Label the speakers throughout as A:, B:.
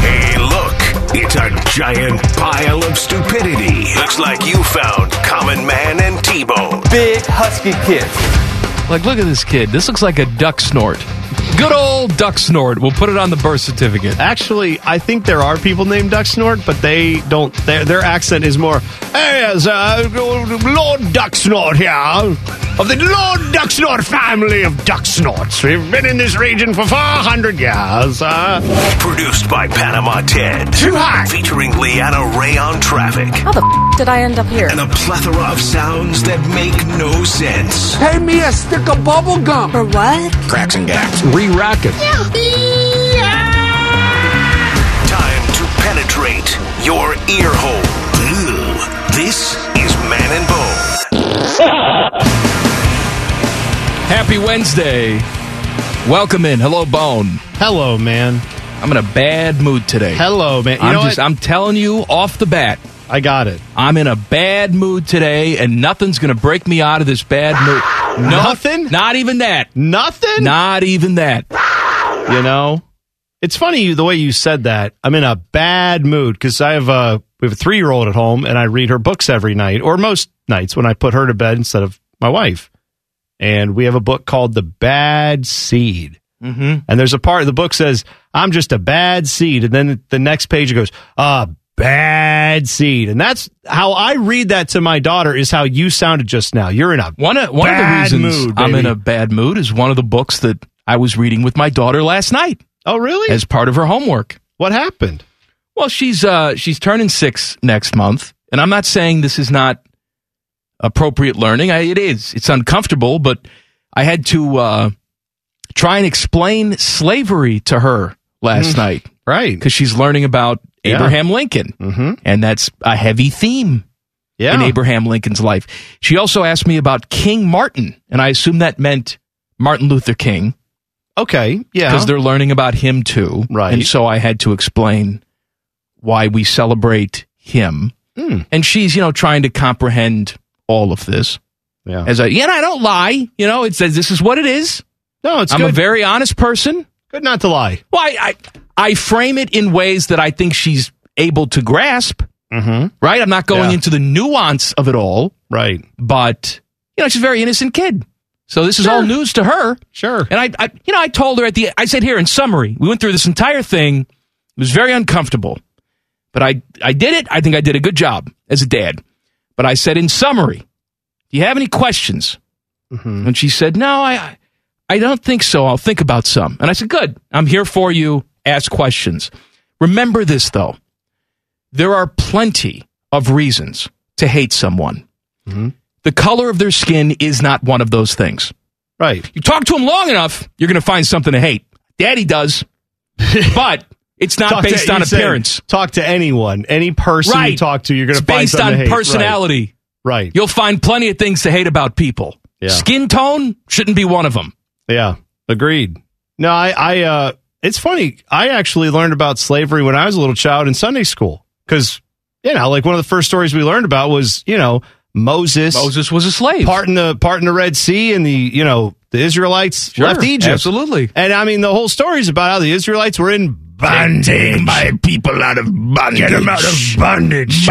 A: Hey, look, it's a giant pile of stupidity. Looks like you found Common Man and T Bone.
B: big husky kid.
C: Like, look at this kid. This looks like a duck snort. Good old duck snort. We'll put it on the birth certificate.
D: Actually, I think there are people named Ducksnort, but they don't. Their, their accent is more, hey, it's, uh, Lord Ducksnort here, of the Lord Ducksnort family of Ducksnorts. We've been in this region for 400 years. Uh,
A: Produced by Panama Ted.
D: Too hot.
A: Featuring Leanna Ray on traffic.
E: How the f- did I end up here?
A: And a plethora of sounds that make no sense.
F: Pay me a stick of bubble gum.
E: For what?
A: Cracks and gaps.
C: Re rack it.
A: Time to penetrate your ear hole. Ew. This is Man and Bone.
C: Happy Wednesday. Welcome in. Hello, Bone.
D: hello, man.
C: I'm in a bad mood today.
D: Hello, man. You
C: I'm
D: know
C: just,
D: what?
C: I'm telling you off the bat,
D: I got it.
C: I'm in a bad mood today, and nothing's going to break me out of this bad mood. No-
D: Nothing?
C: Not even that.
D: Nothing?
C: Not even that.
D: you know it's funny you the way you said that i'm in a bad mood because i have a we have a three-year-old at home and i read her books every night or most nights when i put her to bed instead of my wife and we have a book called the bad seed mm-hmm. and there's a part of the book says i'm just a bad seed and then the next page it goes a bad seed and that's how i read that to my daughter is how you sounded just now you're in a
C: One of, one
D: Bad
C: of the reasons
D: mood,
C: I'm in
D: baby.
C: a bad mood is one of the books that I was reading with my daughter last night
D: oh really
C: as part of her homework.
D: what happened
C: Well, she's uh, she's turning six next month, and I'm not saying this is not appropriate learning. I, it is. It's uncomfortable, but I had to uh, try and explain slavery to her last night
D: Mm. right
C: because she's learning about
D: Yeah.
C: Abraham Lincoln,
D: Mhm.
C: and that's a heavy theme
D: yeah
C: in Abraham Lincoln's life. She also asked me about King Martin, and I assume that meant Martin Luther King
D: okay yeah
C: because they're learning about him too.
D: Right.
C: And so I had to explain why we celebrate him.
D: Hmm.
C: And she's, you know, trying to comprehend all of this.
D: yeah
C: As I, yeah, I don't lie. You know, it says this is what it is.
D: No, it's
C: I'm
D: good.
C: a very honest person.
D: good not to lie.
C: Well, I, I, I frame it in ways that I think she's able to grasp.
D: Mm-hmm.
C: Right. I'm not going
D: Yeah.
C: into the nuance of it all,
D: Right.
C: but you know, she's a very innocent kid. So this is all news to her.
D: Sure.
C: And I, I, you know, I told her at the, I said, here, in summary, we went through this entire thing. It was very uncomfortable, but I, I did it. I think I did a good job as a dad. But I said, in summary, do you have any questions?
D: Mm-hmm.
C: And she said, no, I, I don't think so. I'll think about some. And I said, good. I'm here for you. Ask questions. Remember this though. There are plenty of reasons to hate someone.
D: Mm-hmm.
C: The color of their skin is not one of those things.
D: Right.
C: You talk to him long enough, you're going to find something to hate. Daddy does, but it's not
D: Talk to-
C: based
D: you
C: on
D: said,
C: appearance.
D: talk to anyone, any person
C: right?
D: you talk to, you're going
C: it's
D: to find
C: based
D: something
C: on
D: to hate. Right.
C: personality.
D: Right.
C: You'll find plenty of things to hate about people.
D: Yeah.
C: Skin
D: Hmm.
C: tone shouldn't be one of them.
D: Yeah. Agreed. No, I, I, uh, it's funny. I actually learned about slavery when I was a little child in Sunday school because, you know, like one of the first stories we learned about was, you know, Moses,
C: Moses was a slave.
D: parting the parting the Red Sea and the, you know, the Israelites
C: Sure,
D: left Egypt.
C: Absolutely.
D: And I mean, the whole story's about how the Israelites were in bondage.
A: my people out of bondage. Get them out of bondage.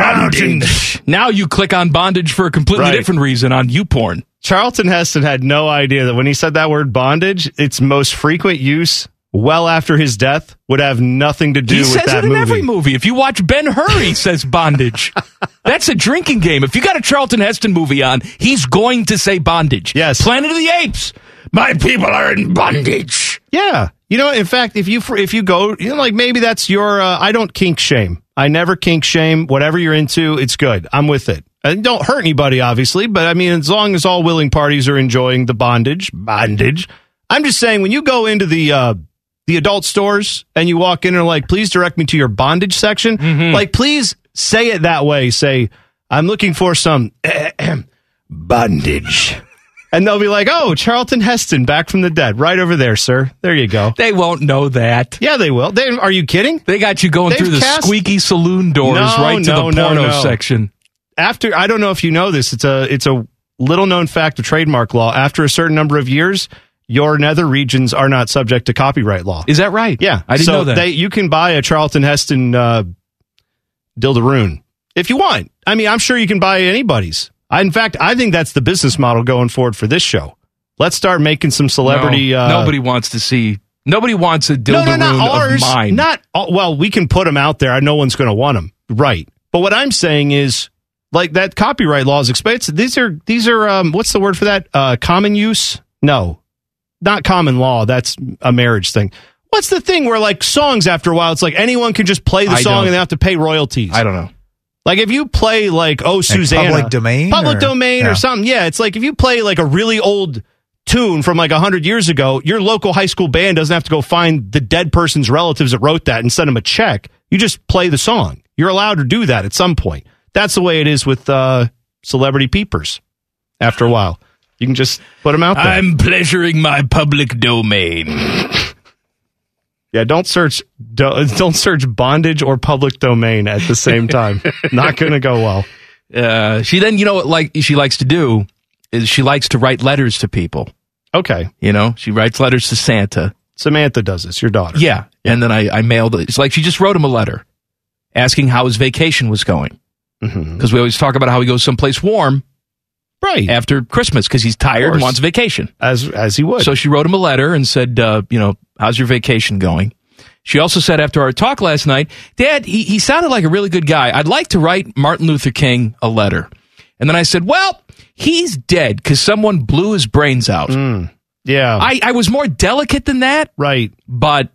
C: Now you click on bondage for a completely
D: Right.
C: different reason on YouPorn.
D: Charlton Heston had no idea that when he said that word bondage, its most frequent use well after his death would have nothing to do
C: he
D: with
C: says
D: that
C: it in
D: movie.
C: every movie. If you watch Ben Hur, he says bondage. That's a drinking game. If you got a Charlton Heston movie on, he's going to say bondage.
D: Yes.
C: Planet of the Apes. My people are in bondage.
D: Yeah, you know. In fact, if you if you go, you know, like maybe that's your. Uh, I don't kink shame. I never kink shame. Whatever you're into, it's good. I'm with it. And don't hurt anybody, obviously. But I mean, as long as all willing parties are enjoying the bondage, bondage. I'm just saying, when you go into the uh, the adult stores and you walk in and are like, please direct me to your bondage section. Like, please say it that way. Say, I'm looking for some bondage. And they'll be like, oh, Charlton Heston back from the dead. Right over there, sir. There you go.
C: They won't know that.
D: Yeah, they will. They, are you kidding?
C: They got you going
D: They've
C: through the
D: cast-
C: squeaky saloon doors
D: No,
C: right to
D: no,
C: the
D: no,
C: porno
D: no.
C: section.
D: after I don't know if you know this, it's a it's a little known fact of trademark law. After a certain number of years, your nether regions are not subject to copyright law.
C: Is that right?
D: yeah,
C: I didn't
D: so
C: know that.
D: They, you can buy a Charlton Heston uh, dildaroon if you want. I mean, I'm sure you can buy anybody's. I, in fact, I think that's the business model going forward for this show. Let's start making some celebrity.
C: No,
D: uh,
C: nobody wants to see. Nobody wants a
D: no,
C: dildo
D: no, not
C: of
D: ours.
C: mine.
D: Not oh, well. We can put them out there. No one's going to want them, right? But what I'm saying is, like that copyright law is expensive. These are these are um, what's the word for that? Uh, common use? No, not common law. That's a marriage thing. What's the thing where like songs after a while, it's like anyone can just play the
C: I
D: song
C: don't-
D: and they have to pay royalties.
C: I don't know.
D: Like if you play like Oh Susanna,
B: public domain
D: public
B: or-
D: domain
B: Yeah.
D: or something. Yeah, it's like if you play like a really old tune from like hundred years ago, your local high school band doesn't have to go find the dead person's relatives that wrote that and send them a check. You just play the song. You're allowed to do that at some point. That's the way it is with uh, celebrity peepers. After a while, you can just put them out there.
C: I'm pleasuring my public domain.
D: yeah, don't search do, don't search bondage or public domain at the same time. Not going to go well.
C: Uh, she then, you know what, like she likes to do is she likes to write letters to people.
D: Okay,
C: You know, she writes letters to Santa.
D: Samantha does this. Your daughter.
C: Yeah, and then I, I mailed it. It's like she just wrote him a letter asking how his vacation was going
D: Mhm.
C: because we always talk about how he goes someplace warm
D: Right.
C: after Christmas because he's tired and
D: course.
C: wants vacation.
D: as as he would.
C: So she wrote him a letter and said, uh, you know, how's your vacation going? She also said after our talk last night, Dad, he, he sounded like a really good guy. I'd like to write Martin Luther King a letter. And then I said, well, he's dead because someone blew his brains out.
D: Hmm. yeah,
C: I, I was more delicate than that,
D: right.
C: but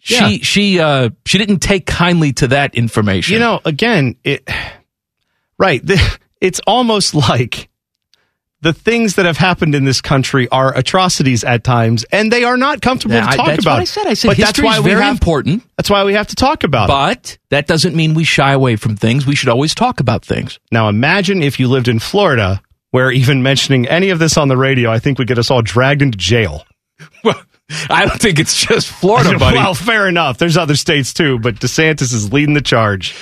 C: she
D: Yeah.
C: she uh, she didn't take kindly to that information.
D: You know, again, it right. th- It's almost like the things that have happened in this country are atrocities at times, and they are not comfortable
C: Yeah,
D: to
C: I-
D: talk
C: that's
D: about.
C: what I said. I said
D: but that's
C: history
D: why
C: is
D: we
C: very
D: have.
C: important,
D: That's why we have to talk about it.
C: but that doesn't mean we shy away from things. We should always talk about things.
D: Now, imagine if you lived in Florida, where even mentioning any of this on the radio, I think would get us all dragged into jail.
C: Well, I don't think it's just Florida, buddy.
D: well, fair enough. There's other states too, but DeSantis is leading the charge.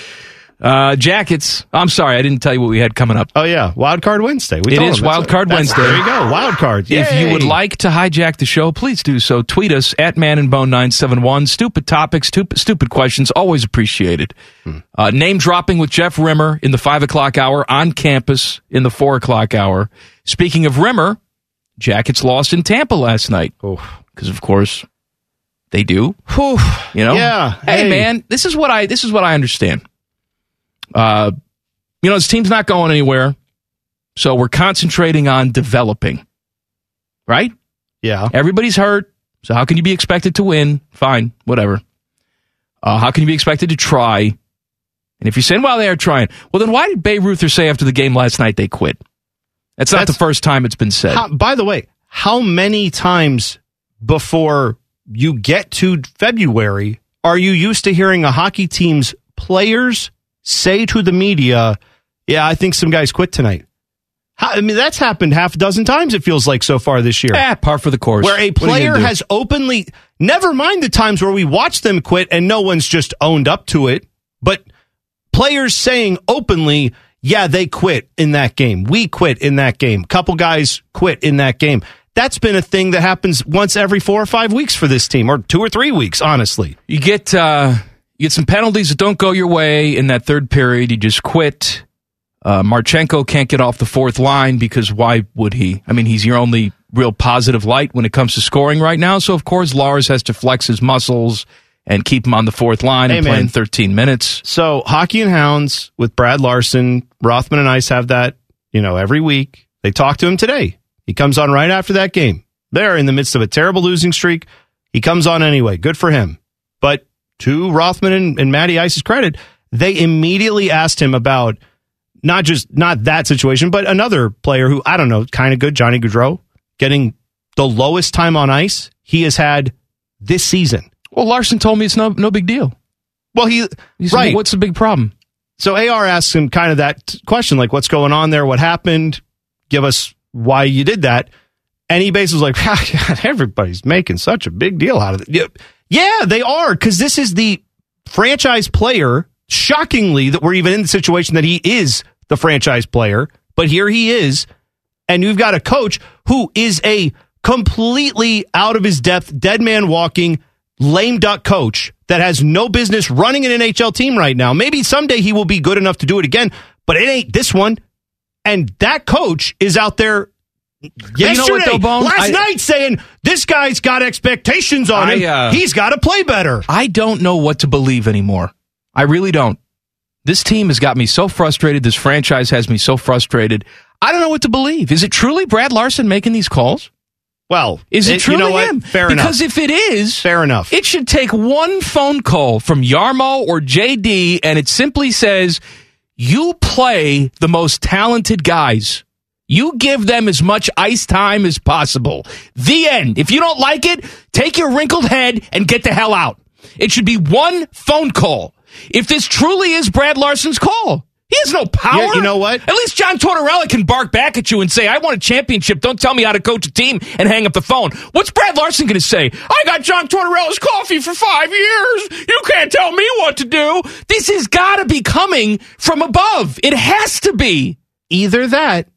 C: Uh, jackets. I'm sorry, I didn't tell you what we had coming up.
D: Oh yeah, Wild Card Wednesday. We
C: It
D: told
C: is
D: them. That's
C: Wild
D: a-
C: Card
D: that's-
C: Wednesday.
D: There you go, Wild Card.
C: If you would
D: Yay.
C: like to hijack the show, please do so. Tweet us at Man and Bone nine seven one. Stupid topics, stupid, stupid questions, always appreciated. Uh, name dropping with Jeff Rimmer in the five o'clock hour on campus in the four o'clock hour. Speaking of Rimmer, Jackets lost in Tampa last night because, of course, they do. You know,
D: Yeah.
C: Hey,
D: Hey.
C: man, this is what I this is what I understand. Uh, you know, this team's not going anywhere, so we're concentrating on developing. Right?
D: Yeah.
C: Everybody's hurt, so how can you be expected to win? Fine, whatever. Uh, how can you be expected to try? And if you're saying, "Well, they are trying," well, then why did Bay Ruther say after the game last night they quit? That's not
D: That's-
C: the first time it's been said.
D: How, by the way, how many times before you get to February are you used to hearing a hockey team's players say to the media, "Yeah, I think some guys quit tonight." How, I mean, that's happened half a dozen times. It feels like so far this year.
C: ah, par for the course.
D: Where
C: What are
D: a
C: you gonna
D: player
C: do?
D: has openly, never mind the times where we watch them quit and no one's just owned up to it, but players saying openly, yeah, they quit in that game. We quit in that game. Couple guys quit in that game. That's been a thing that happens once every four or five weeks for this team, or two or three weeks, honestly.
C: You get uh, you get some penalties that don't go your way in that third period. You just quit. Uh, Marchenko can't get off the fourth line because why would he? I mean, he's your only real positive light when it comes to scoring right now. So of course Lars has to flex his muscles and keep him on the fourth line
D: Hey,
C: and
D: man.
C: playing 13 minutes.
D: So hockey and hounds with Brad Larson, Rothman and Ice have that, you know, every week. They talk to him today. He comes on right after that game. They're in the midst of a terrible losing streak. He comes on anyway. Good for him. But to Rothman and, and Matty Ice's credit, they immediately asked him about not just not that situation, but another player who I don't know, kind of good, Johnny Gaudreau, getting the lowest time on ice he has had this season.
C: Well, Larson told me it's no no big deal.
D: Well, he,
C: He said,
D: right.
C: What's the big problem?
D: so AR asks him kind of that t- question, like, what's going on there? What happened? Give us why you did that. And he basically was like, "God, everybody's making such a big deal out of it. Yep. Yeah, they are, because this is the franchise player. Shockingly, that we're even in the situation that he is the franchise player, but here he is. And you've got a coach who is a completely out of his depth, dead man walking, lame duck coach that has no business running an NHL team right now. Maybe someday he will be good enough to do it again, but it ain't this one. And that coach is out there
C: you know
D: yesterday,
C: what, though, Bone?
D: last
C: I-
D: night, saying this guy's got expectations on
C: I,
D: him.
C: uh,
D: He's got to play better.
C: I don't know what to believe anymore. I really don't. This team has got me so frustrated. This franchise has me so frustrated. I don't know what to believe. Is it truly Brad Larson making these calls?
D: Well, eh,
C: Is it,
D: you
C: truly
D: know what?
C: him?
D: Fair
C: because
D: enough.
C: if it is,
D: Fair enough.
C: It should take one phone call from Yarmo or JD, and it simply says, You play the most talented guys. You give them as much ice time as possible. The end. If you don't like it, take your wrinkled head and get the hell out. It should be one phone call. If this truly is Brad Larson's call, he has no power.
D: Yeah, you know what?
C: At least John Tortorella can bark back at you and say, I want a championship. Don't tell me how to coach a team and hang up the phone. What's Brad Larson going to say? I got John Tortorella's coffee for five years. You can't tell me what to do. This has got to be coming from above. It has to be.
D: Either that,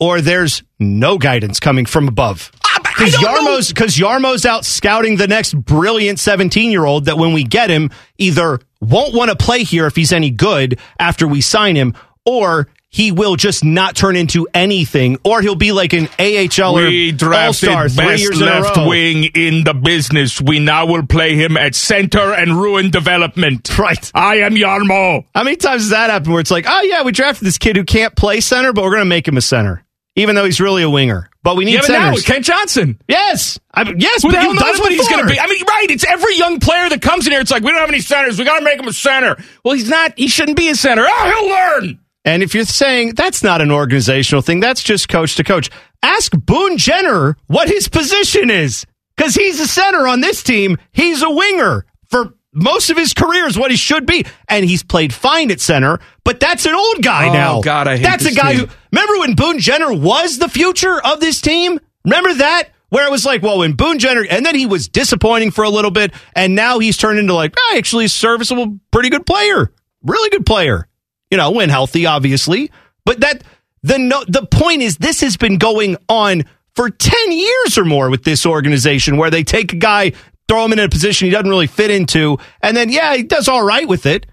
D: or there's no guidance coming from above.
C: Ah, but I
D: Because
C: don't
D: Yarmo's because Yarmo's out scouting the next brilliant seventeen year old that when we get him either won't want to play here if he's any good after we sign him, or he will just not turn into anything, or he'll be like an AHL or All Star three years in a row.
C: wing in the business. We now will play him at center and ruin development.
D: Right.
C: I am Yarmo.
D: How many times has that happened where it's like, oh yeah, we drafted this kid who can't play center, but we're going to make him a center, even though he's really a winger. But we need
C: Yeah, but now
D: centers.
C: it's Kent Johnson.
D: yes, I, yes.
C: Who
D: but
C: the hell
D: you've done
C: knows
D: it
C: what he's
D: before.
C: going to be? I mean, right? It's every young player that comes in here. It's like we don't have any centers. We got to make him a center. Well, he's not. He shouldn't be a center. Oh, he'll learn.
D: And if you're saying that's not an organizational thing, that's just coach to coach, ask Boone Jenner what his position is. Because he's a center on this team. He's a winger for most of his career, is what he should be. And he's played fine at center, but that's an old guy
C: Oh,
D: now.
C: God, I hate
D: That's
C: this
D: a guy
C: team.
D: who. Remember when Boone Jenner was the future of this team? Remember that? Where it was like, well, when Boone Jenner, and then he was disappointing for a little bit, and now he's turned into like, ah, actually a serviceable, pretty good player, really good player. You know, when healthy, obviously. But that the no, the point is, this has been going on for ten years or more with this organization, where they take a guy, throw him in a position he doesn't really fit into, and then yeah, he does all right with it.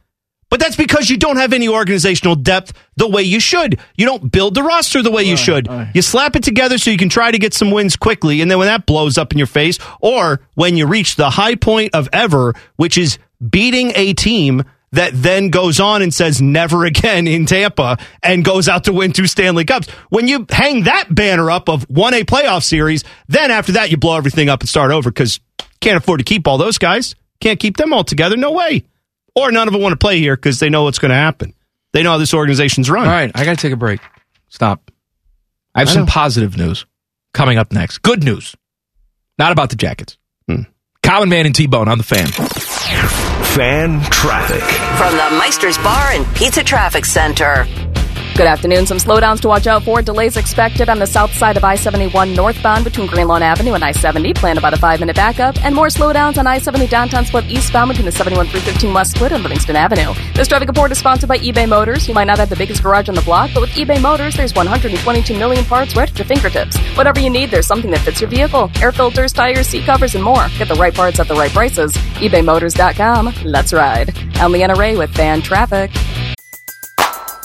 D: But that's because you don't have any organizational depth the way you should. You don't build the roster the way you should. You slap it together so you can try to get some wins quickly. And then when that blows up in your face, or when you reach the high point of ever, which is beating a team that then goes on and says never again in Tampa and goes out to win two Stanley Cups. When you hang that banner up of 1A playoff series, then after that, you blow everything up and start over because can't afford to keep all those guys. Can't keep them all together. No way or none of them want to play here because they know what's going to happen. They know how this organization's run.
C: All right, I got to take a break. Stop. I have
D: I
C: some
D: know.
C: positive news coming up next. Good news, not about the Jackets. Common Man and T Bone on the fan.
A: Fan traffic.
B: From the Meister's Bar and Pizza Traffic Center.
E: Good afternoon. Some slowdowns to watch out for. Delays expected on the south side of I 71 northbound between Green Lawn Avenue and I 70. Plan about a five minute backup. And more slowdowns on I 70 downtown split eastbound between the 71 315 West Split and Livingston Avenue. This traffic report is sponsored by eBay Motors. You might not have the biggest garage on the block, but with eBay Motors, there's 122 million parts right at your fingertips. Whatever you need, there's something that fits your vehicle air filters, tires, seat covers, and more. Get the right parts at the right prices. ebaymotors.com. Let's ride. I'm Leanna Ray with Fan Traffic.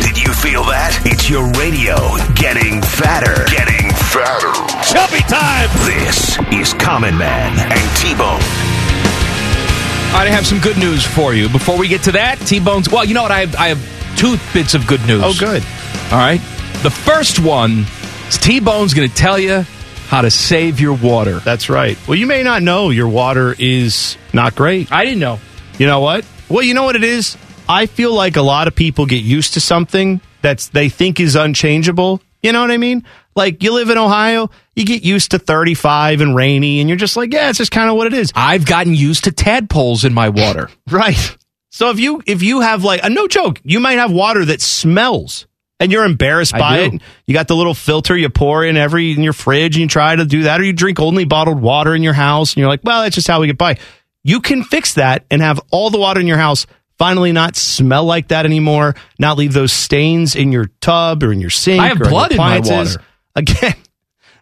A: Did you feel that? It's your radio getting fatter. Getting fatter. Chubby time! This is Common Man and T Bone.
C: All right, I have some good news for you. Before we get to that, T Bones. Well, you know what? I have, I have two bits of good news.
D: Oh, good.
C: All right. The first one is T Bone's going to tell you how to save your water.
D: That's right. Well, you may not know your water is not great.
C: I didn't know.
D: You know what? Well, you know what it is? I feel like a lot of people get used to something that's they think is unchangeable. You know what I mean? Like you live in Ohio, you get used to 35 and rainy and you're just like, yeah, it's just kind of what it is.
C: I've gotten used to tadpoles in my water.
D: Right. So if you if you have like a no joke, you might have water that smells and you're embarrassed
C: I
D: by
C: do.
D: it. You got the little filter you pour in every in your fridge and you try to do that or you drink only bottled water in your house and you're like, "Well, that's just how we get by." You can fix that and have all the water in your house finally not smell like that anymore, not leave those stains in your tub or in your sink
C: I have
D: or your
C: blood in my
D: appliances.
C: water.
D: Again,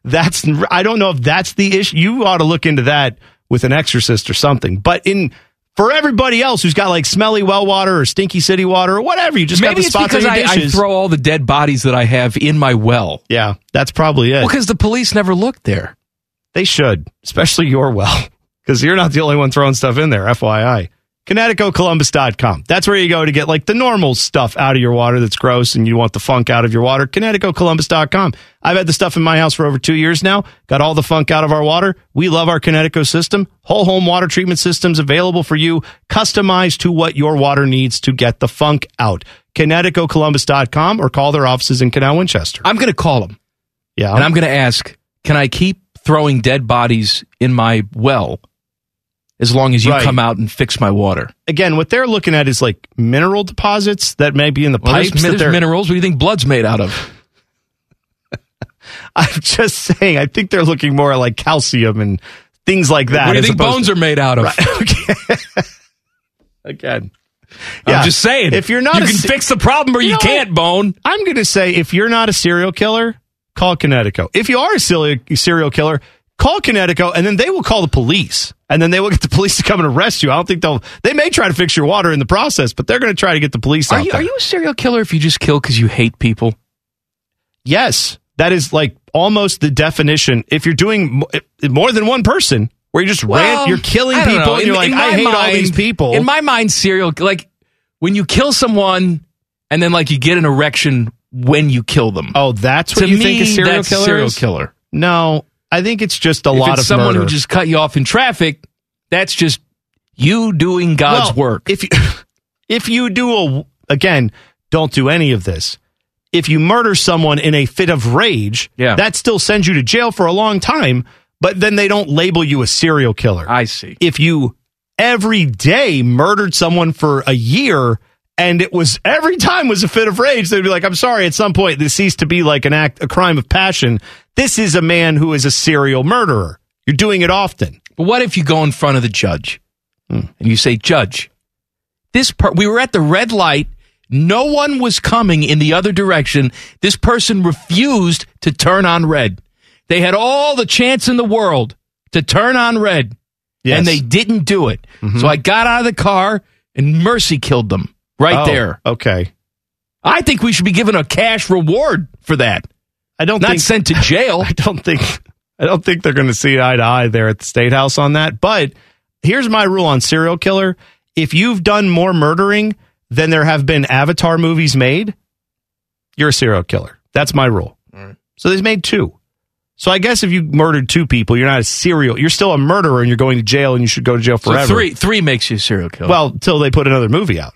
D: that's I don't know if that's the issue. You ought to look into that with an exorcist or something. But in for everybody else who's got like smelly well water or stinky city water or whatever, you just got
C: Maybe
D: the
C: it's
D: spots
C: because
D: on
C: I,
D: your
C: I
D: dishes.
C: throw all the dead bodies that I have in my well.
D: yeah, that's probably it.
C: Because the police never looked there.
D: they should, especially your well, because you're not the only one throwing stuff in there. FYI. ConnecticutColumbus.com. That's where you go to get like the normal stuff out of your water that's gross and you want the funk out of your water. ConnecticutColumbus.com. I've had the stuff in my house for over two years now. Got all the funk out of our water. We love our Connecticut system. Whole home water treatment systems available for you, customized to what your water needs to get the funk out. ConnecticutColumbus.com or call their offices in Canal Winchester.
C: I'm going to call them
D: Yeah.
C: and I'm going to ask, can I keep throwing dead bodies in my well as long as you
D: Right.
C: come out and fix my water?
D: again, what they're looking at is like mineral deposits that may be in the
C: Well, there's,
D: pipes. that
C: there's
D: they're-
C: minerals. What do you think blood's made out of?
D: I'm just saying. I think they're looking more at like calcium and things like that.
C: what do you
D: as
C: think
D: opposed
C: bones
D: to-
C: are made out of?
D: again?
C: I'm just saying.
D: If you're not,
C: you
D: a
C: can
D: se-
C: fix the problem or you,
D: You know
C: can't, Bone.
D: I'm going to say if you're not a serial killer, call Connecticut. If you are a serial serial killer, call Connecticut, and then they will call the police, and then they will get the police to come and arrest you. I don't think they'll. They may try to fix your water in the process, but they're going to try to get the police.
C: Are
D: out
C: you,
D: there.
C: are you a serial killer if you just kill because you hate people?
D: Yes, that is like almost the definition. If you're doing mo- more than one person, where you just rant, you're killing
C: I don't
D: people,
C: know.
D: and
C: In-
D: you're like,
C: in
D: I
C: my
D: hate all
C: mind-
D: these people.
C: In my mind, serial like when you kill someone and then like you get an erection when you kill them.
D: oh, that's what
C: to
D: you
C: me,
D: think a serial
C: that's
D: killer
C: serial
D: is?
C: killer.
D: No, I think it's just a
C: if
D: lot
C: it's
D: of
C: someone
D: murder.
C: who just cut you off in traffic, that's just you doing God's
D: Well,
C: work.
D: If you, if you do a again, don't do any of this. If you murder someone in a fit of rage,
C: Yeah.
D: that still sends you to jail for a long time. But then they don't label you a serial killer.
C: I see.
D: if you every day murdered someone for a year and it was every time was a fit of rage they'd be like i'm sorry at some point this ceased to be like an act a crime of passion this is a man who is a serial murderer you're doing it often
C: But what if you go in front of the judge
D: Hmm.
C: and you say, Judge, this per- we were at the red light. No one was coming in the other direction. This person refused to turn on red. They had all the chance in the world to turn on red,
D: Yes. Mm-hmm.
C: and they didn't do it. So I got out of the car, and mercy killed them right
D: Oh,
C: there.
D: okay
C: I think we should be given a cash reward for that,
D: i don't
C: not
D: think
C: sent to jail.
D: i don't think i don't think they're going to see eye to eye there at the state house on that but here's my rule on serial killer if you've done more murdering than there have been avatar movies made you're a serial killer that's my rule so they've made two so i guess if you murdered two people you're not a serial you're still a murderer and you're going to jail and you should go to jail
C: So
D: forever
C: three, three makes you a serial killer.
D: well until they put another movie out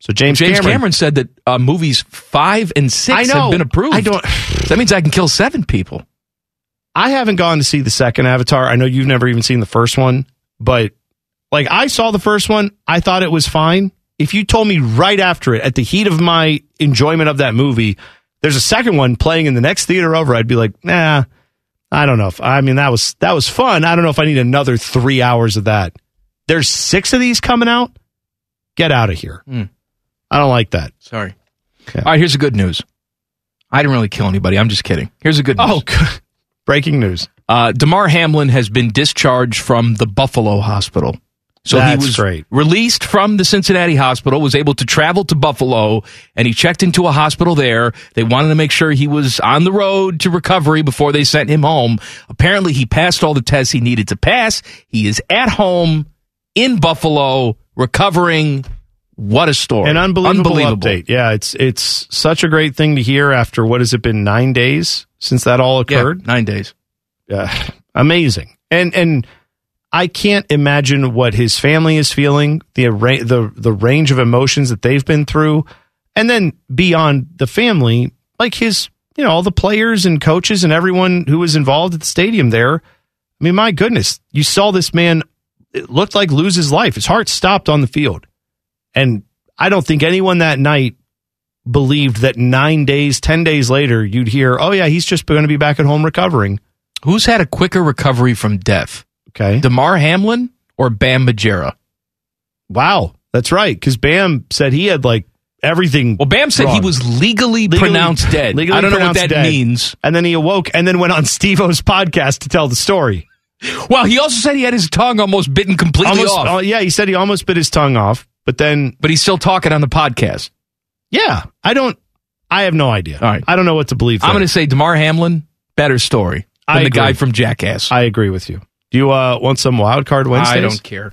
D: so james,
C: James Cameron,
D: cameron
C: said that uh, movies five and six
D: I know.
C: have been approved.
D: I don't-
C: That means I can kill seven people.
D: I haven't gone to see the second Avatar. I know you've never even seen the first one, but like I saw the first one, I thought it was fine. If you told me right after it, at the heat of my enjoyment of that movie, there's a second one playing in the next theater over, I'd be like, nah, I don't know if I mean that was that was fun. I don't know if I need another three hours of that. There's six of these coming out. Get out of here.
C: Hmm.
D: I don't like that.
C: Sorry.
D: Okay.
C: All right, here's the good news. I didn't really kill anybody. I'm just kidding. Here's the good news.
D: Oh, breaking news.
C: Uh, Damar Hamlin has been discharged from the Buffalo Hospital. So
D: That's
C: he was
D: great.
C: released from the Cincinnati hospital, was able to travel to Buffalo, and he checked into a hospital there. They wanted to make sure he was on the road to recovery before they sent him home. Apparently, he passed all the tests he needed to pass. He is at home in Buffalo recovering. What a story!
D: An unbelievable,
C: unbelievable.
D: update. Yeah, it's it's such a great thing to hear after what has it been nine days since that all
C: Yeah,
D: occurred.
C: nine days.
D: Uh, amazing, and and I can't imagine what his family is feeling the arra- the the range of emotions that they've been through, and then beyond the family, like his you know all the players and coaches and everyone who was involved at the stadium there. I mean, my goodness, you saw this man. It looked like lose his life. His heart stopped on the field. And I don't think anyone that night believed that nine days, 10 days later, you'd hear, oh, yeah, he's just going to be back at home recovering.
C: Who's had a quicker recovery from death,
D: Okay.
C: Damar Hamlin or Bam Majera?
D: wow. That's right. Because Bam said he had like everything.
C: Well, Bam said he
D: wrong.
C: was legally,
D: Legally-
C: pronounced dead.
D: legally
C: I don't know what
D: pronounced
C: that
D: dead.
C: means.
D: And then he awoke and then went on Steve O's podcast to tell the story.
C: Well, he also said he had his tongue almost bitten completely
D: Almost,
C: off,
D: oh, yeah, he said he almost bit his tongue off, but then
C: but he's still talking on the podcast.
D: yeah, I don't, I have no idea.
C: All right.
D: I don't know what to believe.
C: I'm
D: there.
C: going to say Damar Hamlin, better story than
D: I
C: the guy
D: agree.
C: from Jackass.
D: I agree with you. Do you uh, want some wild card Wednesdays?
C: I don't care.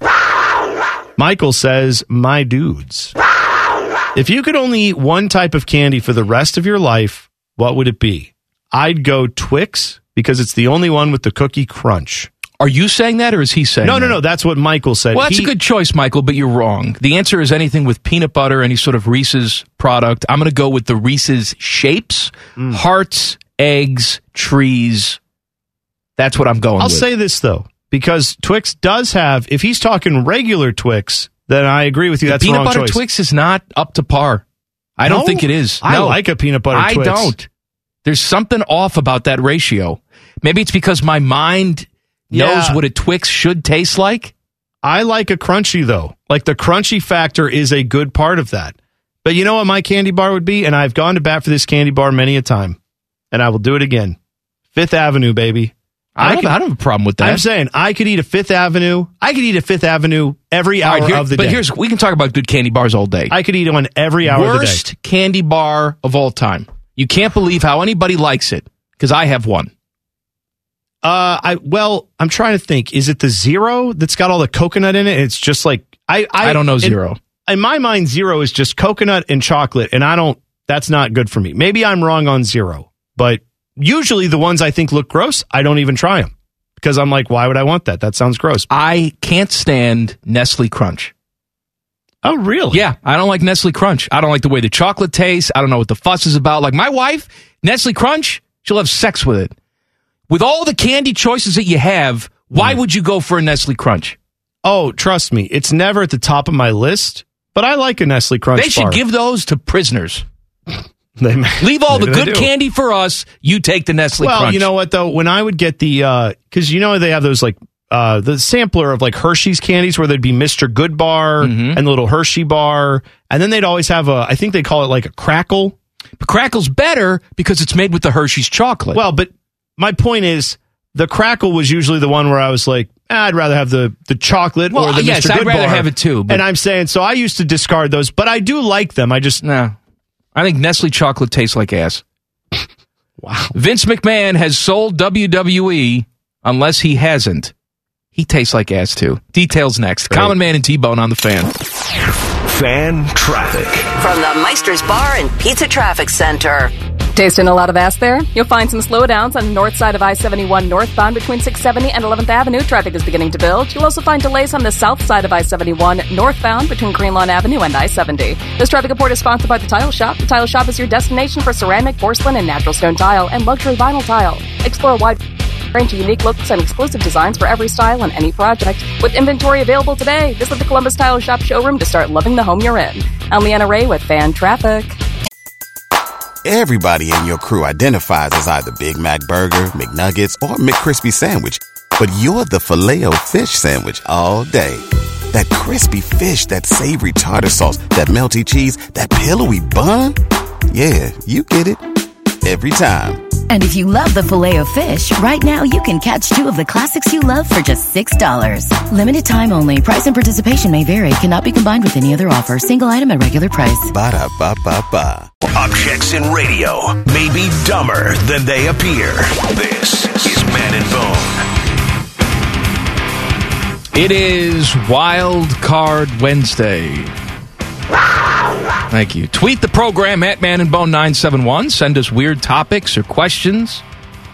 D: Michael says, My dudes. If you could only eat one type of candy for the rest of your life, what would it be? I'd go Twix because it's the only one with the cookie crunch.
C: Are you saying that, or is he saying?
D: No, no,
C: that?
D: no. That's what Michael said.
C: Well, that's
D: He-
C: a good choice, Michael, but you're wrong. The answer is anything with peanut butter, any sort of Reese's product. I'm going to go with the Reese's shapes, hearts, eggs, trees. That's what I'm going
D: I'll
C: with.
D: say this, though, because Twix does have, if he's talking regular Twix, then I agree with you. that's the
C: peanut
D: wrong
C: butter
D: choice.
C: Twix is not up to par. I
D: No?
C: don't think it is.
D: I
C: No.
D: like a peanut butter
C: I
D: Twix.
C: don't. There's something off about that ratio. Maybe it's because my mind knows
D: Yeah.
C: what a Twix should taste like.
D: I like a crunchy though. Like the crunchy factor is a good part of that. But you know what my candy bar would be? And I've gone to bat for this candy bar many a time. And I will do it again. Fifth Avenue, baby.
C: I don't,
D: could-
C: have, I don't have a problem with that.
D: I'm saying I could eat a Fifth Avenue. I could eat a Fifth Avenue every
C: All
D: hour
C: right, here-
D: of the
C: but
D: day.
C: here's we can talk about good candy bars all day.
D: I could eat one every hour
C: worst
D: of
C: candy bar of all time. You can't believe how anybody likes it because I have one.
D: the day. Uh I well, I'm trying to think. Is it the zero that's got all the coconut in it? It's just like I I,
C: I, don't know
D: it-
C: zero.
D: in my mind, zero is just coconut and chocolate, and I don't. That's not good for me. Maybe I'm wrong on zero, but usually the ones I think look gross, I don't even try them because I'm like, why would I want that? That sounds gross.
C: I can't stand Nestle Crunch.
D: Oh, really?
C: Yeah, I don't like Nestle Crunch. I don't like the way the chocolate tastes. I don't know what the fuss is about. Like my wife, Nestle Crunch, she'll have sex with it. With all the candy choices that you have, why would you go for a Nestle Crunch?
D: Hmm. Oh, trust me, it's never at the top of my list, but I like a Nestle Crunch.
C: they should
D: bar.
C: give those to prisoners.
D: They may-
C: Leave all the
D: Maybe they
C: good
D: do.
C: candy for us. You take the Nestle
D: Well,
C: Crunch.
D: you know what though, when I would get the because you know they have those like uh the sampler of like Hershey's candies where there'd be Mr. Good Bar
C: Mm-hmm.
D: and the little Hershey bar, and then they'd always have a I think they call it like a crackle.
C: Crackle's better because it's made with the Hershey's chocolate.
D: Well, but my point is the crackle was usually the one where I was like, "Ah, I'd rather have the the chocolate
C: Well,
D: or the
C: yes,
D: Mr.
C: I'd
D: Good
C: rather
D: Bar."
C: have it too, but-
D: And I'm saying so I used to discard those, but I do like them. I just
C: No. I think Nestle chocolate tastes like ass. wow. Vince McMahon has sold WWE unless he hasn't. He tastes like ass too. Details next. Common Man and T Bone on the fan.
A: Fan traffic.
B: From the Meister's Bar and Pizza Traffic Center.
E: Tasting a lot of ass there. You'll find some slowdowns on the north side of I 71 northbound between 670 and 11th Avenue. Traffic is beginning to build. You'll also find delays on the south side of I 71 northbound between Greenlawn Avenue and I 70. This traffic report is sponsored by The Tile Shop. The Tile Shop is your destination for ceramic, porcelain, and natural stone tile and luxury vinyl tile. Explore a wide range of unique looks and exclusive designs for every style and any project. With inventory available today, visit the Columbus Tile Shop showroom to start loving the home you're in. I'm Leanna Ray with Fan Traffic.
G: Everybody in your crew identifies as either Big Mac Burger, McNuggets, or McCrispy Sandwich. But you're the filet fish Sandwich all day. That crispy fish, that savory tartar sauce, that melty cheese, that pillowy bun. Yeah, you get it. Every time.
H: And if you love the filet of fish, right now you can catch two of the classics you love for just $6. Limited time only. Price and participation may vary. Cannot be combined with any other offer. Single item at regular price.
G: Ba-da-ba-ba-ba.
A: Objects in radio may be dumber than they appear. This is Man and Bone.
C: It is Wild Card Wednesday. Thank you. Tweet the program at Man and Bone 971. Send us weird topics or questions,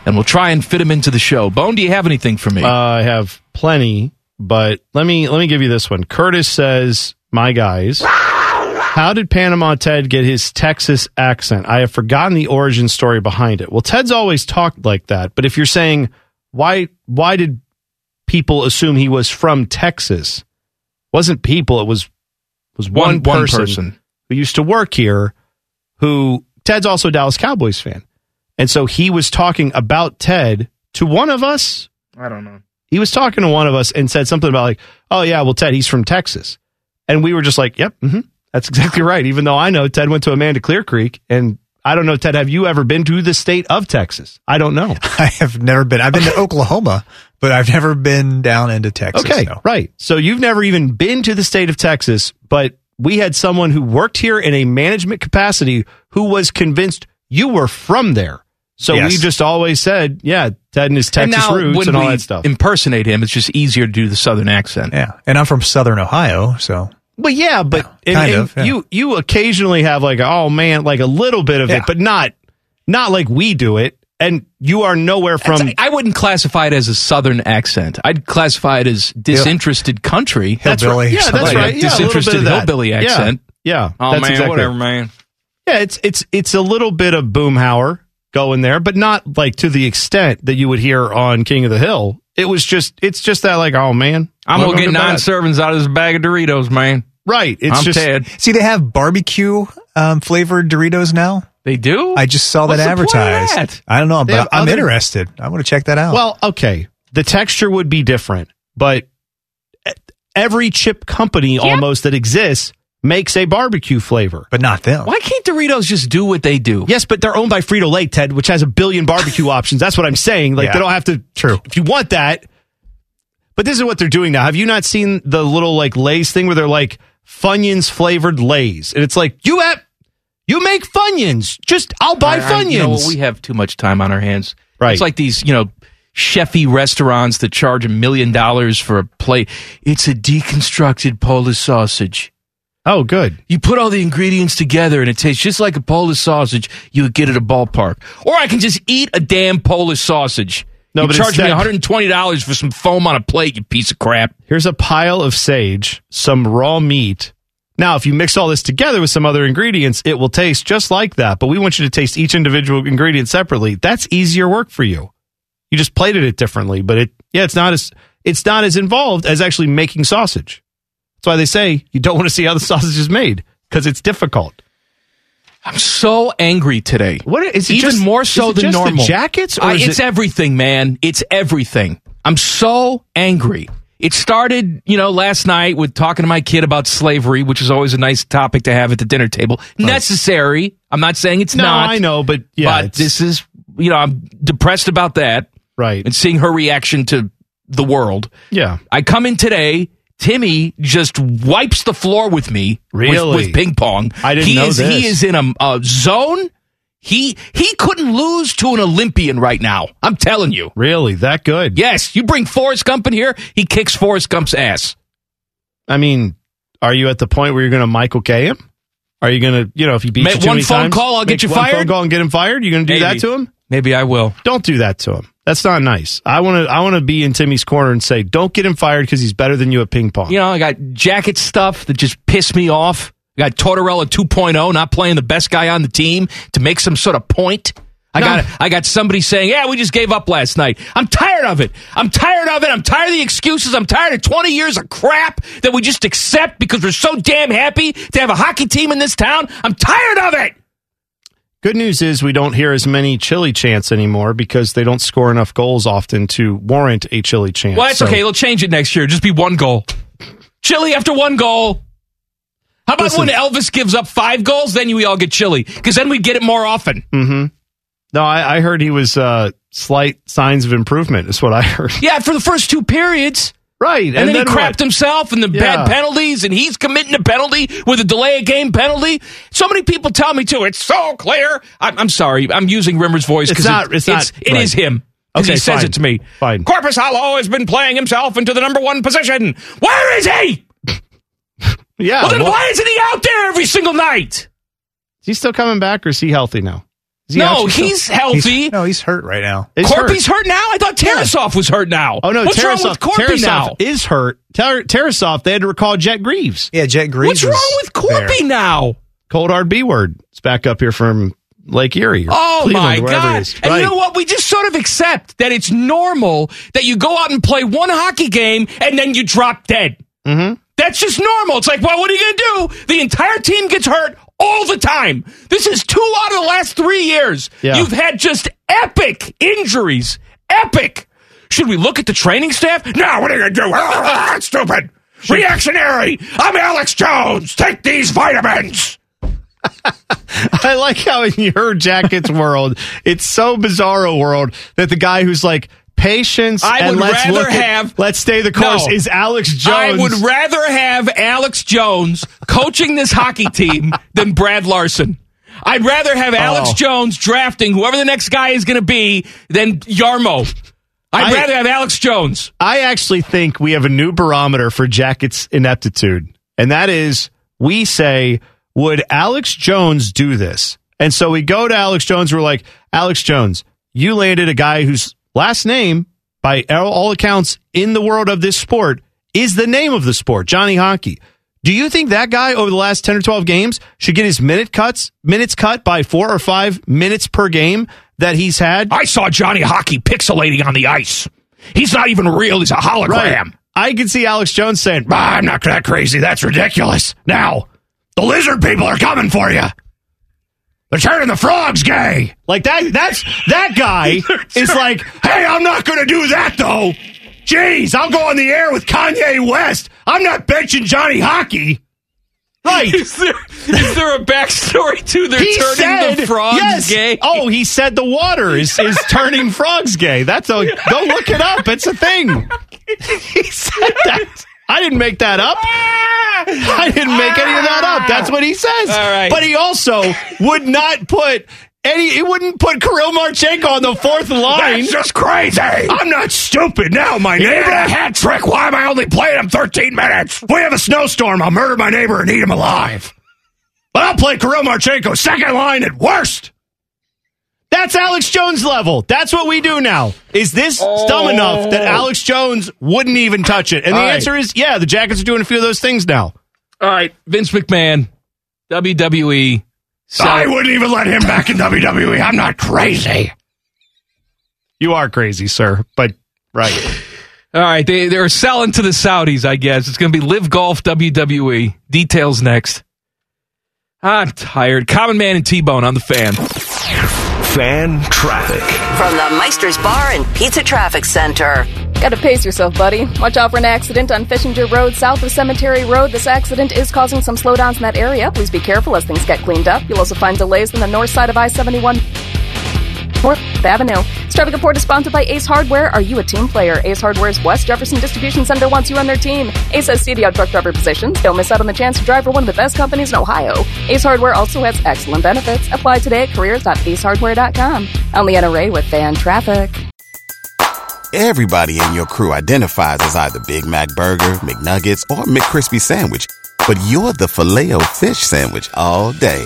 C: and we'll try and fit them into the show. Bone, do you have anything for me?
D: Uh, I have plenty, but let me let me give you this one. Curtis says, "My guys, how did Panama Ted get his Texas accent? I have forgotten the origin story behind it." Well, Ted's always talked like that, but if you're saying why why did people assume he was from Texas? It wasn't people, it was was one,
C: One- one person.
D: who used to work here who Ted's also a Dallas Cowboys fan. And so he was talking about Ted to one of us
C: I don't know.
D: he was talking to one of us and said something about like, oh yeah, well Ted, he's from Texas, and we were just like, yep, hmm that's exactly right. Even though I know Ted went to Amanda Clear Creek, and I don't know, Ted, have you ever been to the state of Texas? I don't know.
I: I have never been. I've been to Oklahoma, but I've never been down into Texas.
D: Okay,
I: no.
D: right. So you've never even been to the state of Texas, but we had someone who worked here in a management capacity who was convinced you were from there. So
I: Yes.
D: we just always said, yeah, Ted and his Texas
C: and now,
D: roots
C: when
D: and all
C: we
D: that stuff.
C: impersonate him, it's just easier to do the Southern accent.
I: Yeah, and I'm from Southern Ohio, so
D: Well, yeah, but and-
I: kind
D: and
I: of, yeah.
D: you you occasionally have like oh man, like a little bit of
I: Yeah.
D: it, but not not like we do it. And you are nowhere from.
C: I wouldn't classify it as a Southern accent. I'd classify it as disinterested country.
D: that's
I: hillbilly
D: right.
I: or
D: Yeah,
I: something
D: that's
I: like
D: right.
I: that.
D: Yeah, a little bit of
C: Disinterested
D: that.
C: hillbilly
D: Yeah.
C: accent.
D: Yeah.
C: Oh
D: that's
C: man,
D: exactly
C: whatever,
D: right.
C: man.
D: Yeah, it's it's it's a little bit of Boomhauer going there, but not like to the extent that you would hear on King of the Hill. It was just it's just that like oh man,
C: I'm gonna
D: welcome
C: get
D: to
C: nine
D: that.
C: servings out of this bag of Doritos, man.
D: Right. It's
C: I'm
D: just
C: Ted.
I: See, they have barbecue um, flavored Doritos now.
C: They do.
I: I just saw
C: What's
I: that
C: the point of
I: advertised.
C: that?
I: I don't know,
D: They have
I: but I'm
D: other-
I: interested. I want to check that out.
D: Well, okay. The texture would be different, but e- every chip company almost that exists makes a barbecue flavor.
I: but not them.
C: Why can't Doritos just do what they do?
D: Yes, but they're owned by Frito Lay, Ted, which has a billion barbecue options. That's what I'm saying. Like
I: Yeah.
D: they don't have to.
I: True.
D: If you want that, but this is what they're doing now. Have you not seen the little like Lay's thing where they're like Funyuns flavored Lay's, and it's like you have you make Funyuns. Just I'll buy
C: I- I-
D: Funyuns.
C: you know, we have too much time on our hands.
D: Right.
C: It's like these, you know, chefy restaurants that charge a million dollars for a plate. It's a deconstructed Polish sausage.
D: oh, good.
C: You put all the ingredients together and it tastes just like a Polish sausage you would get at a ballpark. Or I can just eat a damn Polish sausage.
D: No,
C: you
D: but
C: charge me
D: instead-
C: $120 for some foam on a plate, you piece of crap.
D: here's a pile of sage, some raw meat. Now, if you mix all this together with some other ingredients, it will taste just like that. But we want you to taste each individual ingredient separately. That's easier work for you. You just plated it differently, but it yeah, it's not as it's not as involved as actually making sausage. That's why they say you don't want to see how the sausage is made because it's difficult.
C: I'm so angry today.
D: What is it
C: Even
D: just-
C: more so
D: is it
C: than
D: just the
C: normal.
D: jackets, or
C: I-
D: is
C: it's
D: it-
C: everything, man. It's everything. I'm so angry. It started, you know, last night with talking to my kid about slavery, which is always a nice topic to have at the dinner table. Necessary. I'm not saying it's
D: No,
C: not.
D: I know, but yeah,
C: but
D: it's-
C: this is, you know, I'm depressed about that
D: right.
C: and seeing her reaction to the world.
D: yeah,
C: I come in today. Timmy just wipes the floor with me. with-
D: Really?
C: With, ping pong.
D: I didn't
C: he
D: know
C: is,
D: this.
C: He is in a, a zone. He he couldn't lose to an Olympian right now. I'm telling you.
D: really that good.
C: Yes, you bring Forrest Gump in here, he kicks Forrest Gump's ass.
D: I mean, are you at the point where you're going to Michael K him? Are you going to, you know, if he beats
C: Make
D: you too
C: one
D: many
C: phone
D: times,
C: call, I'll get
D: make
C: you
D: one
C: fired?
D: Phone call and get him fired. You're going to do
C: Maybe.
D: that to him?
C: Maybe I will.
D: Don't do that to him. That's not nice. I want to. I want to be in Timmy's corner and say, don't get him fired because he's better than you at ping pong.
C: You know, I got jacket stuff that just piss me off. I got Tortorella 2.0 not playing the best guy on the team to make some sort of point. I
D: No.
C: got I got somebody saying, "Yeah, we just gave up last night." I'm tired of it. I'm tired of it. I'm tired of the excuses. I'm tired of 20 years of crap that we just accept because we're so damn happy to have a hockey team in this town. I'm tired of it.
D: Good news is we don't hear as many chili chants anymore because they don't score enough goals often to warrant a chili chant.
C: Well, that's
D: So-
C: okay. They'll change it next year. Just be one goal. Chili after one goal. How about
D: Listen.
C: when Elvis gives up five goals? Then we all get chili because then we get it more often.
D: Mm-hmm. No, I, I heard he was uh, slight signs of improvement. Is what I heard.
C: Yeah, for the first two periods.
D: Right,
C: And, then, he crapped
D: what?
C: himself and the
D: Yeah.
C: bad penalties, and he's committing a penalty with a delay of game penalty. So many people tell me, too, it's so clear. I'm, I'm sorry. I'm using Rimmer's voice
D: It's
C: because
D: not- it's not
C: it is
D: right.
C: him. Because
D: Okay,
C: he says
D: fine.
C: it to me.
D: Fine.
C: Corpus Hollow has been playing himself into the number one position. Where is he?
D: Yeah.
C: Well, then
D: well,
C: why isn't he out there every single night?
D: Is he still coming back or is he healthy now? Is he
C: No,
D: actually still-
C: he's healthy.
I: no, he's hurt right now.
D: He's hurt.
C: Corpy's hurt. now. I thought Tarasoff was hurt now.
D: Oh no,
C: what's
D: Tarasoff,
C: wrong with Corpy
D: Tarasoff
C: now?
D: is hurt. Tar- Tarasoff, they had to recall Jet Greaves.
I: Yeah, Jet
C: What's
I: Greaves.
C: wrong with Corpy now?
D: Cold hard B word. It's back up here from Lake Erie. or
C: Oh
D: Cleveland,
C: my
D: wherever it
C: God!
D: is.
C: And
D: Right.
C: you know what? We just sort of accept that it's normal that you go out and play one hockey game and then you drop dead. Mm-hmm. That's just normal. It's like, well, what are you going to do? The entire team gets hurt all the time. This is two out of the last three years.
D: Yeah.
C: You've had just epic injuries. Epic. Should we look at the training staff? No, what are you going to do? That's stupid. Reactionary. I'm Alex Jones. Take these vitamins.
D: I like how in your jackets world, it's so bizarro world that the guy who's like patience.
C: I
D: and
C: would
D: let's
C: rather
D: look at-
C: have-
D: let's stay the course
C: No.
D: is Alex Jones.
C: I would rather have Alex Jones coaching this hockey team than Brad Larson. I'd rather have Alex
D: Oh.
C: Jones drafting whoever the next guy is going to be than Yarmo. I'd
D: I-
C: rather have Alex Jones.
D: I actually think we have a new barometer for Jackets ineptitude, and that is we say, would Alex Jones do this? And so we go to Alex Jones. We're like, Alex Jones, you landed a guy whose last name, by all accounts, in the world of this sport, is the name of the sport, Johnny Hockey. Do you think that guy over the last 10 or 12 games should get his minute cuts, minutes cut by four or five minutes per game that he's had?
C: I saw Johnny Hockey pixelating on the ice. He's not even real. He's a hologram.
D: I can see Alex Jones saying, "Ah, I'm not that crazy. That's ridiculous. Now, the lizard people are coming for you. They're turning the frogs gay. Like that that's that guy is like, hey, I'm not gonna do that though. Jeez, I'll go on the air with Kanye West. I'm not benching Johnny Hockey. Right.
C: Is there, is there a backstory to their
D: He
C: turning
D: said,
C: the frogs
D: yes.
C: gay?
D: Oh, he said the water is, is turning frogs gay. That's a go look it up. It's a thing. He said that. I didn't make that up. I didn't make any of that up. That's what he says.
C: All right.
D: But he also would not put any. He wouldn't put Kirill Marchenko on the fourth line.
C: That's just crazy. I'm not stupid now, my neighbor. a hat trick. Why am I only playing him 13 minutes?
D: we have a snowstorm. I'll murder my neighbor and eat him alive. But I'll play Kirill Marchenko second line at worst. That's Alex Jones level. That's what we do now. Is this dumb enough that Alex Jones wouldn't even touch it? And the
C: Oh. All right.
D: answer is yeah, the Jackets are doing a few of those things now.
C: All right, Vince McMahon, E, WWE.
D: I wouldn't even let him back in WWE. I'm not crazy. You are crazy, sir. But right.
C: All right, they, they're selling to the Saudis, I guess. It's going to be Live Golf WWE. Details next. I'm tired. Common Man and T Bone on the fan.
A: Fan traffic.
B: From the Meister's Bar and Pizza Traffic Center.
E: Gotta pace yourself, buddy. Watch out for an accident on Fishinger Road, south of Cemetery Road. This accident is causing some slowdowns in that area. Please be careful as things get cleaned up. You'll also find delays on the north side of I 71. North Avenue. This traffic report is sponsored by Ace Hardware. Are you a team player? Ace Hardware's West Jefferson Distribution Center wants you on their team. Ace has CDL truck driver positions. Don't miss out on the chance to drive for one of the best companies in Ohio. Ace Hardware also has excellent benefits. Apply today at careers.acehardware.com. I'm Leanna Ray with Fan Traffic.
G: Everybody in your crew identifies as either Big Mac Burger, McNuggets, or McCrispy Sandwich. But you're the filet fish Sandwich all day.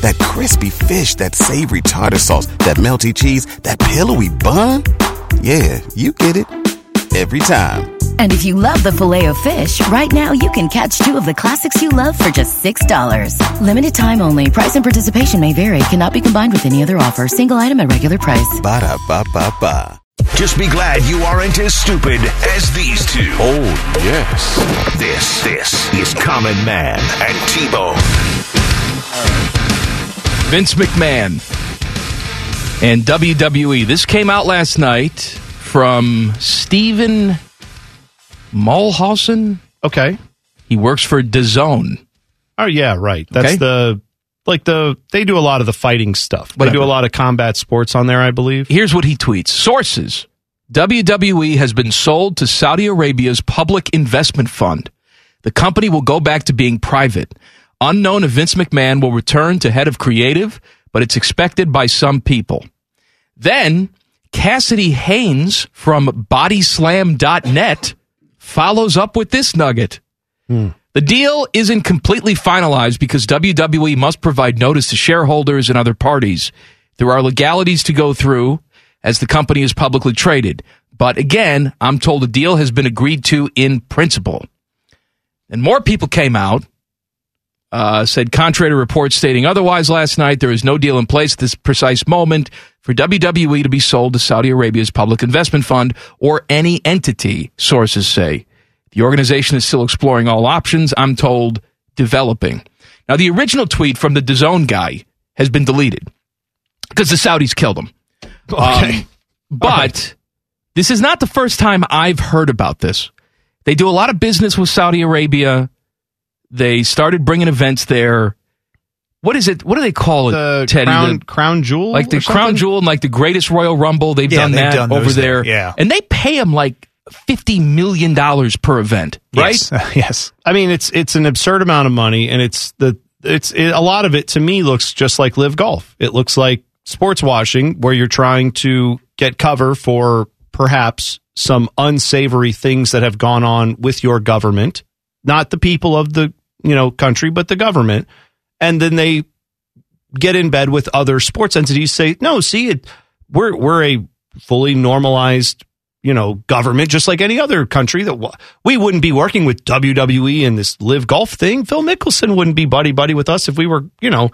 G: That crispy fish, that savory tartar sauce, that melty cheese, that pillowy bun. Yeah, you get it. Every time.
H: And if you love the filet of fish, right now you can catch two of the classics you love for just $6. Limited time only. Price and participation may vary. Cannot be combined with any other offer. Single item at regular price.
G: Ba-da-ba-ba-ba.
A: Just be glad you aren't as stupid as these two. Oh, yes. This, this is Common Man and T-Bone.
C: Vince McMahon and WWE. This came out last night from Steven Mulhausen.
D: Okay.
C: He works for DAZN.
D: Oh yeah, right. That's
C: Okay.
D: the like the they do a lot of the fighting stuff. They do
C: Whatever.
D: a lot of combat sports on there, I believe.
C: Here's what he tweets Sources WWE has been sold to Saudi Arabia's public investment fund. The company will go back to being private. Unknown if Vince McMahon will return to head of creative, but it's expected by some people. Then Cassidy Haynes from bodyslam.net follows up with this nugget. The deal isn't completely finalized because WWE must provide notice to shareholders and other parties. There are legalities to go through as the company is publicly traded. But again, I'm told the deal has been agreed to in principle. And more people came out, uh, said, contrary to reports stating otherwise last night, there is no deal in place at this precise moment for WWE to be sold to Saudi Arabia's public investment fund or any entity, sources say. The organization is still exploring all options, I'm told, developing. Now, the original tweet from the DAZN guy has been deleted because the Saudis killed him. Okay. but this is not the first time I've heard about this. They do a lot of business with Saudi Arabia. They started bringing events there. What is it? What do they call it,
D: The
C: Teddy?
D: crown,
C: The-
D: crown jewel,
C: like the
D: or
C: crown
D: something?
C: jewel and like the greatest Royal Rumble. They've
I: Yeah,
C: done
I: they've
C: that
I: done
C: over
I: those
C: there.
I: things, yeah.
C: and they pay them like fifty million dollars per event, right?
I: Yes. yes.
D: I mean, it's it's an absurd amount of money, and it's the it's it, a lot of it to me looks just like live golf. It looks like sports washing, where you're trying to get cover for perhaps some unsavory things that have gone on with your government, not the people of the you know country, but the government, and then they get in bed with other sports entities. Say no, see it. We're we're a fully normalized you know, government, just like any other country that wa- we wouldn't be working with WWE and this live golf thing. Phil Mickelson wouldn't be buddy buddy with us if we were, you know,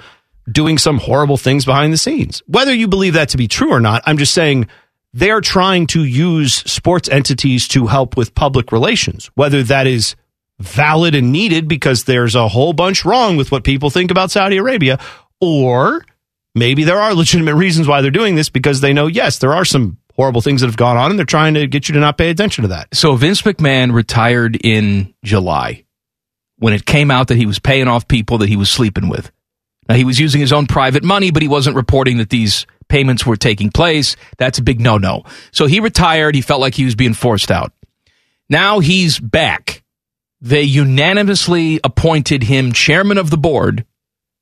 D: doing some horrible things behind the scenes. Whether you believe that to be true or not, I'm just saying they're trying to use sports entities to help with public relations, whether that is valid and needed because there's a whole bunch wrong with what people think about Saudi Arabia or maybe there are legitimate reasons why they're doing this because they know yes there are some horrible things that have gone on and they're trying to get you to not pay attention to that
C: So Vince McMahon retired in July when it came out that he was paying off people that he was sleeping with. Now he was using his own private money, but he wasn't reporting that these payments were taking place. That's a big no-no. So he retired. He felt like he was being forced out. Now he's back. They unanimously appointed him chairman of the board.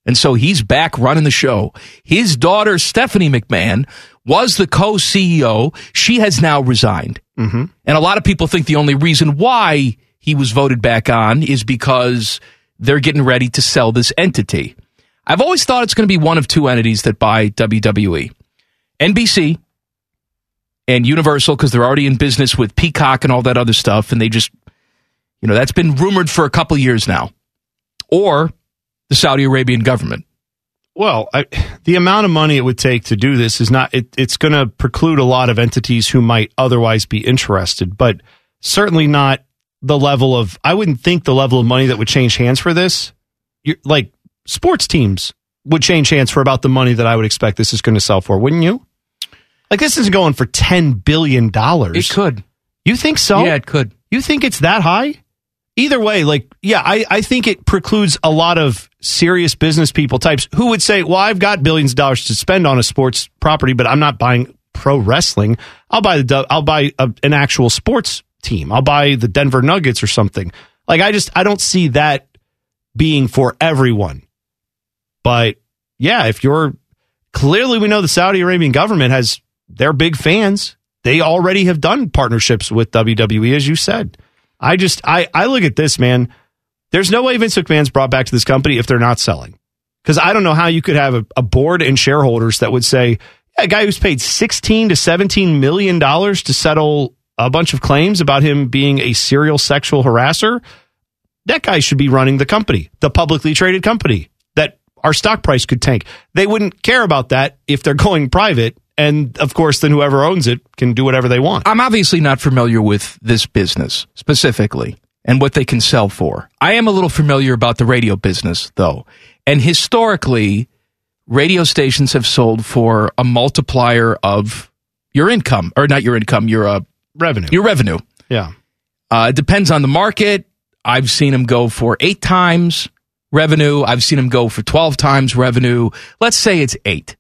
C: And so he's back running the show. His daughter, Stephanie McMahon, was the co CEO. She has now resigned. Mm-hmm. And a lot of people think the only reason why he was voted back on is because they're getting ready to sell this entity. I've always thought it's going to be one of two entities that buy E. WWE NBC and Universal, because they're already in business with Peacock and all that other stuff. And they just, you know, that's been rumored for a couple years now. Or the Saudi Arabian government.
D: well I, the amount of money it would take to do this is not it, it's going to preclude a lot of entities who might otherwise be interested but certainly not the level of i wouldn't think the level of money that would change hands for this You're, like sports teams would change hands for about the money that i would expect this is going to sell for wouldn't you like this is going for 10 billion dollars
C: could.
D: you think so
C: Yeah, it could.
D: You think it's that high? Either way, like, yeah, I, I think it precludes a lot of serious business people types who would say, well, I've got billions of dollars to spend on a sports property, but I'm not buying pro wrestling. I'll buy the, du- I'll buy a, an actual sports team. I'll buy the Denver Nuggets or something. Like, I just, I don't see that being for everyone. But yeah, if you're clearly, we know the Saudi Arabian government has their big fans. They already have done partnerships with WWE, as you said. I just, I, I look at this, man. There's no way Vince McMahon's brought back to this company if they're not selling. Because I don't know how you could have a, a board and shareholders that would say, yeah, a guy who's paid 16 to 17 million dollars to settle a bunch of claims about him being a serial sexual harasser, that guy should be running the company, the publicly traded company that our stock price could tank. They wouldn't care about that if they're going private. And of course, then whoever owns it can do whatever they want.
C: I'm obviously not familiar with this business specifically and what they can sell for. I am a little familiar about the radio business, though. And historically, radio stations have sold for a multiplier of your income, or not your income, your, uh,
D: Revenue.
C: your revenue.
D: yeah.
C: Uh, it depends on the market. I've seen them go for eight times revenue. I've seen them go for 12 times revenue. Let's say it's eight.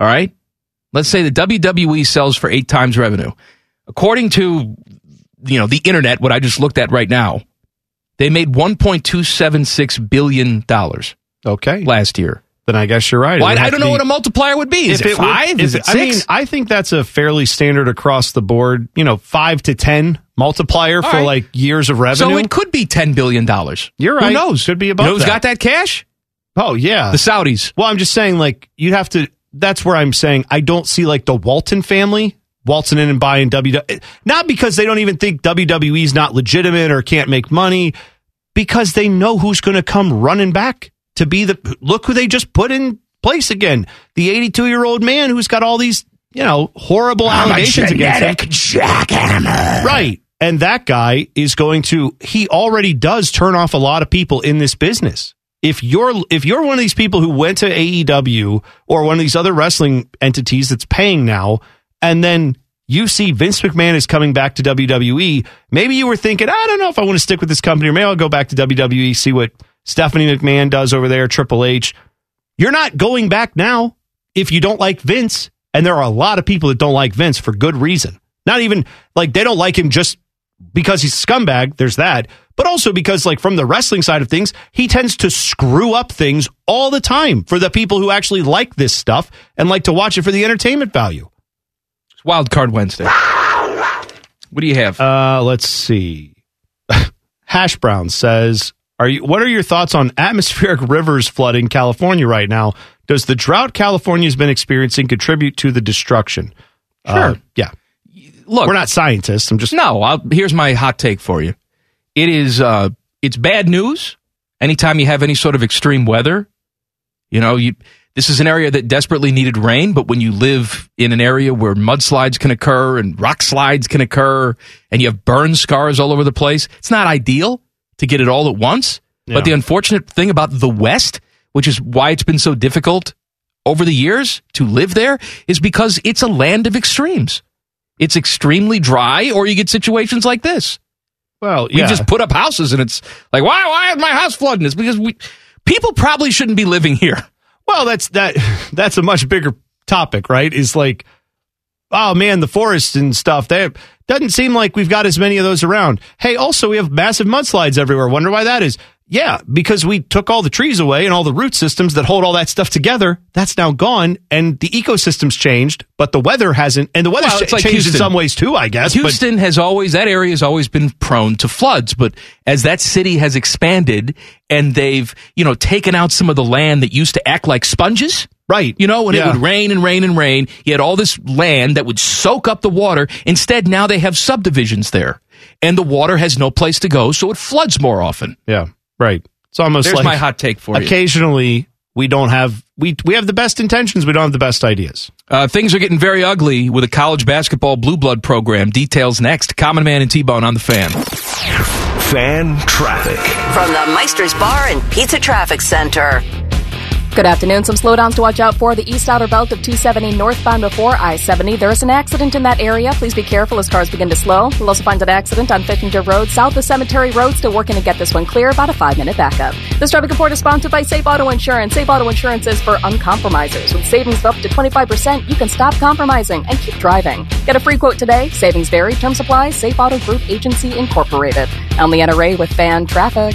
C: All right. Let's say the WWE sells for eight times revenue. According to, you know, the internet, what I just looked at right now, they made $1.276 billion
D: Okay.
C: last year.
D: then I guess you're right. It
C: Well, I,
D: would have
C: I don't
D: to
C: know
D: be-
C: what a multiplier would be. Is it,
D: would-
C: five?
D: if
C: Is it
D: I mean,
C: six?
D: I think that's a fairly standard across the board, you know, five to 10 multiplier for
C: right.
D: like years of revenue.
C: so it could be ten billion dollars.
D: You're
C: Who
D: right.
C: knows?
D: Could be above
C: You know who's
D: that.
C: got that cash?
D: oh, yeah.
C: The Saudis.
D: well, I'm just saying, like, you have to, that's where I'm saying I don't see like the Walton family waltzing in and buying WWE. Not because they don't even think WWE's not legitimate or can't make money, because they know who's going to come running back to be the look who they just put in place again. The 82 year old man who's got all these, you know, horrible allegations against him. Right. And that guy is going to he already does turn off a lot of people in this business. If you're if you're one of these people who went to AEW or one of these other wrestling entities that's paying now and then you see Vince McMahon is coming back to WWE, maybe you were thinking, I don't know if I want to stick with this company or maybe I'll go back to WWE see what Stephanie McMahon does over there, Triple H. You're not going back now if you don't like Vince. And there are a lot of people that don't like Vince for good reason. Not even like they don't like him just because he's a scumbag. There's that. But also because, like, from the wrestling side of things, he tends to screw up things all the time for the people who actually like this stuff and like to watch it for the entertainment value.
C: It's Wild Card Wednesday. What do you have?
D: Uh, let's see. Hash Brown says, "Are you? What are your thoughts on atmospheric rivers flooding California right now? Does the drought California's been experiencing contribute to the destruction?" Uh,
C: Sure.
D: yeah,
C: Look,
D: we're not scientists. I'm just
C: No, I'll, here's my hot take for you. It is uh, it's bad news. Anytime you have any sort of extreme weather, you know, you this is an area that desperately needed rain. But when you live in an area where mudslides can occur and rock slides can occur, and you have burn scars all over the place, it's not ideal to get it all at once.
D: Yeah.
C: But the unfortunate thing about the West, which is why it's been so difficult over the years to live there, is because it's a land of extremes it's extremely dry, or you get situations like this.
D: well.
C: We just put up houses, and it's like, why? Why is my house flooding? It's because we people probably shouldn't be living here.
D: Well, that's that. That's a much bigger topic, right? Is like, oh man, the forests and stuff. That doesn't seem like we've got as many of those around. Hey, also we have massive mudslides everywhere. Wonder why that is? Yeah, because we took all the trees away and all the root systems that hold all that stuff together. That's now gone, and the ecosystem's changed, but the weather hasn't. And the weather's
C: Well, it's
D: cha-
C: like
D: changed
C: Houston.
D: in some ways too, I guess. but-
C: Houston has always that area has always been prone to floods, but as that city has expanded and they've you know taken out some of the land that used to act like sponges,
D: Right.
C: You know, and
D: Yeah.
C: it would rain and rain and rain. You had all this land that would soak up the water. Instead, now they have subdivisions there, and the water has no place to go, so it floods more often.
D: yeah, right. It's almost
C: There's
D: like
C: my hot take for you.
D: occasionally we don't have we we have the best intentions, we don't have the best ideas.
C: Uh, things are getting very ugly with a college basketball blue blood program. Details next. Common Man and T Bone on the fan.
A: Fan traffic.
B: From the Meister's Bar and Pizza Traffic Center.
E: Good afternoon. Some slowdowns to watch out for the east outer belt of 270 northbound before I 70. There is an accident in that area. Please be careful as cars begin to slow. You'll also find an accident on Fittinger Road, south of Cemetery Road. Still working to get this one clear. About a five minute backup. This traffic report is sponsored by Safe Auto Insurance. Safe Auto Insurance is for uncompromisers. With savings of up to 25%, you can stop compromising and keep driving. Get a free quote today. Savings vary. Term supplies. Safe Auto Group Agency Incorporated. I'm Leanna Ray with Fan Traffic.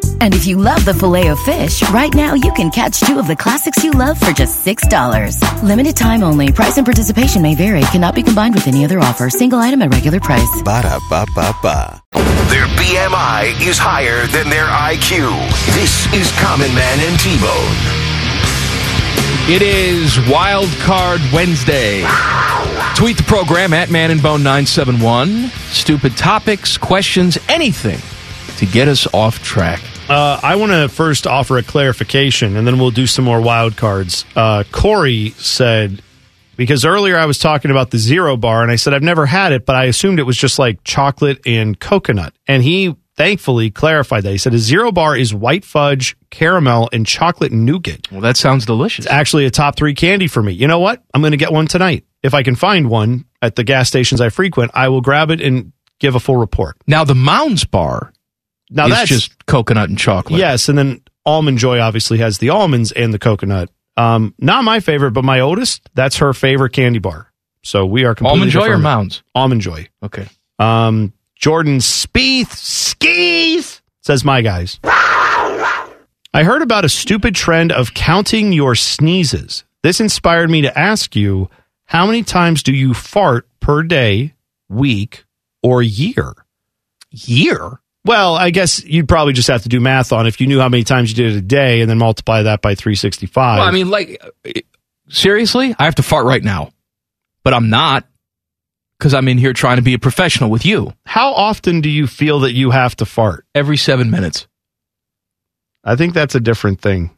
H: And if you love the filet of fish, right now you can catch two of the classics you love for just $6. Limited time only. Price and participation may vary. Cannot be combined with any other offer. Single item at regular price.
G: Ba-da-ba-ba-ba.
A: Their BMI is higher than their IQ. This is Common Man and T-Bone.
C: It is Wild Card Wednesday. Tweet the program at Man and Bone 971. Stupid topics, questions, anything to get us off track.
D: Uh, I want to first offer a clarification, and then we'll do some more wild cards. Uh, Corey said because earlier I was talking about the zero bar, and I said I've never had it, but I assumed it was just like chocolate and coconut. And he thankfully clarified that. He said a zero bar is white fudge, caramel, and chocolate nougat.
C: Well, that sounds delicious.
D: It's actually a top three candy for me. You know what? I'm going to get one tonight if I can find one at the gas stations I frequent. I will grab it and give a full report.
C: Now, the Mounds Bar
D: now
C: is
D: that's
C: just coconut and chocolate.
D: Yes, and then Almond Joy obviously has the almonds and the coconut. Um, not my favorite, but my oldest, that's her favorite candy bar. So we are completely
C: Almond Joy or
D: different.
C: Mounds?
D: Almond Joy.
C: Okay.
D: Um, Jordan Spieth skis says my guys. I heard about a stupid trend of counting your sneezes. This inspired me to ask you, how many times do you fart per day, week, or year? Year? Well, I guess you'd probably just have to do math on if you knew how many times you did it a day and then multiply that by 365.
C: Well, I mean, like, seriously, I have to fart right now, but I'm not because I'm in here trying to be a professional with you.
D: how often do you feel that you have to fart?
C: Every seven minutes,
D: I think that's a different thing.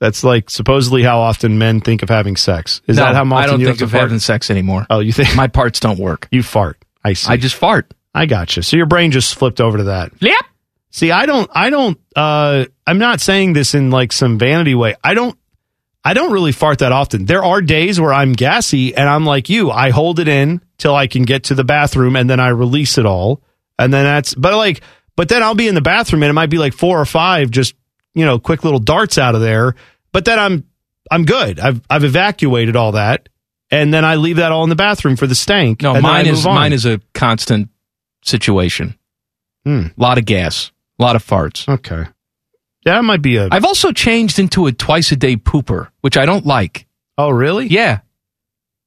D: That's like supposedly how often men think of having sex. Is
C: No,
D: that how often
C: I don't
D: you
C: think
D: have
C: of
D: to fart?
C: having sex anymore.
D: oh, you think
C: My parts don't work.
D: you fart? I see.
C: I just fart.
D: I got you. So your brain just flipped over to that.
C: Yep.
D: See, I don't. I don't. uh I'm not saying this in like some vanity way. I don't. I don't really fart that often. There are days where I'm gassy and I'm like you. I hold it in till I can get to the bathroom and then I release it all. And then that's, but like, but then I'll be in the bathroom and it might be like four or five just, you know, quick little darts out of there. But then I'm, I'm good. I've, I've evacuated all that. And then I leave that all in the bathroom for the stank.
C: No,
D: and then I
C: mine is
D: move on.
C: mine is a constant situation.
D: Hmm.
C: A lot of gas, a lot of farts.
D: Okay. That might be a.
C: I've also changed into a twice a day pooper, which I don't like.
D: oh, really?
C: Yeah.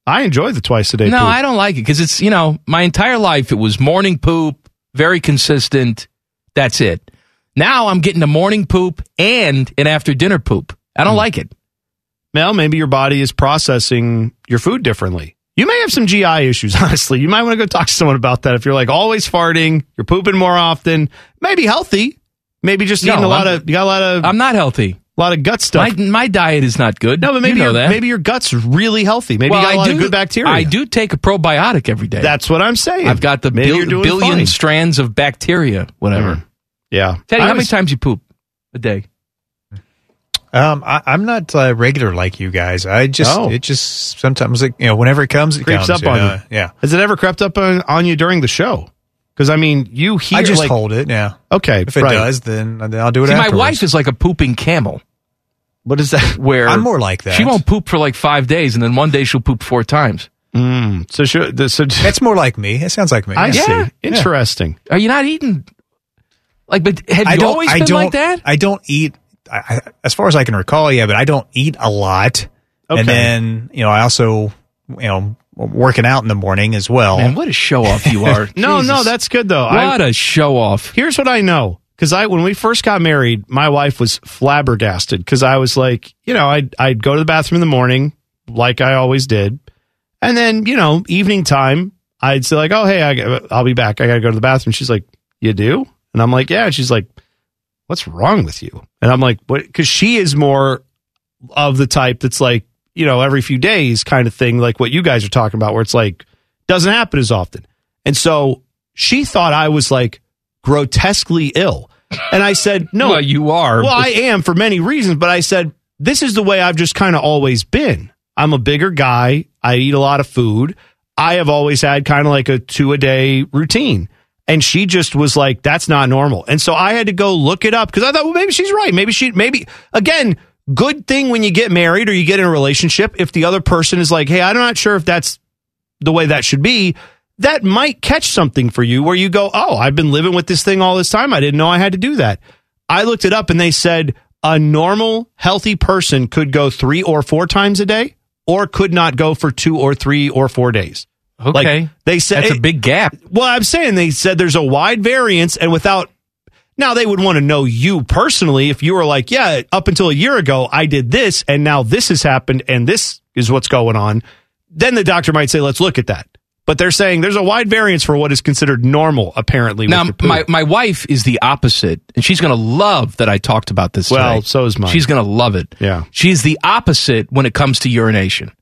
D: I enjoy the twice a day.
C: no,
D: poop.
C: I don't like it because it's, you know, my entire life it was morning poop, very consistent. That's it. Now I'm getting a morning poop and an after dinner poop. I don't like it.
D: Well, Hmm. maybe your body is processing your food differently. You may have some GI issues, honestly. You might want to go talk to someone about that if you're like always farting, you're pooping more often, maybe healthy, maybe just
C: No,
D: eating a lot
C: I'm-
D: of you got a lot of
C: I'm not healthy.
D: lot of gut stuff.
C: My, my diet is not good.
D: no, but maybe
C: you know
D: your,
C: that.
D: maybe your gut's really healthy. Maybe
C: well,
D: you got a
C: I
D: lot
C: do,
D: of good bacteria.
C: I do take a probiotic every day.
D: That's what I'm saying.
C: I've got the
D: maybe
C: bil-
D: you're doing
C: billion
D: fine.
C: strands of bacteria, whatever.
D: Mm. Yeah.
C: Teddy,
D: I
C: how many
D: was-
C: times you poop a day?
I: Um, I, I'm not uh, regular like you guys. I just
C: Oh.
D: No.
I: it just sometimes like you know whenever it comes, it
D: Creeps
I: comes,
D: up on
I: yeah,
D: you.
I: Yeah,
D: Has it ever crept up on, on you during the show? Because I mean, you hear
I: I just
D: like
I: hold it. Yeah,
D: okay,
I: if it
D: right.
I: does, then, then I'll do it.
C: See, my
I: afterwards.
C: wife is like a pooping camel.
D: What is that?
C: Where
I: I'm more like that.
C: She won't poop for like five days, and then one day she'll poop four times.
D: Mm, so sure. the- So
I: That's more like me. It sounds like me.
D: I
I: yeah.
C: Yeah.
D: see. Interesting.
C: Are you not eating? Like, but have
I: I
C: you
I: don't.
C: always
I: I
C: been
I: don't.
C: like that?
I: I don't eat. I, I, as far as I can recall, yeah, but I don't eat a lot.
D: Okay.
I: And then you know, I also you know working out in the morning as well.
C: Man, what a show off you are!
D: No, no,
C: Jesus.
D: that's good though. I,
C: what a show off.
D: here's what I know because I when we first got married, my wife was flabbergasted because I was like, you know, I'd I'd go to the bathroom in the morning like I always did, and then you know evening time I'd say like, oh hey, I, g- I'll be back. I gotta go to the bathroom. She's like, you do, and I'm like, yeah. And she's like, what's wrong with you? And I'm like, what? Because she is more of the type that's like, you know, every few days kind of thing, like what you guys are talking about, where it's like doesn't happen as often. And so she thought I was like grotesquely ill. And I said, no,
C: well, you are.
D: well, I am for many reasons, but I said, this is the way I've just kind of always been. I'm a bigger guy. I eat a lot of food. I have always had kind of like a two a day routine. And she just was like, that's not normal. And so I had to go look it up because I thought, well, maybe she's right. Maybe she, maybe again, good thing when you get married or you get in a relationship, if the other person is like, hey, I'm not sure if that's the way that should be, that might catch something for you where you go, oh, I've been living with this thing all this time. I didn't know I had to do that. I looked it up and they said a normal, healthy person could go three or four times a day or could not go for two or three or four days.
C: okay.
D: Like they said,
C: that's a big gap.
D: well, I'm saying they said there's a wide variance, and without now they would want to know you personally if you were like, yeah, up until a year ago I did this, and now this has happened, and this is what's going on. Then the doctor might say, let's look at that. But they're saying there's a wide variance for what is considered normal, apparently. with
C: Now,
D: the poop.
C: my, my wife is the opposite, and she's going to love that I talked about this.
D: Well,
C: today.
D: so is mine.
C: She's going to love it.
D: Yeah.
C: she's the opposite when it comes to urination,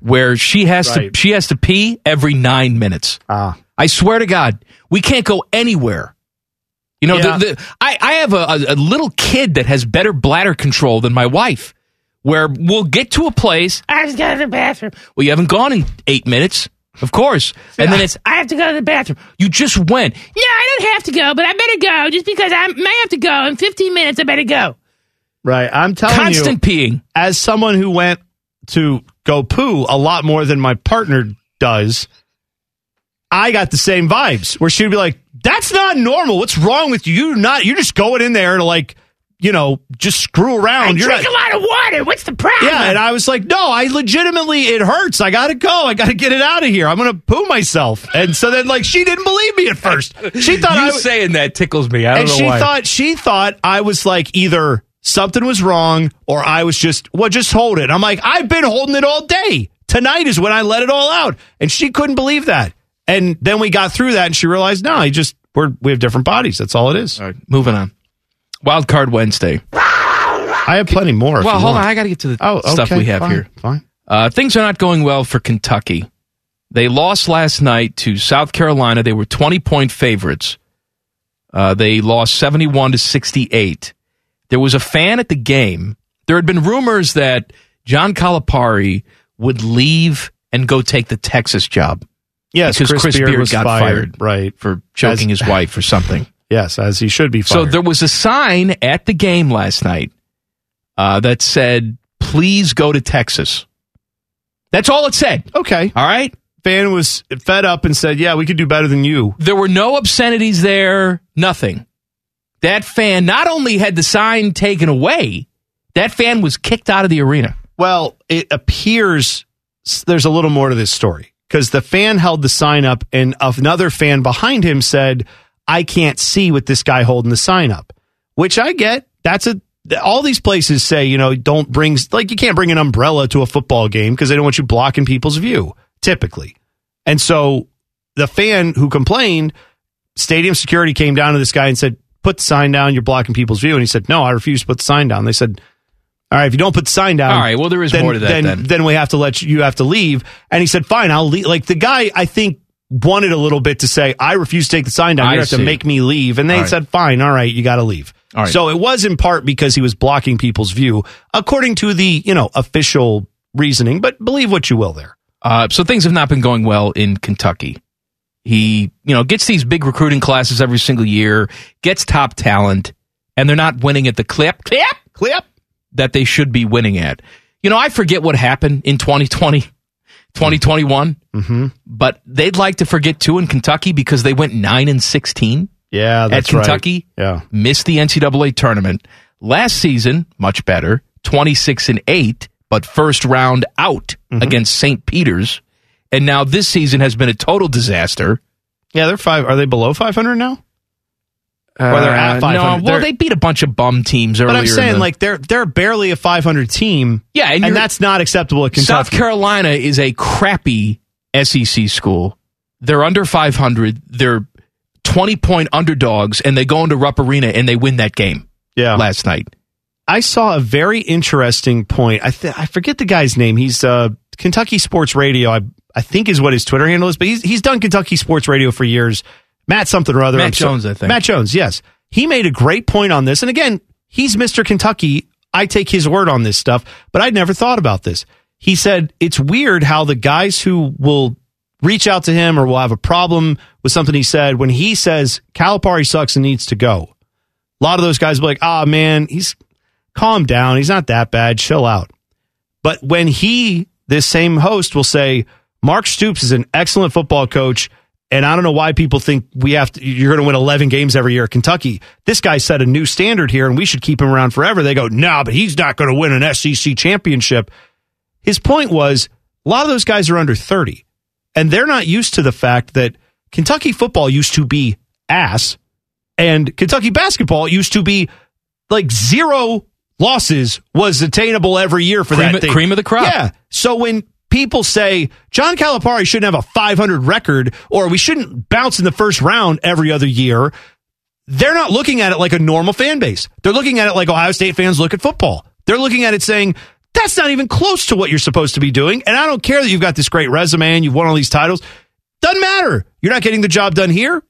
C: where she has
D: Right.
C: to she has to pee every nine minutes.
D: Ah.
C: I swear to God, we can't go anywhere. You know,
D: Yeah.
C: the, the, I I have a, a, a little kid that has better bladder control than my wife. Where we'll get to a place. I just got to the bathroom. Well, you haven't gone in eight minutes. Of course. And then it's, I have to go to the bathroom. You just went.
J: No, I don't have to go, but I better go just because I may have to go in 15 minutes. I better go.
D: Right. I'm telling you,
C: Constant peeing.
D: as someone who went to go poo a lot more than my partner does, I got the same vibes where she'd be like, "That's not normal. What's wrong with you? You're not. You're just going in there to like, you know, just screw around. you're
J: Drink
D: not-
J: a lot of water. What's the problem?
D: yeah." And I was like, "No, I legitimately it hurts. I gotta go. I gotta get it out of here. I'm gonna poo myself." And so then like she didn't believe me at first. She thought
C: you
D: I was
C: saying that tickles me. I don't
D: and
C: know
D: she
C: why.
D: thought she thought I was like either something was wrong or I was just well, just hold it. I'm like, I've been holding it all day. Tonight is when I let it all out, and she couldn't believe that. And then we got through that, and she realized, no, I just we're we have different bodies. That's all it is.
C: All right, moving on. Wild Card Wednesday.
D: I have plenty more. if
C: Well,
D: you
C: hold
D: want.
C: on. I got to get to the
D: Oh, okay,
C: stuff we have
D: fine,
C: here.
D: Fine.
C: Uh, things are not going well for Kentucky. They lost last night to South Carolina. They were 20 point favorites. Uh, they lost 71 to 68. There was a fan at the game. There had been rumors that John Calipari would leave and go take the Texas job
D: Yes,
C: Because
D: Chris,
C: Chris
D: Beard,
C: Beard
D: was
C: got fired.
D: fired. Right.
C: for choking
D: As-
C: his wife or something.
D: Yes, as he should be
C: So
D: fired.
C: there was a sign at the game last night uh, that said, please go to Texas. That's all it said.
D: okay.
C: All right.
D: Fan was fed up and said, "Yeah, we could do better than you."
C: There were no obscenities there, nothing. That fan not only had the sign taken away, that fan was kicked out of the arena.
D: Well, it appears s- there's a little more to this story because the fan held the sign up, and another fan behind him said, "I can't see with this guy holding the sign up," which I get. That's a th- all these places say, you know, don't bring s- like you can't bring an umbrella to a football game because they don't want you blocking people's view typically. And so the fan who complained, stadium security came down to this guy and said, "Put the sign down. You're blocking people's view." And he said, "No, I refuse to put the sign down." They said. All right, if you don't put the sign down,
C: All right, well, there is
D: then,
C: more to that
D: Then,
C: then.
D: we have to let you, you have to leave. And he said, fine, I'll leave. Like the guy, I think wanted a little bit to say, I refuse to take the sign down.
C: I
D: You have to
C: see.
D: make me leave. And they
C: All right.
D: said, fine, all right, you got to leave.
C: All right.
D: So it was in part because he was blocking people's view, according to the you know official reasoning. But believe what you will there.
C: Uh, so things have not been going well in Kentucky. He, you know, gets these big recruiting classes every single year, gets top talent, and they're not winning at the clip, clip
D: Clip.
C: that they should be winning at. You know, I forget what happened in 2020, 2021,
D: Mm-hmm.
C: but they'd like to forget too in Kentucky because they went 9 and 16.
D: Yeah, that's right.
C: Kentucky?
D: Yeah.
C: missed the NCAA tournament. Last season, much better, 26 and 8, but first round out
D: Mm-hmm.
C: against St. Peter's. And now this season has been a total disaster.
D: Yeah, they're five. Are they below five hundred now? Or they're at
C: Uh,
D: 500.
C: No, well,
D: They're-
C: they beat a bunch of bum teams earlier.
D: But I'm
C: in
D: saying
C: the-
D: like they're they're barely a five hundred team.
C: Yeah, and
D: and,
C: you're-
D: that's not acceptable at
C: South
D: Kentucky.
C: Carolina is a crappy SEC school. They're under 500. They're 20 point underdogs, and they go into Rupp Arena and they win that game
D: yeah,
C: last night.
D: I saw a very interesting point. I th- I forget the guy's name. He's uh, Kentucky Sports Radio. I I think is what his Twitter handle is. But he's he's done Kentucky Sports Radio for years. Matt something or other.
C: Matt
D: I'm sure-
C: Jones, I think.
D: Matt Jones. Yes, he made a great point on this. And again, he's Mister Kentucky. I take his word on this stuff. But I'd never thought about this. He said it's weird how the guys who will reach out to him or will have a problem with something he said when he says Calipari sucks and needs to go. A lot of those guys will be like, ah, man, he's calm down. He's not that bad. Chill out. But when he, this same host, will say, Mark Stoops is an excellent football coach. And I don't know why people think we have to, you're going to win 11 games every year at Kentucky. This guy set a new standard here and we should keep him around forever. They go, nah, but he's not going to win an SEC championship. His point was a lot of those guys are under 30 and they're not used to the fact that Kentucky football used to be ass and Kentucky basketball used to be like zero losses was attainable every year for
C: Cream
D: that
C: of-
D: thing.
C: cream of the crop.
D: Yeah. So when people say John Calipari shouldn't have a 500 record or we shouldn't bounce in the first round every other year, they're not looking at it like a normal fan base. They're looking at it like Ohio State fans look at football. They're looking at it saying, that's not even close to what you're supposed to be doing. And I don't care that you've got this great resume and you've won all these titles. Doesn't matter. You're not getting the job done here.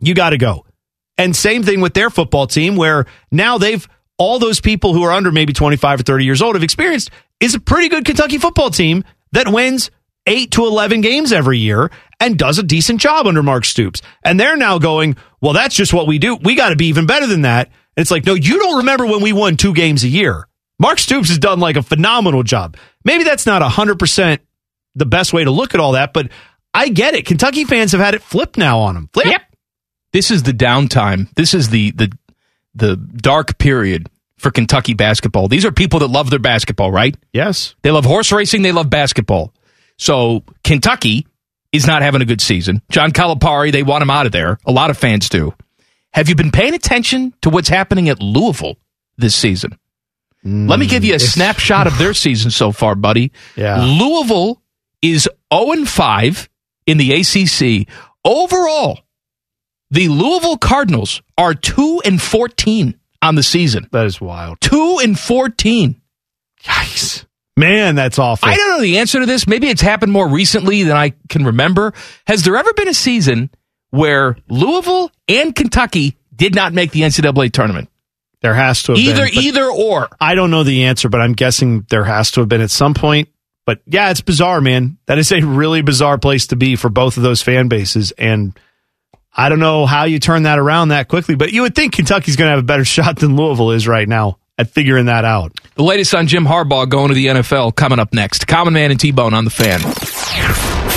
D: You got to go. And same thing with their football team, where now they've all those people who are under maybe 25 or 30 years old have experienced is a pretty good Kentucky football team that wins eight to 11 games every year and does a decent job under Mark Stoops. And they're now going, well, that's just what we do. We got to be even better than that. And it's like, no, you don't remember when we won two games a year. Mark Stoops has done like a phenomenal job. Maybe that's not 100% the best way to look at all that, but I get it. Kentucky fans have had it flipped now on them. Flip. Yep.
C: This is the downtime. This is the the the dark period for Kentucky basketball. These are people that love their basketball, right?
D: Yes.
C: They love horse racing, they love basketball. So Kentucky is not having a good season. John Calipari, they want him out of there. A lot of fans do. Have you been paying attention to what's happening at Louisville this season? Let me give you a snapshot of their season so far, buddy.
D: Mm. Yeah.
C: Louisville is 0 5 in the ACC. Overall, the Louisville Cardinals are 2 and 14 on the season.
D: That is wild.
C: 2 and 14.
D: Yikes. Man, that's awful.
C: I don't know the answer to this. Maybe it's happened more recently than I can remember. Has there ever been a season where Louisville and Kentucky did not make the NCAA tournament?
D: There has to have
C: Either
D: been, but
C: either or.
D: I don't know the answer, but I'm guessing there has to have been at some point. But yeah, it's bizarre, man. That is a really bizarre place to be for both of those fan bases, and I don't know how you turn that around that quickly. But you would think Kentucky's going to have a better shot than Louisville is right now at figuring that out.
C: The latest on Jim Harbaugh going to the NFL coming up next. Common Man and T Bone on the fan.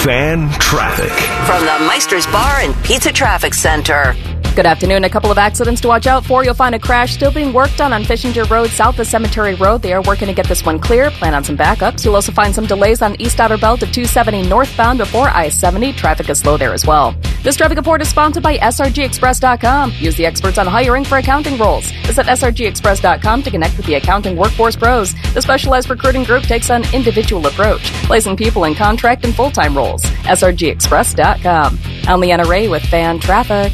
A: Fan traffic.
B: From the Meister's Bar and Pizza Traffic Center.
E: Good afternoon. A couple of accidents to watch out for. You'll find a crash still being worked on on Fishinger Road, south of Cemetery Road. They are working to get this one clear. Plan on some backups. You'll also find some delays on East Outer Belt of 270 northbound before I 70. Traffic is slow there as well. This traffic report is sponsored by SRGExpress.com. Use the experts on hiring for accounting roles. Visit SRGExpress.com to connect with the accounting workforce pros. The specialized recruiting group takes an individual approach, placing people in contract and full time roles. SRGExpress.com. I'm Leanna Ray with Fan Traffic.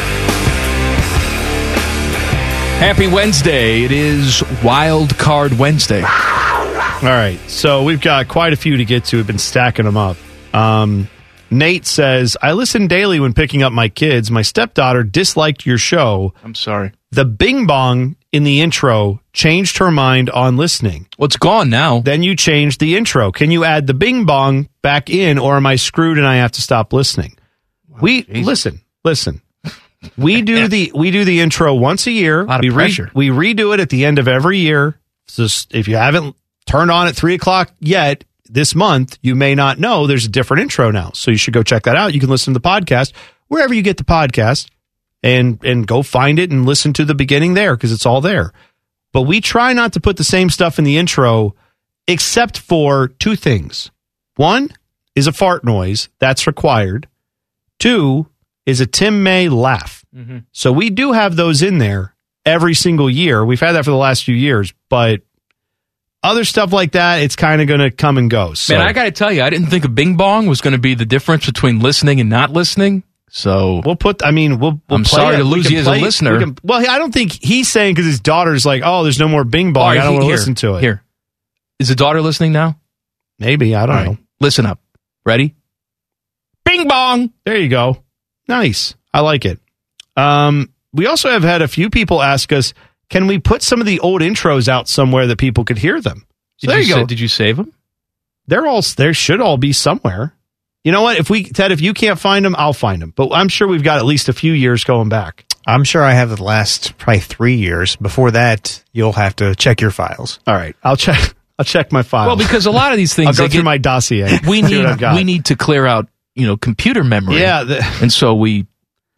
C: Happy Wednesday. It is Wild Card Wednesday.
D: All right. So we've got quite a few to get to. We've been stacking them up. Um, Nate says, I listen daily when picking up my kids. My stepdaughter disliked your show.
C: I'm sorry.
D: The bing bong in the intro changed her mind on listening.
C: Well, it's gone now.
D: Then you changed the intro. Can you add the bing bong back in, or am I screwed and I have to stop listening? we listen, listen. We do the we do the intro once a year.
C: Lot of
D: we re-
C: pressure.
D: we redo it at the end of every year. So s- if you haven't turned on at three o'clock yet this month, you may not know there's a different intro now. So you should go check that out. You can listen to the podcast wherever you get the podcast, and and go find it and listen to the beginning there because it's all there. But we try not to put the same stuff in the intro, except for two things. One is a fart noise that's required. Two is a Tim May laugh. So we do have those in there every single year. We've had that for the last few years, but other stuff like that, it's kind of going to come and go. So
C: Man, I got to tell you, I didn't think a bing bong was going to be the difference between listening and not listening. So
D: we'll put. I mean, we'll. we'll
C: I'm
D: play
C: sorry
D: it.
C: to
D: We
C: lose
D: can
C: you as a
D: play-
C: listener.
D: we can- well, I don't think he's saying because his daughter's like, oh, there's no more Bing Bong.
C: All right,
D: I don't want to
C: here-
D: listen to it.
C: Here. Is the daughter listening now?
D: maybe I don't know.
C: Listen up. Ready? Bing bong.
D: There you go. Nice. I like it. Um, we also have had a few people ask us, can we put some of the old intros out somewhere that people could hear them? So there you,
C: sa-
D: go.
C: did you save them?
D: They're all there should all be somewhere. You know what? If we Ted, if you can't find them, I'll find them. But I'm sure we've got at least a few years going back.
I: I'm sure I have the last probably three years. Before that, you'll have to check your files.
D: All right, I'll check. I'll check my file.
C: Well, because a lot of these
D: I'll
C: things
D: go
C: they
D: through
C: get-
D: my dossier.
C: we
D: see
C: need
D: what I've got.
C: we need to clear out, you know, computer memory.
D: Yeah, the-
C: And so we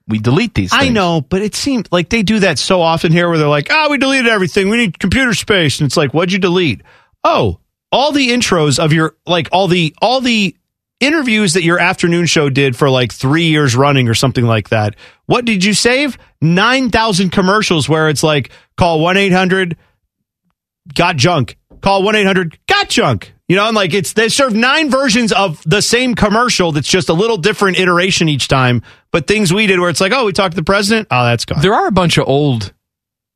C: we delete these
D: I
C: things.
D: know, but it seemed like they do that so often here where they're like, oh, we deleted everything. We need computer space. And it's like, what'd you delete? Oh, all the intros of your like all the all the interviews that your afternoon show did for like three years running or something like that. What did you save? Nine thousand commercials where it's like call one eight hundred got junk. Call 1 800 got junk. You know, and like it's, they serve nine versions of the same commercial that's just a little different iteration each time. But things we did where it's like, oh, we talked to the president. Oh, that's gone.
C: There are a bunch of old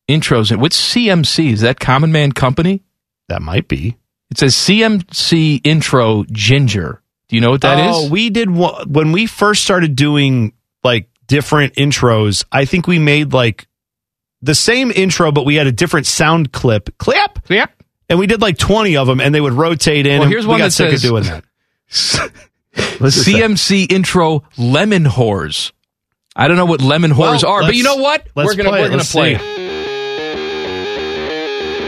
C: intros. in- What's CMC? Is that Common Man Company?
D: That might be.
C: It says CMC intro oh, ginger. Do you know what that is?
D: oh, we did one, when we first started doing like different intros. I think we made like the same intro, but we had a different sound clip. Clap,
C: clap,
D: and we did like twenty of them, and they would rotate in.
C: Well,
D: and
C: here's
D: we
C: one
D: got
C: that
D: sick
C: says-
D: of doing that. This is
C: CMC intro lemon whores. I don't know what lemon whores
D: Well,
C: are, but you know
D: let's-
C: what?
D: let's
C: We're gonna
D: play it.
C: we're gonna
D: Let's
C: play.
D: see.
C: it.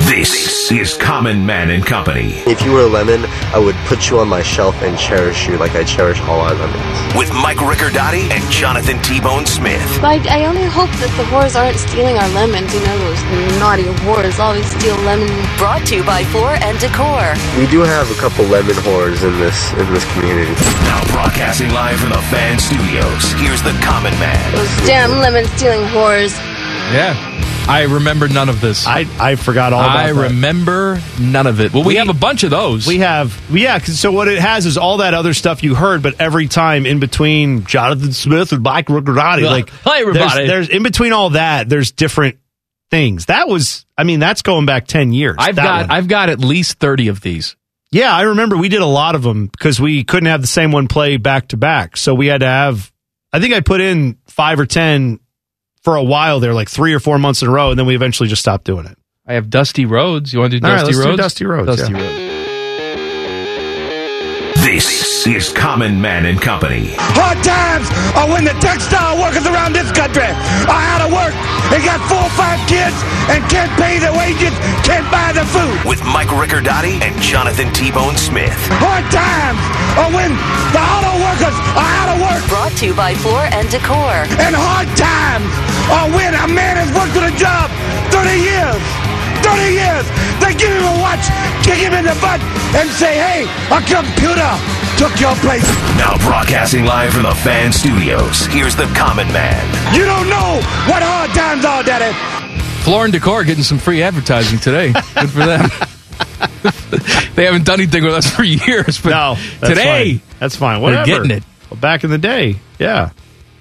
A: This is Common Man and Company
K: If you were a lemon, I would put you on my shelf and cherish you like I cherish all our lemons.
A: with Mike Riccardotti and Jonathan T Bone Smith.
L: But I, I only hope that the whores aren't stealing our lemons. You know, those naughty whores always steal lemons.
B: Brought to you by Floor and Decor.
K: We do have a couple lemon whores in this in this community.
A: Now broadcasting live from the Fan Studios. Here's the Common Man.
L: Damn lemon stealing whores.
C: Yeah. I remember none of this.
D: I, I forgot all about
C: I
D: that.
C: remember none of it. Well, we, have a bunch of those.
D: We have, yeah. 'cause- So what it has is all that other stuff you heard, but every time in between Jonathan Smith and Mike Riccardotti,
C: Yeah.
D: like
C: Hi, everybody.
D: There's, there's in between all that, there's different things. That was, I mean, that's going back ten years.
C: I've
D: that
C: got
D: one.
C: I've got at least thirty of these.
D: Yeah, I remember we did a lot of them because we couldn't have the same one play back to back. So we had to have, I think I put in five or 10 for a while there, like three or four months in a row. And then we eventually just stopped doing it.
C: I have Dusty Roads. You want to do
D: All right,
C: Dusty
D: let's do
C: Roads?
D: Dusty Rhodes,
C: Dusty
D: yeah.
C: Rhodes.
A: This is Common Man and Company.
F: Hard times are when the textile workers around this country are out of work and got four or five kids and can't pay their wages, can't buy their food.
A: With Mike Riccardotti and Jonathan T Bone Smith.
F: Hard times are when the auto workers are out of work.
B: Brought to you by Floor and Decor.
F: And hard times are when a man has worked at a job 30 years. 30 years. They give him a watch, kick him in the butt, and say, hey, a computer took your place.
A: Now broadcasting live from the Fan Studios. Here's the Common Man.
F: You don't know what hard times are, Daddy.
C: Floor and Decor getting some free advertising today. Good for them. they haven't done anything with us for years, but
D: No, that's
C: today
D: fine. that's fine.
C: they're
D: Whatever.
C: getting it.
D: Well, back in the day, yeah.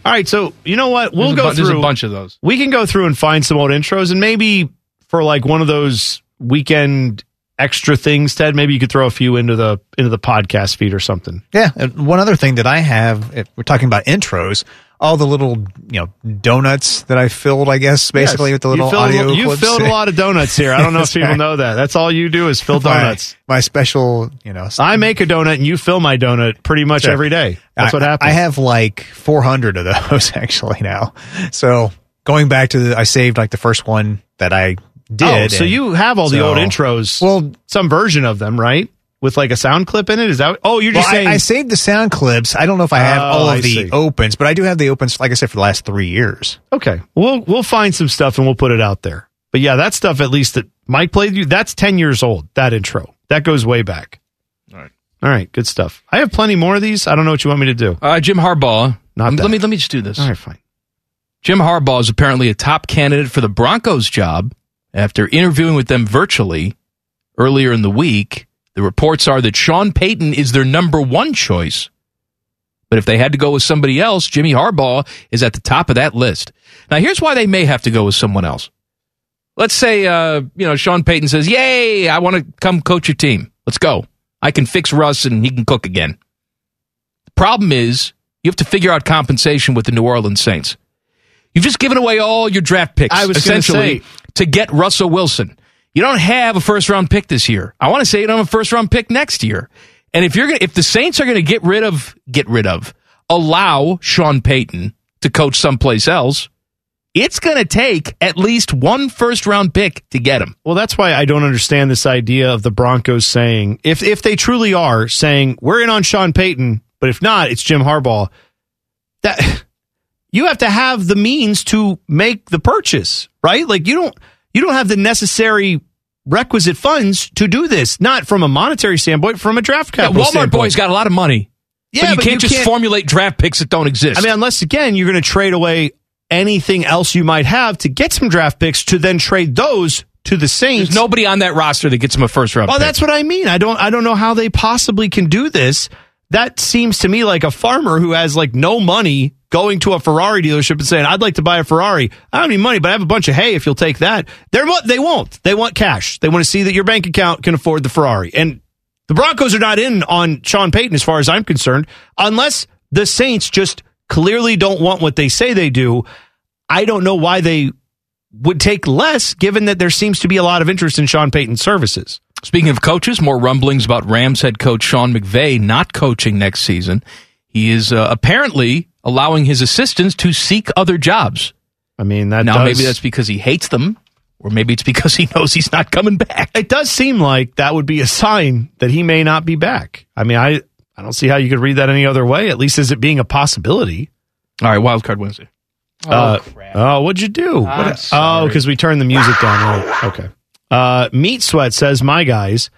D: All right, so you know what?
C: There's
D: We'll
C: a
D: go
C: bu-
D: through
C: there's a bunch of those.
D: We can go through and find some old intros, and maybe for like one of those weekend extra things, Ted. Maybe you could throw a few into the into the podcast feed or something.
I: Yeah. And one other thing that I have, if we're talking about intros, all the little, you know, donuts that I filled, I guess, basically
D: Yes.
I: with the little
D: you filled,
I: audio
D: You
I: clips.
D: filled a lot of donuts here. I don't know if
I: That's
D: people
I: right.
D: know that. That's all you do is fill
I: My-
D: donuts.
I: My, special, you know,
D: I make a donut and you fill my donut pretty much
I: Sure.
D: every day. That's
I: I-
D: what happens.
I: I have like 400 of those actually now. So going back to the, I saved like the first one that I did.
D: Oh, so
I: and
D: you have all the
I: so-
D: old intros.
I: Well,
D: some version of them, right? With like a sound clip in it. Is that? Oh, you're
I: Well,
D: just saying.
I: I, I saved the sound clips. I don't know if I have
D: Oh,
I: all of
D: I
I: the
D: see.
I: opens, but I do have the opens, like I said, for the last three years.
D: okay, we'll we'll find some stuff and we'll put it out there. But yeah, that stuff at least that Mike played you. That's ten years old. That intro that goes way back.
C: All right.
D: All right, good stuff. I have plenty more of these. I don't know what you want me to do.
C: Uh, Jim Harbaugh.
D: Not
C: Um,
D: that.
C: Let me let me just do this.
D: All right, fine.
C: Jim Harbaugh is apparently a top candidate for the Broncos job after interviewing with them virtually earlier in the week. The reports are that Sean Payton is their number one choice. But if they had to go with somebody else, Jimmy Harbaugh is at the top of that list. Now, here's why they may have to go with someone else. Let's say, uh, you know, Sean Payton says, Yay, I want to come coach your team. Let's go. I can fix Russ and he can cook again. The problem is you have to figure out compensation with the New Orleans Saints. You've just given away all your draft picks,
D: I was gonna
C: essentially,
D: say-
C: to get Russell Wilson. You don't have a first round pick this year. I want to say you don't have a first round pick next year. And if you're gonna, if the Saints are going to get rid of, get rid of, allow Sean Payton to coach someplace else, it's going to take at least one first round pick to get him.
D: Well, that's why I don't understand this idea of the Broncos saying if if they truly are saying we're in on Sean Payton, but if not, it's Jim Harbaugh. That you have to have the means to make the purchase, right? Like you don't you don't have the necessary requisite funds to do this, not from a monetary standpoint, from a draft
C: Yeah,
D: capital.
C: Walmart
D: standpoint.
C: boy's got a lot of money.
D: Yeah,
C: but you
D: but
C: can't
D: you
C: just
D: can't-
C: formulate draft picks that don't exist.
D: I mean, unless again you're going to trade away anything else you might have to get some draft picks to then trade those to the Saints.
C: There's nobody on that roster that gets him a first round.
D: Well,
C: pick.
D: that's what I mean. I don't I don't know how they possibly can do this. That seems to me like a farmer who has like no money going to a Ferrari dealership and saying, "I'd like to buy a Ferrari. I don't need money, but I have a bunch of hay if you'll take that." They're mo- they won't. They want cash. They want to see that your bank account can afford the Ferrari. And the Broncos are not in on Sean Payton as far as I'm concerned, unless the Saints just clearly don't want what they say they do. I don't know why they would take less given that there seems to be a lot of interest in Sean Payton's services.
C: Speaking of coaches, more rumblings about Rams head coach Sean McVay not coaching next season. He is uh, apparently allowing his assistants to seek other jobs.
D: I mean, that
C: now
D: does-
C: maybe that's because he hates them, or maybe it's because he knows he's not coming back.
D: It does seem like that would be a sign that he may not be back. I mean, I I don't see how you could read that any other way. At least as it being a possibility.
C: All right, wild card Wednesday.
D: Oh, uh, oh what'd you do?
C: I'm
D: What- oh, because we turned the music down. Right. Okay. Uh, Meat Sweat says, "My guys,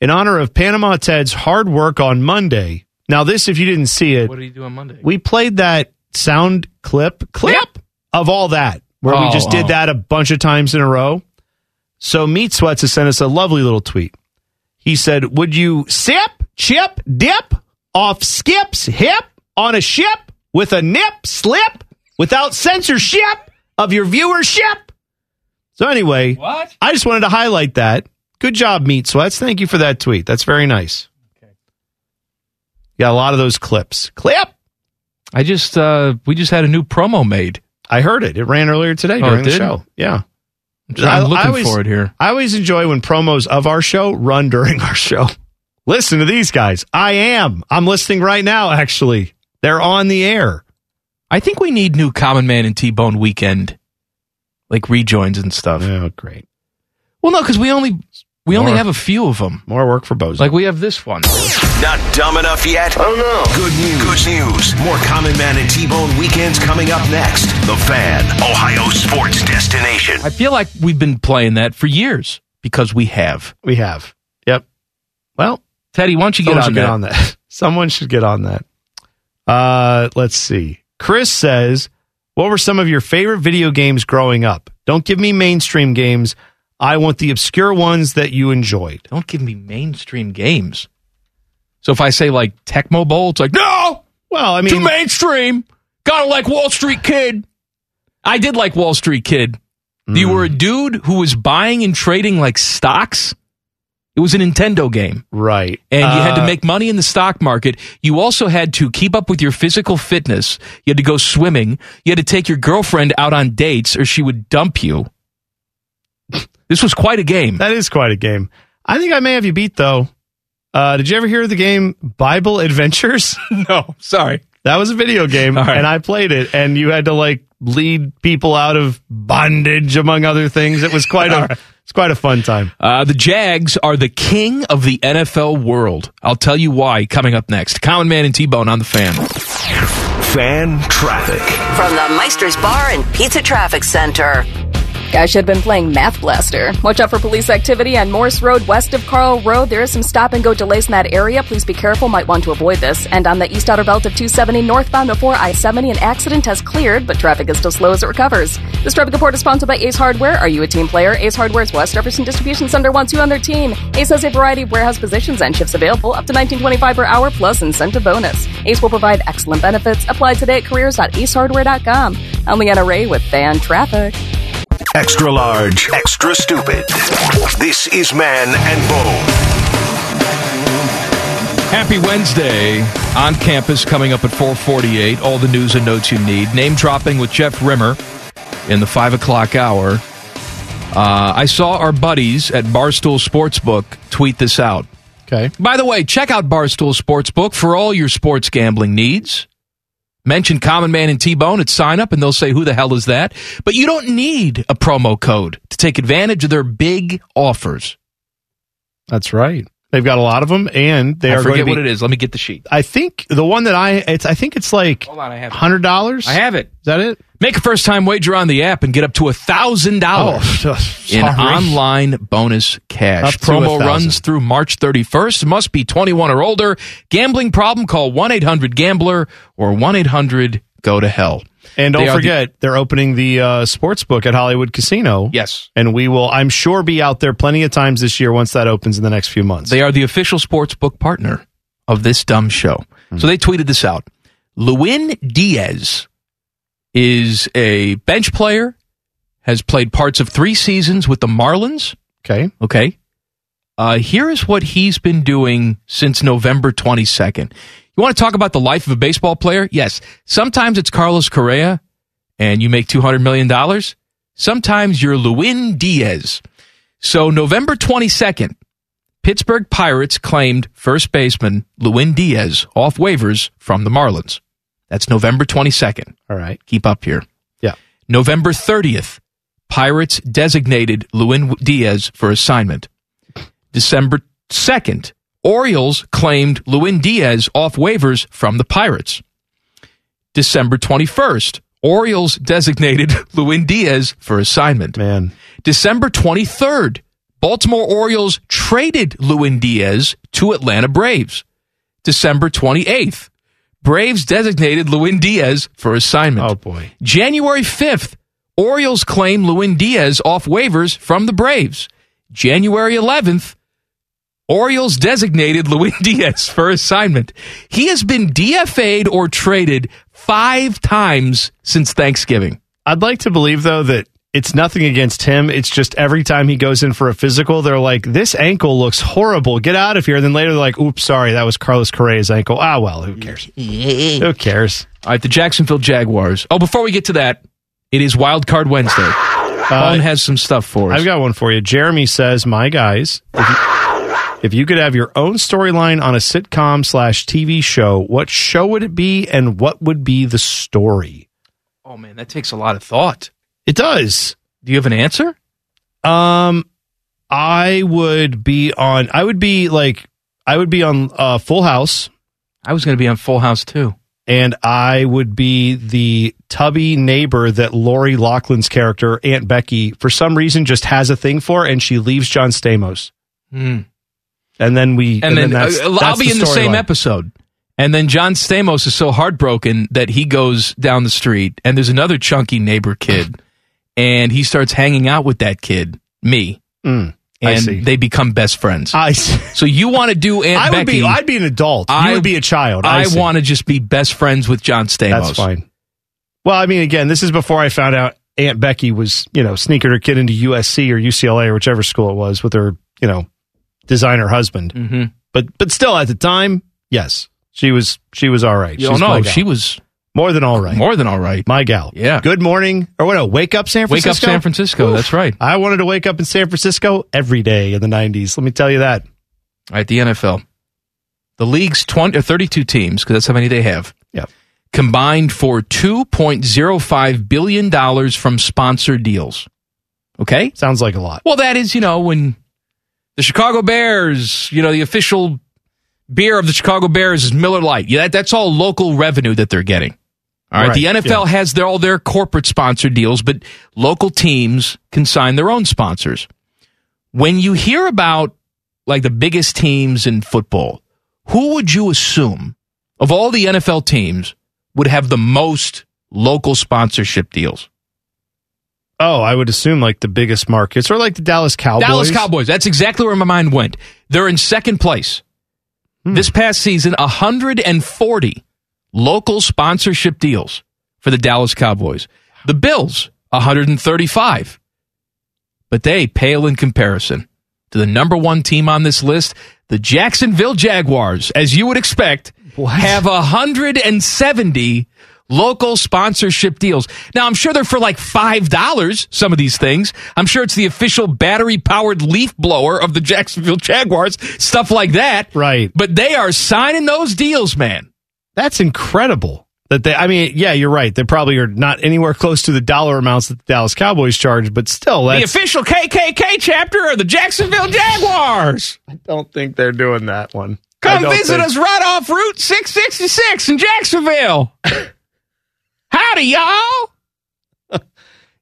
D: in honor of Panama Ted's hard work on Monday. Now, this, if you didn't see it,
C: What did he do on Monday?
D: we played that sound clip clip of all that where we
C: Oh,
D: just did
C: oh.
D: that a bunch of times in a row. So Meat Sweats has sent us a lovely little tweet. He said, "Would you sip, chip, dip off skips hip on a ship with a nip slip without censorship of your viewership?" So anyway,
C: what?
D: I just wanted to highlight that. Good job, Meat Sweats. Thank you for that tweet. That's very nice. Got a lot of those clips. Clip.
C: I just uh we just had a new promo made.
D: I heard it. It ran earlier today
C: Oh, it
D: during the
C: did?
D: show. Yeah.
C: I'm trying- I'm looking for it here.
D: I always enjoy when promos of our show run during our show. Listen to these guys. I am. I'm listening right now, actually. They're on the air.
C: I think we need new Common Man and T Bone weekend, like rejoins and stuff.
D: Oh, great.
C: Well, no, because we only we only
A: More.
C: have a few of them.
D: More work for Bozo.
C: Like we have this one.
A: Not dumb enough yet? I don't know. Good news. Good news. More Common Man and T-Bone weekends coming up next. The Fan, Ohio sports destination.
C: I feel like we've been playing that for years because we have.
D: We have. Yep. Well,
C: Teddy, why don't you get,
D: Someone
C: on,
D: should
C: that?
D: get on that? Someone should get on that. Uh, let's see. Chris says, "What were some of your favorite video games growing up? Don't give me mainstream games. I want the obscure ones that you enjoyed.
C: Don't give me mainstream games. So if I say like Tecmo Bowl, it's like no.
D: Well, I mean,
C: too mainstream. Gotta like Wall Street Kid. I did like Wall Street Kid.
D: Mm.
C: You were a dude who was buying and trading like stocks. It was a Nintendo game.
D: Right.
C: And you had to
D: Uh,
C: make money in the stock market. You also had to keep up with your physical fitness. You had to go swimming. You had to take your girlfriend out on dates or she would dump you. This was quite a game.
D: That is quite a game. I think I may have you beat though. Uh, did you ever hear of the game Bible Adventures?
C: no, sorry.
D: That was a video game,
C: All right.
D: and I played it. And you had to like lead people out of bondage, among other things. It was quite a it's quite a fun time.
C: Uh, the Jags are the king of the NFL world. I'll tell you why coming up next. Common Man and T Bone on the fan.
A: Fan traffic.
B: From the Meister's Bar and Pizza Traffic Center.
E: Guys should have been playing Math Blaster. Watch out for police activity on Morse Road west of Carl Road. There is some stop and go delays in that area. Please be careful. Might want to avoid this. And on the east outer belt of 270 northbound before I-70, an accident has cleared, but traffic is still slow as it recovers. This traffic report is sponsored by Ace Hardware. Are you a team player? Ace Hardware's West Jefferson Distribution Center wants you on their team. Ace has a variety of warehouse positions and shifts available, up to 19.25 per hour plus incentive bonus. Ace will provide excellent benefits. Apply today at careers.acehardware.com. I'm Leanna Ray with Fan Traffic.
A: Extra large. Extra stupid. This is Man and Bone.
C: Happy Wednesday on campus coming up at 448. All the news and notes you need. Name dropping with Jeff Rimmer in the 5 o'clock hour. Uh, I saw our buddies at Barstool Sportsbook tweet this out.
D: Okay.
C: By the way, check out Barstool Sportsbook for all your sports gambling needs. Mention Common Man and T Bone at sign up, and they'll say, Who the hell is that? But you don't need a promo code to take advantage of their big offers.
D: That's right. They've got a lot of them, and they
C: I
D: are going to
C: forget
D: be,
C: what it is. Let me get the sheet.
D: I think the one that I it's I think it's like
C: Hold on, I have it.
D: hundred dollars.
C: I have it.
D: Is that it?
C: Make a first time wager on the app and get up to a thousand dollars
D: Oh,
C: in
D: sorry.
C: online bonus
D: Up
C: cash.
D: to
C: Promo
D: 1,000.
C: runs through March 31st. Must be 21 or older. Gambling problem? Call 1 800 Gambler or 1 800 Go to Hell.
D: And don't
C: They are the-
D: forget, they're opening the uh, sports book at Hollywood Casino.
C: Yes.
D: And we will, I'm sure, be out there plenty of times this year once that opens in the next few months.
C: They are the official sports book partner of this dumb show. So they tweeted this out. Lewin Diaz is a bench player, has played parts of three seasons with the Marlins.
D: Okay.
C: Okay. Uh, here is what he's been doing since November 22nd. You want to talk about the life of a baseball player? Yes. Sometimes it's Carlos Correa and you make $200 million. Sometimes you're Lewin Diaz. So November 22nd, Pittsburgh Pirates claimed first baseman Lewin Diaz off waivers from the Marlins. That's November 22nd.
D: All right.
C: Keep up here.
D: Yeah.
C: November 30th, Pirates designated Lewin Diaz for assignment. December 2nd, Orioles claimed Lewin Diaz off waivers from the Pirates. December 21st, Orioles designated Lewin Diaz for assignment.
D: Man.
C: December 23rd, Baltimore Orioles traded Lewin Diaz to Atlanta Braves. December 28th, Braves designated Lewin Diaz for assignment. Oh,
D: boy.
C: January 5th, Orioles claim Lewin Diaz off waivers from the Braves. January 11th, Orioles designated Lewin Diaz for assignment. He has been DFA'd or traded five times since Thanksgiving.
D: I'd like to believe, though, that it's nothing against him. It's just every time he goes in for a physical, they're like, this ankle looks horrible. Get out of here. And then later they're like, oops, sorry, that was Carlos Correa's ankle. Ah, well, who cares? who cares?
C: All right, the Jacksonville Jaguars. Oh, before we get to that, it is Wild Card Wednesday.
D: Uh,
C: Bone has some stuff for us.
D: I've got one for you. Jeremy says, "My guys, if you, if you could have your own storyline on a sitcom slash TV show, what show would it be, and what would be the story?"
C: oh man, that takes a lot of thought.
D: It does.
C: Do you have an answer?
D: Um, I would be on. I would be like. I would be on uh, Full House.
C: I was going to be on Full House too.
D: And I would be the tubby neighbor that Lori Loughlin's character, Aunt Becky, for some reason just has a thing for, and she leaves John Stamos.
C: Hmm.
D: And then we.
C: And, then,
D: that's-
C: uh, I'll
D: that's
C: be in the same
D: storyline.
C: episode. And then John Stamos is so heartbroken that he goes down the street, and there's another chunky neighbor kid, and he starts hanging out with that kid, me,
D: Mm,
C: and
D: I see.
C: they become best friends.
D: I see.
C: So you want to do Aunt
D: I would
C: Becky?
D: be. I'd be an adult.
C: I-
D: you would be a child.
C: I,
D: see.
C: want to just be best friends with John Stamos.
D: That's fine. Well, I mean, again, this is before I found out Aunt Becky was, you know, sneaking her kid into USC or UCLA or whichever school it was with her, you know, designer husband.
C: Mm-hmm.
D: But but still, at the time, yes, she was she was all right.
C: You
D: She's
C: don't know.
D: my gal.
C: She was
D: more than all right.
C: More than all right.
D: My gal.
C: Yeah.
D: Good morning or what? No, wake up San
C: Wake
D: Francisco.
C: Up San Francisco, that's right.
D: I wanted to wake up in San Francisco every day in the '90s. Let me tell you that.
C: All right, the NFL. The league's 20, or 32 teams, because that's how many they have,
D: Yep.
C: combined for $2.05 billion from sponsor deals. Okay?
D: Sounds like a lot.
C: Well, that is, you know, when the Chicago Bears, you know, the official beer of the Chicago Bears is Miller Lite. Yeah, that, that's all local revenue that they're getting. All right.
D: Right,
C: The NFL has their, all their corporate sponsor deals, but local teams can sign their own sponsors. When you hear about like the biggest teams in football, who would you assume of all the NFL teams would have the most local sponsorship deals?
D: Oh, I would assume like the biggest markets or like the Dallas Cowboys.
C: Dallas Cowboys. That's exactly where my mind went. They're in second place. This past season, 140 local sponsorship deals for the Dallas Cowboys. The Bills, 135. But they pale in comparison to the number one team on this list, the Jacksonville Jaguars, as you would expect, have 170 local sponsorship deals. Now, I'm sure they're for like $5, some of these things. I'm sure it's the official battery powered leaf blower of the Jacksonville Jaguars, stuff like that.
D: Right.
C: But they are signing those deals, man.
D: That's incredible. That they, I mean, yeah, you're right. They probably are not anywhere close to the dollar amounts that the Dallas Cowboys charge, but still,
C: the
D: that's,
C: official KKK chapter of the Jacksonville Jaguars.
D: I don't think they're doing that one. I
C: Come
D: don't
C: visit
D: think-
C: us right off Route 666 in Jacksonville. Howdy, y'all.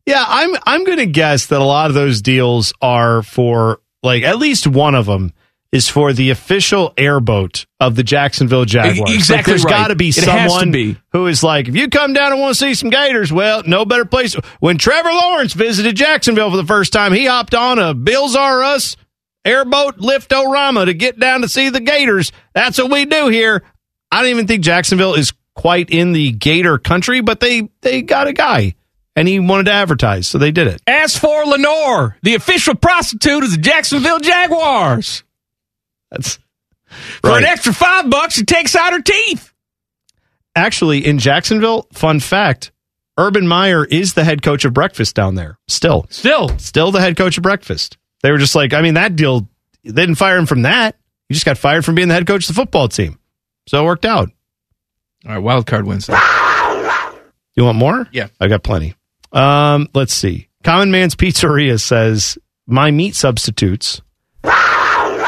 D: Yeah, I'm I'm going to guess that a lot of those deals are for like at least one of them is for the official airboat of the Jacksonville Jaguars.
C: E- exactly
D: Like, there's
C: right.
D: got to be
C: It has to
D: someone
C: be.
D: who is like, if you come down and want to see some Gators, well, no better place. When Trevor Lawrence visited Jacksonville for the first time, he hopped on a Bills R Us airboat lift orama to get down to see the Gators. That's what we do here. I don't even think Jacksonville is quite in the Gator country, but they they got a guy and he wanted to advertise, so they did it.
C: As for Lenore, the official prostitute of the Jacksonville Jaguars.
D: That's
C: for an extra five bucks, she takes out her teeth.
D: Actually, in Jacksonville, fun fact, Urban Meyer is the head coach of breakfast down there. Still.
C: Still.
D: Still the head coach of breakfast. They were just like, I mean, that deal they didn't fire him from that. He just got fired from being the head coach of the football team. So it worked out.
C: All right, wild card Wednesday.
D: You want more?
C: Yeah.
D: I got plenty. Um, let's see. Common Man's Pizzeria says, My meat substitutes.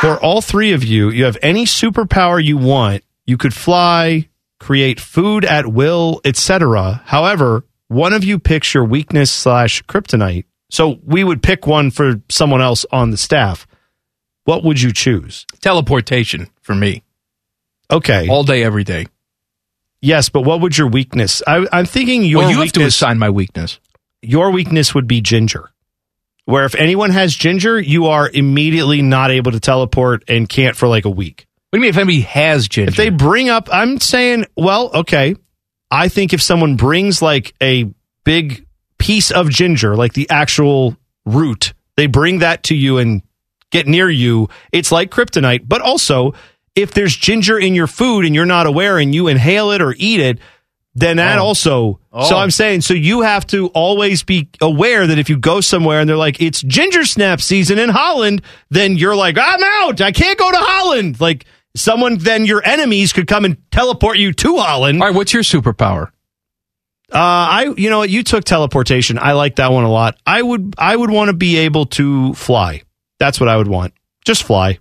D: For all three of you, you have any superpower you want. You could fly, create food at will, etc. However, one of you picks your weakness slash kryptonite. So we would pick one for someone else on the staff. What would you choose?
C: Teleportation for me.
D: Okay.
C: All day, every day.
D: Yes, but what would your weakness? I, I'm thinking your
C: Well, you have to
D: weakness-
C: assign my weakness.
D: your weakness would be ginger. Where if anyone has ginger, you are immediately not able to teleport and can't for like a week.
C: What do you mean if anybody has ginger?
D: If they bring up, I'm saying, well, okay. I think if someone brings like a big piece of ginger, like the actual root, they bring that to you and get near you, it's like kryptonite. But also, if there's ginger in your food and you're not aware and you inhale it or eat it, then that also. So
C: Oh.
D: I'm saying, so you have to always be aware that if you go somewhere and they're like, it's ginger snap season in Holland, then you're like, I'm out. I can't go to Holland. Like someone, then your enemies could come and teleport you to Holland.
C: All right, what's your superpower?
D: Uh, I, you know, what? you took teleportation. I like that one a lot. I would, I would want to be able to fly. That's what I would want. Just fly.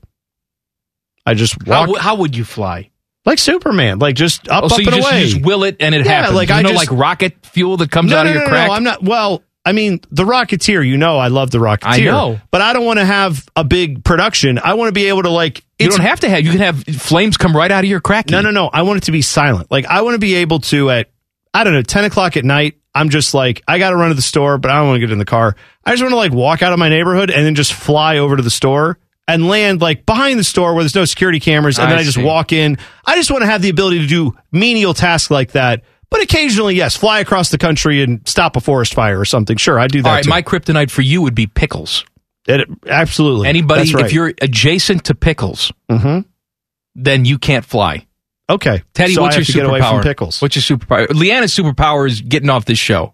D: I just walk
C: How, w- how would you fly?
D: like Superman, like just up,
C: oh,
D: up
C: so you
D: and
C: just,
D: away.
C: you just will it and it
D: Yeah,
C: happens.
D: like
C: There's
D: I
C: no
D: just-
C: like rocket fuel that comes
D: no,
C: out
D: no,
C: of your
D: no, no,
C: crack.
D: No, I'm not. Well, I mean, the Rocketeer. You know, I love the Rocketeer.
C: I know.
D: but I don't want to have a big production. I want to be able to like.
C: You
D: it's-
C: don't have to have. You can have flames come right out of your crack.
D: No, no, no. I want it to be silent. Like I want to be able to at I don't know ten o'clock at night. I'm just like I got to run to the store, but I don't want to get in the car. I just want to like walk out of my neighborhood and then just fly over to the store and land like behind the store where there's no security cameras, and
C: I
D: then I just
C: see.
D: walk in. I just want to have the ability to do menial tasks like that. But occasionally, yes, fly across the country and stop a forest fire or something. Sure, I do that.
C: All right,
D: too.
C: my kryptonite for you would be pickles.
D: It- absolutely.
C: Anybody,
D: That's right.
C: if you're adjacent to pickles,
D: Mhm.
C: then you can't fly.
D: okay,
C: Teddy,
D: So
C: what's
D: I
C: your
D: have to
C: superpower?
D: get away from pickles?
C: What's your superpower? Leanna's superpower is getting off this show.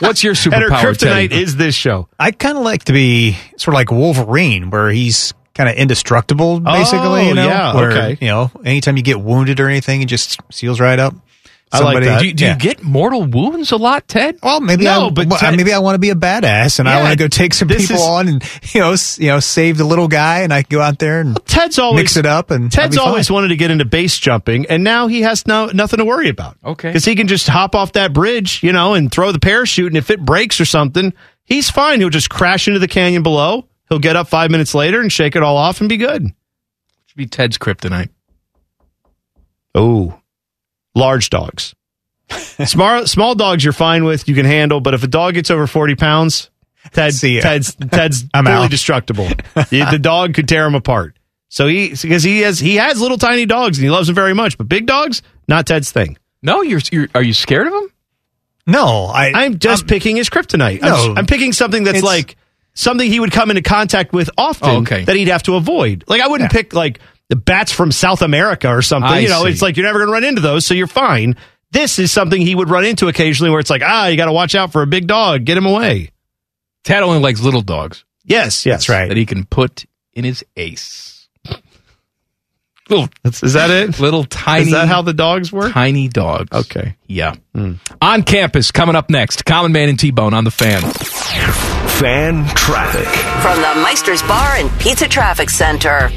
C: what's your superpower?
I: And her
C: Teddy?
I: kryptonite is
D: this show.
I: I kind of like to be sort of like Wolverine, where he's kind of indestructible, basically.
D: Oh,
I: you know?
D: yeah,
I: Where,
D: okay.
I: You know, anytime you get wounded or anything, it just seals right up.
D: I like that.
C: Do, you- do
I: yeah.
C: you get mortal wounds a lot, Ted?
I: Well, maybe
C: no,
I: I,
C: but
I: well,
C: Ted-
I: maybe I want to be a badass and I
C: Yeah,
I: want to go take some
C: this
I: people
C: is-
I: on and you know s- you know save the little guy and I can go out there and
D: Ted's always
I: mix it up and I'll be
D: Ted's
I: fine.
D: always wanted to get into base jumping, and now he has no nothing to worry about.
C: Okay.
D: because he can just hop off that bridge, you know, and throw the parachute, and if it breaks or something, he's fine. He'll just crash into the canyon below. He'll get up five minutes later and shake it all off and be good.
C: Should be Ted's kryptonite.
D: Oh, large dogs. small small dogs you're fine with, you can handle, but if a dog gets over forty pounds, Ted, Ted's Ted's
I: I'm
D: fully
I: out.
D: destructible. the, the dog could tear him apart. So he because he has he has little tiny dogs and he loves them very much, but big dogs not Ted's thing.
C: No, you're, you're are you scared of him?
I: No, I
D: I'm just picking his kryptonite.
I: No.
D: I'm, I'm picking something that's
I: It's-
D: like something he would come into contact with often
C: Oh, okay.
D: that he'd have to avoid. Like I wouldn't pick like the bats from South America or something.
C: I
D: you know,
C: see.
D: it's like you're never going to run into those, so you're fine. This is something he would run into occasionally, where it's like, ah, you got to watch out for a big dog. Get him away.
C: Ted only likes little dogs
D: Yes, yes,
I: That's right.
C: that he can put in his ace. Little,
D: Is that it?
C: little tiny.
D: Is that how the dogs work?
C: tiny dogs?
D: Okay. Hmm.
C: Yeah. On campus coming up next. Common Man and T Bone on the fan.
A: Fan traffic.
B: From the Meister's Bar and Pizza Traffic Center.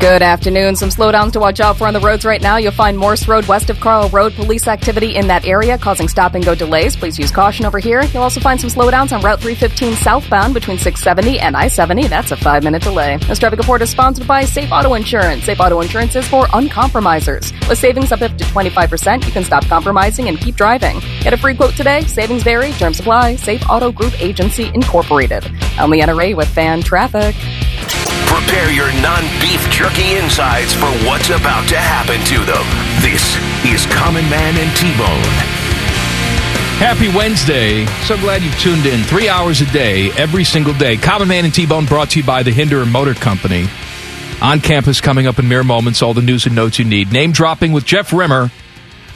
E: Good afternoon. Some slowdowns to watch out for on the roads right now. You'll find Morse Road west of Carl Road police activity in that area causing stop and go delays. Please use caution over here. You'll also find some slowdowns on Route 315 southbound between 670 and I 70. That's a five minute delay. This traffic report is sponsored by Safe Auto Insurance. Safe Auto Insurance is for uncompromisers. With savings up up to 25%, you can stop compromising and keep driving. Get a free quote today. Savings vary. Terms apply. Safe Auto Group Agency Incorporated. I'm Leanna Ray with Fan Traffic.
A: Prepare your non beef jerky insides for what's about to happen to them. This is Common Man and T Bone.
C: Happy Wednesday. So glad you've tuned in. Three hours a day, every single day. Common Man and T Bone brought to you by the Hinder and Motor Company. On campus, coming up in mere moments, all the news and notes you need. Name dropping with Jeff Rimmer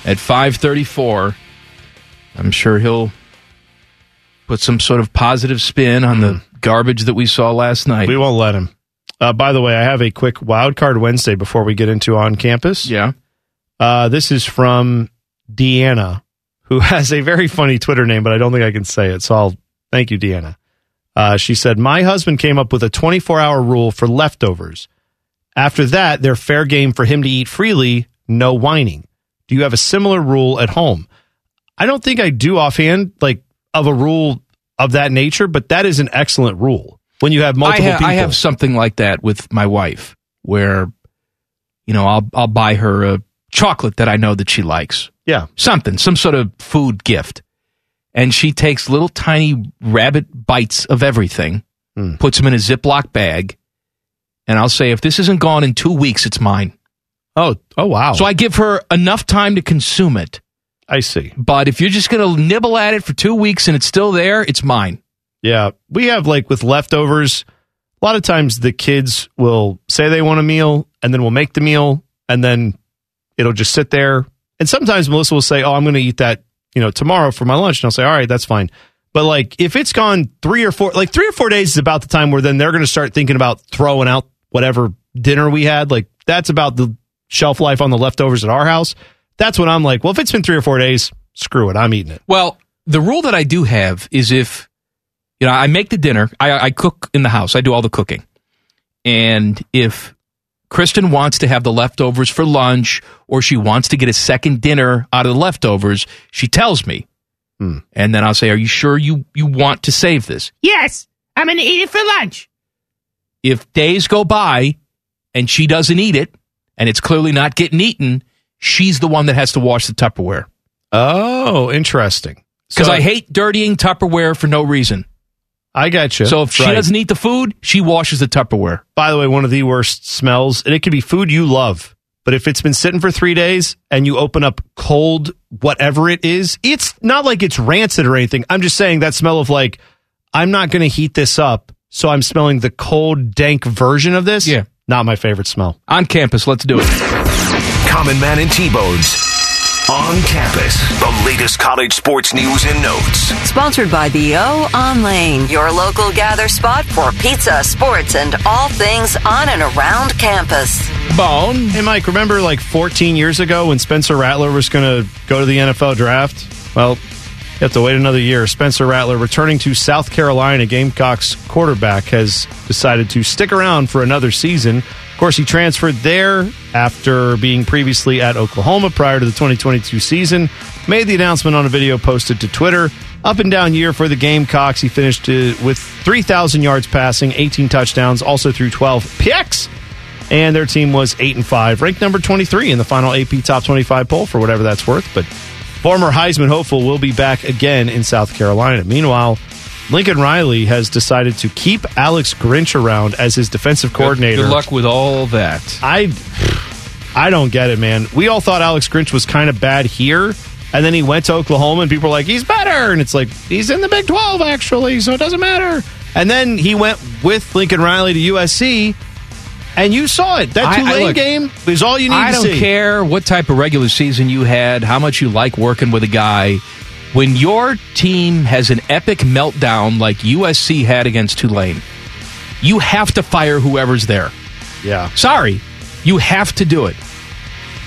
C: at 534. I'm sure he'll put some sort of positive spin on the garbage that we saw last night.
D: We won't let him. Uh, by the way, I have a quick wild card Wednesday before we get into on campus.
C: Yeah.
D: Uh, this is from Deanna, who has a very funny Twitter name, but I don't think I can say it. So I'll thank you, Deanna. Uh, she said, My husband came up with a 24 hour rule for leftovers. After that, they're fair game for him to eat freely, no whining. Do you have a similar rule at home? I don't think I do offhand, like of a rule of that nature, but that is an excellent rule when you have multiple
C: I, ha-
D: people.
C: I have something like that with my wife, where you know I'll I'll buy her a chocolate that I know that she likes.
D: Yeah,
C: something, some sort of food gift, and she takes little tiny rabbit bites of everything,
D: Hmm.
C: puts them in a Ziploc bag, and I'll say if this isn't gone in two weeks, it's mine.
D: Oh, oh wow!
C: So I give her enough time to consume it.
D: I see.
C: But if you're just going to nibble at it for two weeks and it's still there, it's mine.
D: Yeah. We have like with leftovers, a lot of times the kids will say they want a meal and then we'll make the meal and then it'll just sit there. And sometimes Melissa will say, Oh, I'm going to eat that, you know, tomorrow for my lunch. And I'll say, All right, that's fine. But like if it's gone three or four, like three or four days is about the time where then they're going to start thinking about throwing out whatever dinner we had. Like that's about the shelf life on the leftovers at our house. That's when I'm like, Well, if it's been three or four days, screw it. I'm eating it.
C: Well, the rule that I do have is if you know I make the dinner, I, I cook in the house, I do all the cooking, and if Kristen wants to have the leftovers for lunch, or she wants to get a second dinner out of the leftovers, she tells me, and then I'll say, "Are you sure you you want to save this?"
J: Yes, I'm gonna eat it for lunch.
C: If days go by and she doesn't eat it, and it's clearly not getting eaten, she's the one that has to wash the Tupperware.
D: Oh, interesting.
C: Because
D: So-
C: I hate dirtying Tupperware for no reason.
D: I got you.
C: So if she
D: Right.
C: doesn't eat the food, she washes the Tupperware.
D: By the way, one of the worst smells, and it could be food you love, but if it's been sitting for three days and you open up cold whatever it is, it's not like it's rancid or anything. I'm just saying that smell of like, I'm not going to heat this up, so I'm smelling the cold, dank version of this. Yeah. Not my favorite smell.
C: On campus, let's do it.
A: Common Man and T Bones. On campus, the latest college sports news and notes.
B: Sponsored by the O on Lane, your local gather spot for pizza, sports, and all things on and around campus.
C: Bone.
D: Hey, Mike, remember like 14 years ago when Spencer Rattler was going to go to the NFL draft? Well, you have to wait another year. Spencer Rattler, returning to South Carolina Gamecocks quarterback, has decided to stick around for another season. Of course, he transferred there after being previously at Oklahoma prior to the 2022 season. Made the announcement on a video posted to Twitter. Up and down year for the Gamecocks. He finished uh, with 3,000 yards passing, 18 touchdowns, also threw 12 picks and their team was eight and five, ranked number twenty three in the final AP Top twenty five poll for whatever that's worth. But former Heisman hopeful will be back again in South Carolina. Meanwhile, Lincoln Riley has decided to keep Alex Grinch around as his defensive coordinator.
C: Good luck with all that.
D: I I don't get it, man. We all thought Alex Grinch was kind of bad here, and then he went to Oklahoma, and people were like, "He's better," and it's like he's in the Big Twelve actually, so it doesn't matter. And then he went with Lincoln Riley to USC, and you saw it. That
C: I- I-
D: Tulane
C: look,
D: game is all you need
C: I
D: to
C: don't
D: see.
C: care what type of regular season you had, how much you like working with a guy. When your team has an epic meltdown like USC had against Tulane, you have to fire whoever's there.
D: Yeah.
C: Sorry. You have to do it.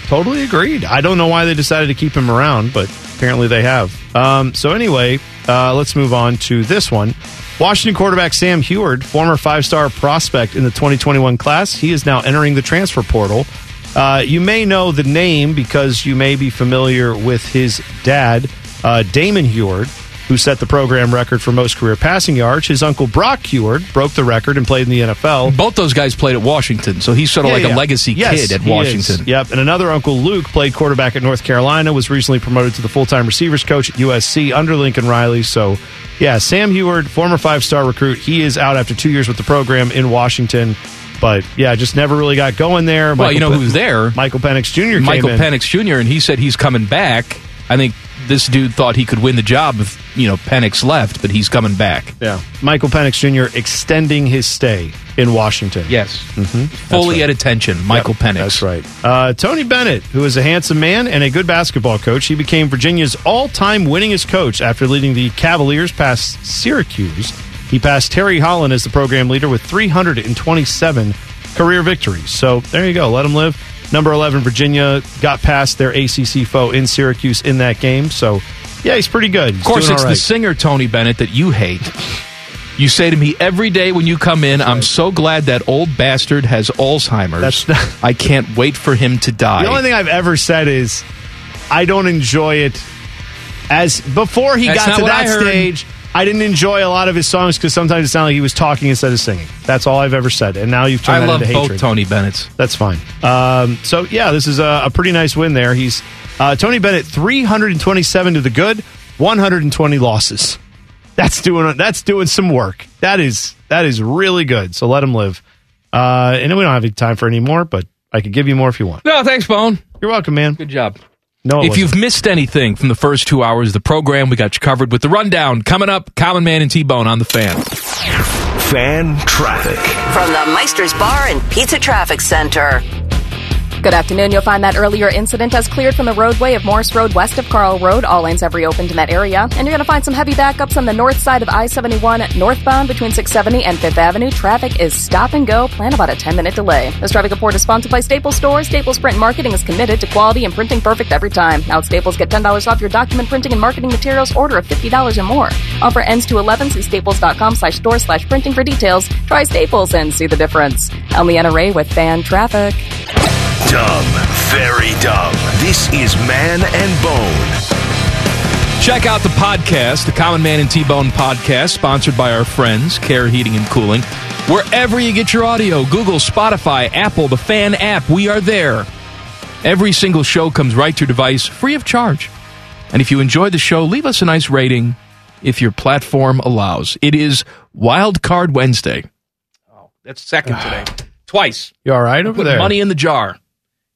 D: Totally agreed. I don't know why they decided to keep him around, but apparently they have. Um, so anyway, Uh, let's move on to this one. Washington quarterback Sam Heward, former five star prospect in the 2021 class, he is now entering the transfer portal. Uh, you may know the name because you may be familiar with his dad, uh, Damon Heward, who set the program record for most career passing yards. His uncle Brock Heward broke the record and played in the NFL.
C: Both those guys played at Washington, so he's sort of like a legacy kid at
D: he
C: Washington.
D: is. Yep. And another Uncle Luke played quarterback at North Carolina, was recently promoted to the full time receivers coach at USC under Lincoln Riley. So, yeah, Sam Heward, former five star recruit, he is out after two years with the program in Washington. But yeah, just never really got going there.
C: Well, you know who's
D: there? Michael Penix Jr. came
C: Michael
D: in.
C: Penix Jr. and he said he's coming back. I think this dude thought he could win the job if you know Penix left, but he's coming back.
D: Yeah, Michael Penix Jr. extending his stay in Washington.
C: Yes.
D: Mm-hmm.
C: fully at attention. Michael Penix. That's
D: right. Uh, Tony Bennett, who is a handsome man and a good basketball coach, he became Virginia's all time winningest coach after leading the Cavaliers past Syracuse. He passed Terry Holland as the program leader with 327 career victories. So there you go. Let him live. Number 11, Virginia got past their ACC foe in Syracuse in that game. So, yeah, he's pretty good.
C: Of course, it's the singer Tony Bennett that you hate. You say to me every day when you come in, "I'm so glad that old bastard has Alzheimer's. I can't wait for him to die."
D: The only thing I've ever said is I don't enjoy it as before he
C: That's
D: got
C: not
D: to
C: what I
D: that
C: heard.
D: stage. I didn't enjoy a lot of his songs because sometimes it sounded like he was talking instead of singing. That's all I've ever said, and now you've turned
C: I
D: that
C: love
D: into
C: both
D: hatred.
C: Tony Bennett's.
D: That's fine. Um, so yeah, this is a, a pretty nice win there. He's uh, Tony Bennett, three hundred and twenty-seven to the good, one hundred and twenty losses. That's doing that's doing some work. That is that is really good. So let him live. Uh, and we don't have any time for any more, but I could give you more if you want.
C: No, thanks, Bone.
D: You're welcome, man.
C: Good job.
D: No, it
C: if
D: wasn't.
C: you've missed anything from the first two hours of the program, we got you covered with the rundown coming up. Common Man and T Bone on the fan.
A: Fan traffic.
B: From the Meister's Bar and Pizza Traffic Center.
E: Good afternoon. You'll find that earlier incident has cleared from the roadway of Morris Road west of Carl Road. All lanes have reopened in that area. And you're going to find some heavy backups on the north side of I 71 northbound between 670 and 5th Avenue. Traffic is stop and go. Plan about a 10 minute delay. This traffic report is sponsored by Staples Stores. Staples Print Marketing is committed to quality and printing perfect every time. Now at Staples, get $10 off your document printing and marketing materials order of $50 or more. Offer ends to 11. See staples.com slash store slash printing for details. Try Staples and see the difference. I'm Leanna Ray with Fan Traffic.
A: Dumb. Very dumb. This is Man and Bone.
C: Check out the podcast, the Common Man and T Bone podcast, sponsored by our friends, Care Heating and Cooling. Wherever you get your audio, Google, Spotify, Apple, the fan app, we are there. Every single show comes right to your device free of charge. And if you enjoy the show, leave us a nice rating if your platform allows. It is Wild Card Wednesday. That's second today. Twice.
D: You all right over
C: Put
D: there?
C: money in the jar.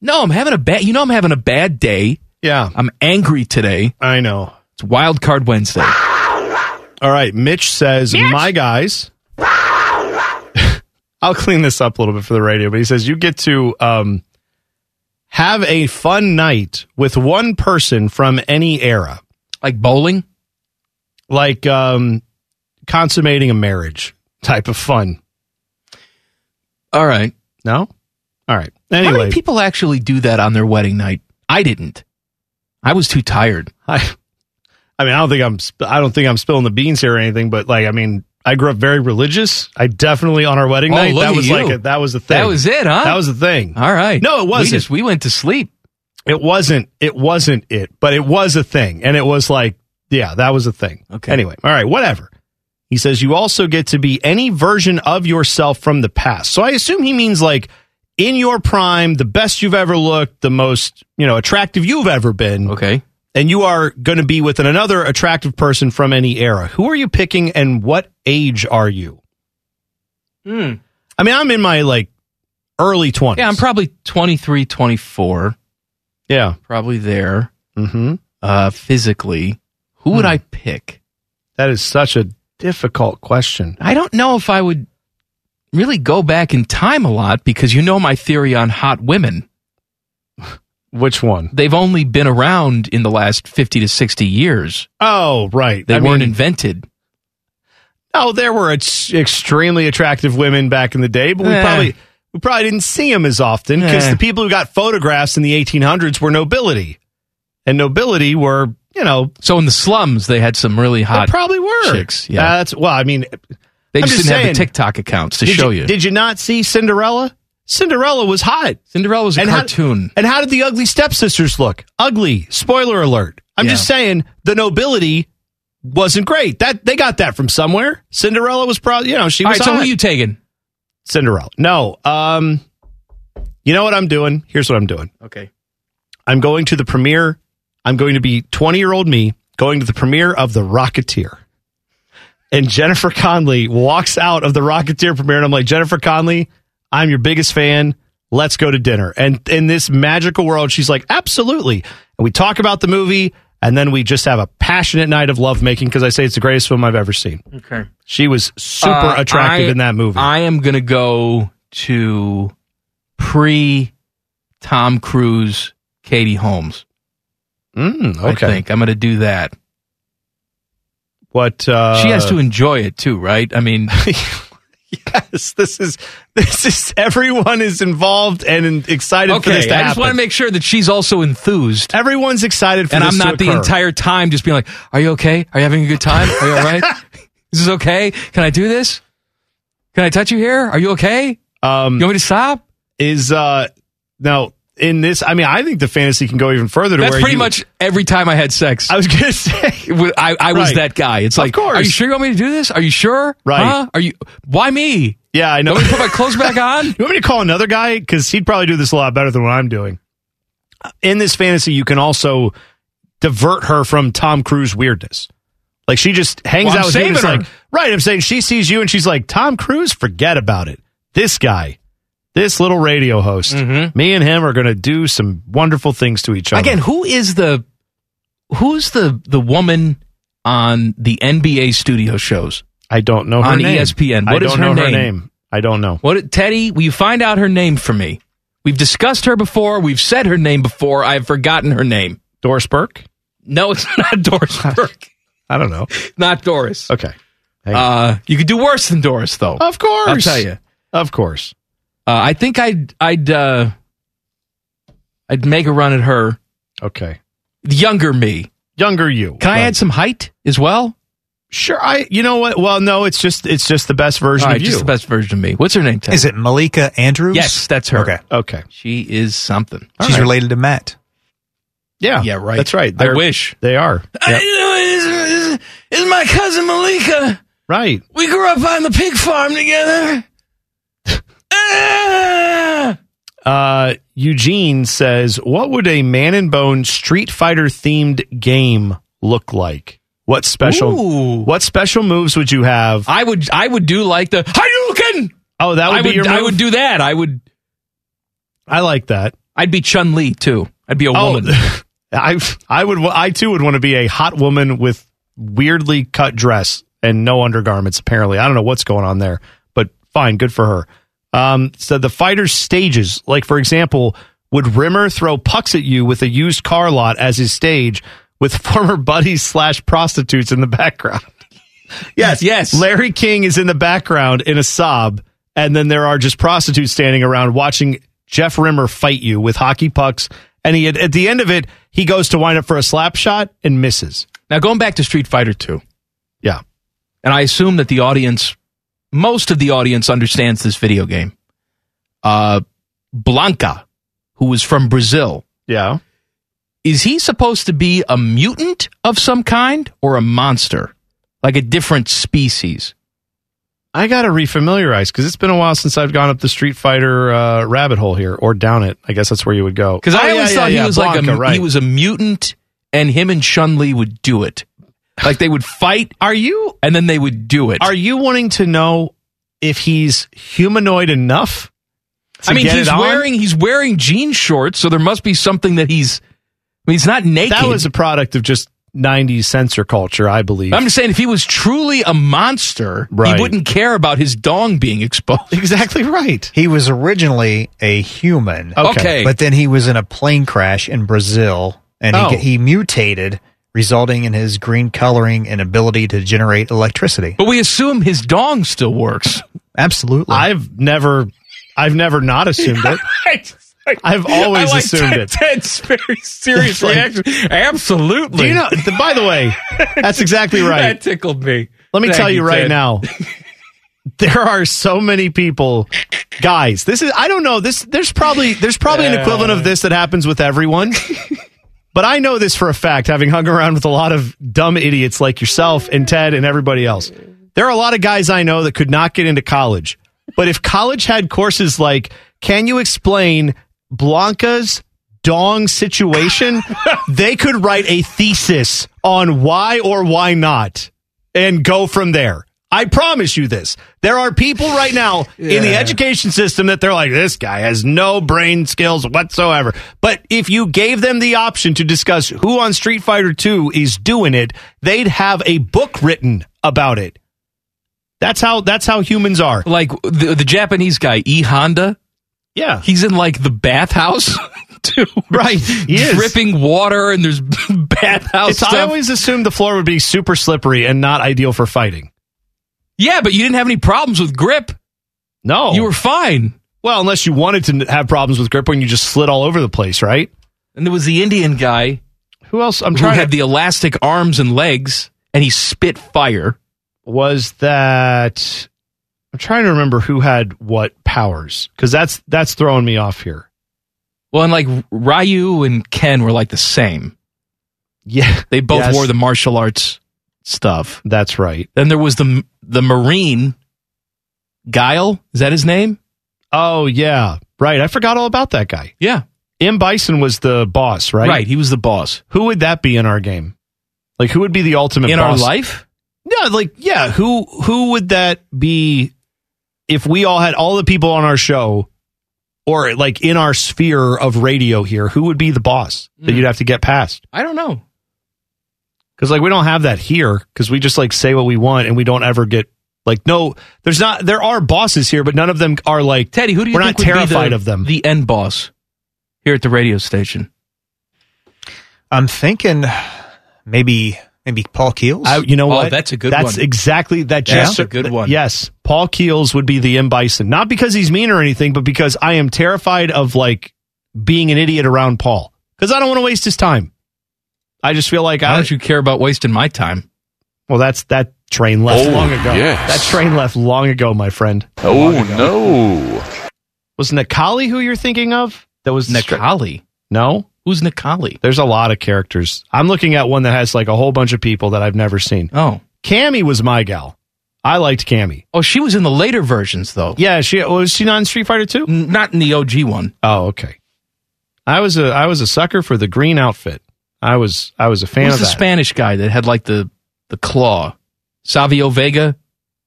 C: No, I'm having a bad. You know, I'm having a bad day.
D: Yeah,
C: I'm angry today.
D: I know.
C: It's Wild Card Wednesday.
D: All right, Mitch says, "My guys." I'll clean this up a little bit for the radio, but he says you get to um, have a fun night with one person from any era,
C: like bowling,
D: like um, consummating a marriage type of fun.
C: All right,
D: no, all right.
C: How
D: Anyway,
C: many people actually do that on their wedding night? I didn't. I was too tired.
D: I, I mean, I don't think I'm, sp- I don't think I'm spilling the beans here or anything, but like, I mean, I grew up very religious. I definitely on our wedding
C: Oh,
D: night
C: look
D: that
C: at
D: was
C: you.
D: like a, that was the thing.
C: That was it, huh?
D: That was the thing.
C: All right.
D: No, it
C: We
D: wasn't.
C: just- we went to sleep.
D: It wasn't. It wasn't it, but it was a thing, and it was like, yeah, that was a thing. Okay. Anyway, all right, whatever. He says you also get to be any version of yourself from the past. So I assume he means like in your prime, the best you've ever looked, the most, you know, attractive you've ever been.
C: Okay.
D: And you are going to be with an- another attractive person from any era. Who are you picking and what age are you?
C: Hmm.
D: I mean, I'm in my like early 20s.
C: Yeah, I'm probably 23, 24.
D: Yeah.
C: Probably there.
D: Mm-hmm. Hmm.
C: Uh, physically. Who would I pick?
D: That is such a difficult question.
C: I don't know if I would really go back in time a lot because you know my theory on hot women.
D: Which one?
C: They've only been around in the last 50 to 60 years.
D: Oh, right.
C: They
D: I
C: weren't
D: mean-
C: invented.
D: Oh, there were ex- extremely attractive women back in the day, but we
C: Eh.
D: probably we probably didn't see them as often because
C: Eh.
D: the people who got photographs in the 1800s were nobility, and nobility were you know.
C: So in the slums, they had some really hot.
D: probably were.
C: chicks. Yeah,
D: Uh, that's well. I mean,
C: they
D: I'm
C: just,
D: just
C: didn't have
D: saying.
C: the TikTok accounts to
D: did
C: show you.
D: Did you not see Cinderella? Cinderella was hot.
C: Cinderella was a cartoon.
D: and how did the ugly stepsisters look? Ugly. Spoiler alert. I'm just saying the nobility wasn't great. That they got that from somewhere. Cinderella was probably you know she
C: All
D: was.
C: right, so who
D: hot.
C: you taking?
D: Cinderella. No. Um. You know what I'm doing? Here's what I'm doing.
C: Okay.
D: I'm going to the premiere. I'm going to be 20 year old me going to the premiere of The Rocketeer. And Jennifer Conley walks out of the Rocketeer premiere, and I'm like, Jennifer Conley, I'm your biggest fan. Let's go to dinner. And in this magical world, she's like, absolutely. And we talk about the movie, and then we just have a passionate night of lovemaking because I say it's the greatest film I've ever seen.
C: Okay.
D: She was super
C: Uh,
D: attractive
C: I-
D: in that movie.
C: I am going to go to pre Tom Cruise, Katie Holmes.
D: Mm,
C: I
D: okay.
C: think I'm going to do that.
D: What uh,
C: she has to enjoy it too, right? I mean,
D: yes, this is this is everyone is involved and in- excited for
C: okay.
D: this to
C: I just
D: happen.
C: want to make sure that she's also enthused.
D: Everyone's excited for
C: and
D: this
C: I'm
D: to
C: not the
D: occur.
C: entire time just being like, "Are you okay? Are you having a good time? Are you all right? Is this okay? Can I do this? Can I touch you here? Are you okay?
D: Um,
C: you want me to stop?
D: Is uh now in this? I mean, I think the fantasy can go even further to
C: That's
D: where
C: pretty
D: you-
C: much every time I had sex. I
D: was gonna say
C: I, I was
D: Right.
C: that guy. It's
D: Of
C: like,
D: course.
C: are you sure you want me to do this? Are you sure?
D: Right.
C: Huh? Are you? Why me?
D: Yeah, I know.
C: Want me to put my clothes back on?
D: You want me to call another guy because he'd probably do this a lot better than what I'm doing. In this fantasy, you can also divert her from Tom Cruise weirdness. Like she just hangs
C: Well, I'm
D: out with him. and
C: saving
D: it's
C: her.
D: Like, right, I'm saying she sees you and she's like, Tom Cruise, forget about it. This guy, this little radio host, me and him are going to do some wonderful things to each other.
C: Mm-hmm. Again, who is the who's the the woman on the NBA studio shows?
D: I don't know her
C: on E
D: name.
C: ESPN.
D: I
C: What is
D: don't know her name. I don't know.
C: What Teddy? Will you find out her name for me? We've discussed her before. We've said her name before. I've forgotten her name.
D: Doris Burke.
C: No, it's not Doris Burke.
D: I don't know.
C: not Doris.
D: Okay.
C: Uh, you could do worse than Doris, though.
D: Of course.
C: I'll tell you.
D: Of course.
C: Uh, I think I'd I'd uh, I'd make a run at her.
D: Okay.
C: Younger me.
D: Younger you.
C: Can I add some height as well?
D: Sure. I. You know what? Well, no. It's just. It's just the best version
C: All right,
D: of you.
C: just the best version of me. What's her name? Ted?
I: Is it Malika Andrews?
C: Yes, that's her.
I: Okay.
D: Okay.
C: She is something.
I: She's related to Matt.
D: Yeah.
C: Yeah, right.
D: That's right.
C: I wish.
D: They are. Yep.
C: Is, my cousin Malika.
D: Right.
C: We grew up on the pig farm together.
M: Ah!
D: Uh, Eugene says, "What would a man and bone Street Fighter themed game look like? What special?
C: Ooh.
D: What special moves would you have?
C: I would I would do like the Hadouken.
D: Oh, that would
C: I
D: be
C: would
D: your. Move?
C: I would do that. I would
D: I like that.
C: I'd be Chun Li too. I'd be a
D: Oh,
C: woman.
D: I I would. I too would want to be a hot woman with weirdly cut dress and no undergarments. Apparently, I don't know what's going on there, but fine, good for her. Um, so the fighters' stages, like for example, would Rimmer throw pucks at you with a used car lot as his stage, with former buddies slash prostitutes in the background. yes,
C: Yes.
D: Larry King is in the background in a sob, and then there are just prostitutes standing around watching Jeff Rimmer fight you with hockey pucks. And he at the end of it, he goes to wind up for a slap shot and misses.
C: Now going back to Street Fighter 2.
D: Yeah.
C: And I assume that the audience most of the audience understands this video game. Uh Blanca, who was from Brazil.
D: Yeah.
C: Is he supposed to be a mutant of some kind or a monster? Like a different species?
D: I got to refamiliarize because it's been a while since I've gone up the Street Fighter uh, rabbit hole here or down it. I guess that's where you would go.
C: Because
D: Oh,
C: I
D: yeah,
C: always
D: yeah,
C: thought
D: yeah,
C: he was like
D: Blanca,
C: a he
D: right.
C: was a mutant, and him and Chun Li would do it. Like they would fight,
D: Are you
C: and then they would do it.
D: are you wanting to know if he's humanoid enough? to
C: I mean,
D: get
C: he's
D: it on?
C: wearing he's wearing jean shorts, so there must be something that he's. I mean, he's not naked.
D: That was a product of just 90s censor culture, I believe.
C: I'm just saying, if he was truly a monster,
D: Right.
C: he wouldn't care about his dong being exposed.
D: exactly right.
I: He was originally a human.
D: Okay.
C: Okay.
I: But then he was in a plane crash in Brazil and
C: Oh.
I: he, he mutated, resulting in his green coloring and ability to generate electricity.
C: But we assume his dong still works.
I: Absolutely.
D: I've never I've never not assumed it.
C: Right.
D: I've always
C: I like
D: assumed
C: Ted-
D: it.
C: Ted's very serious
D: Like-
C: reaction. Absolutely.
D: Do you know? th- By the way, that's exactly right.
C: That tickled me.
D: Let me
C: Thank
D: tell you, right
C: Ted.
D: now, there are so many people, guys. This is I don't know this. There's probably there's probably an equivalent of this that happens with everyone. But I know this for a fact, having hung around with a lot of dumb idiots like yourself and Ted and everybody else. There are a lot of guys I know that could not get into college. But if college had courses like, can you explain Blanca's dong situation? they could write a thesis on why or why not and go from there. I promise you this. There are people right now in the
N: Yeah.
D: education system that they're like, this guy has no brain skills whatsoever. But if you gave them the option to discuss who on Street Fighter 2 is doing it, they'd have a book written about it. That's how that's how humans are.
C: Like the, the Japanese guy E Honda.
D: Yeah,
C: he's in like the bathhouse too.
D: Right,
C: dripping water, and there's bathhouse
D: It's-
C: stuff.
D: I always assumed the floor would be super slippery and not ideal for fighting.
C: yeah, but you didn't have any problems with grip.
D: No.
C: You were fine.
D: Well, unless you wanted to n- have problems with grip when you just slid all over the place, right?
C: And there was the Indian guy.
D: Who else? I'm
C: trying. Who had the elastic arms and legs, and he spit fire.
D: was that I'm trying to remember who had what powers because that's that's throwing me off here.
C: Well, and like Ryu and Ken were like the same.
D: Yeah,
C: they both
D: Yes.
C: wore the martial arts stuff.
D: That's right.
C: Then there was the the Marine Guile. Is that his name?
D: Oh yeah, right. I forgot all about that guy.
C: Yeah,
D: M Bison was the boss, right?
C: Right, he was the boss.
D: Who would that be in our game? Like who would be the ultimate
C: In our
D: boss?
C: life?
D: Yeah, like yeah, who who would that be if we all had all the people on our show or like in our sphere of radio here, who would be the boss that you'd have to get past?
C: Hmm. I don't know.
D: Because like we don't have that here because we just like say what we want and we don't ever get like no. There's not there are bosses here, but none of them are like
C: Teddy. Who do you
D: We're
C: think
D: not
C: would be
D: terrified
C: the-
D: of them.
C: The end boss here at the radio station.
I: I'm thinking maybe maybe Paul Keels.
D: I, you know
C: Oh,
D: what? That's
I: exactly.
D: exactly that.
I: That's
D: just-
I: a good one.
D: Yes, Paul Keels would be the M Bison, not because he's mean or anything, but because I am terrified of like being an idiot around Paul because I don't want to waste his time. I just feel like I
C: Why don't you care about wasting my time?
D: Well, that's that train left
C: Oh,
D: long ago.
C: yes.
D: That train left long ago, my friend.
C: Oh,
D: Long ago. Was Nikali who you're thinking of? That was
C: Nikali.
D: no.
C: Who's Nikali?
D: There's a lot of characters. I'm looking at one that has like a whole bunch of people that I've never seen.
C: Oh.
D: Cammy was my gal. I liked Cammy.
C: Oh, she was in the later versions though.
D: Yeah, she was she not in Street Fighter 2?
C: Not in the OG one.
D: Oh, okay. I was a I was a sucker for the green outfit. I was I was a fan
C: Who's
D: of
C: the
D: that.
C: Spanish guy that had like the the claw? Savio Vega.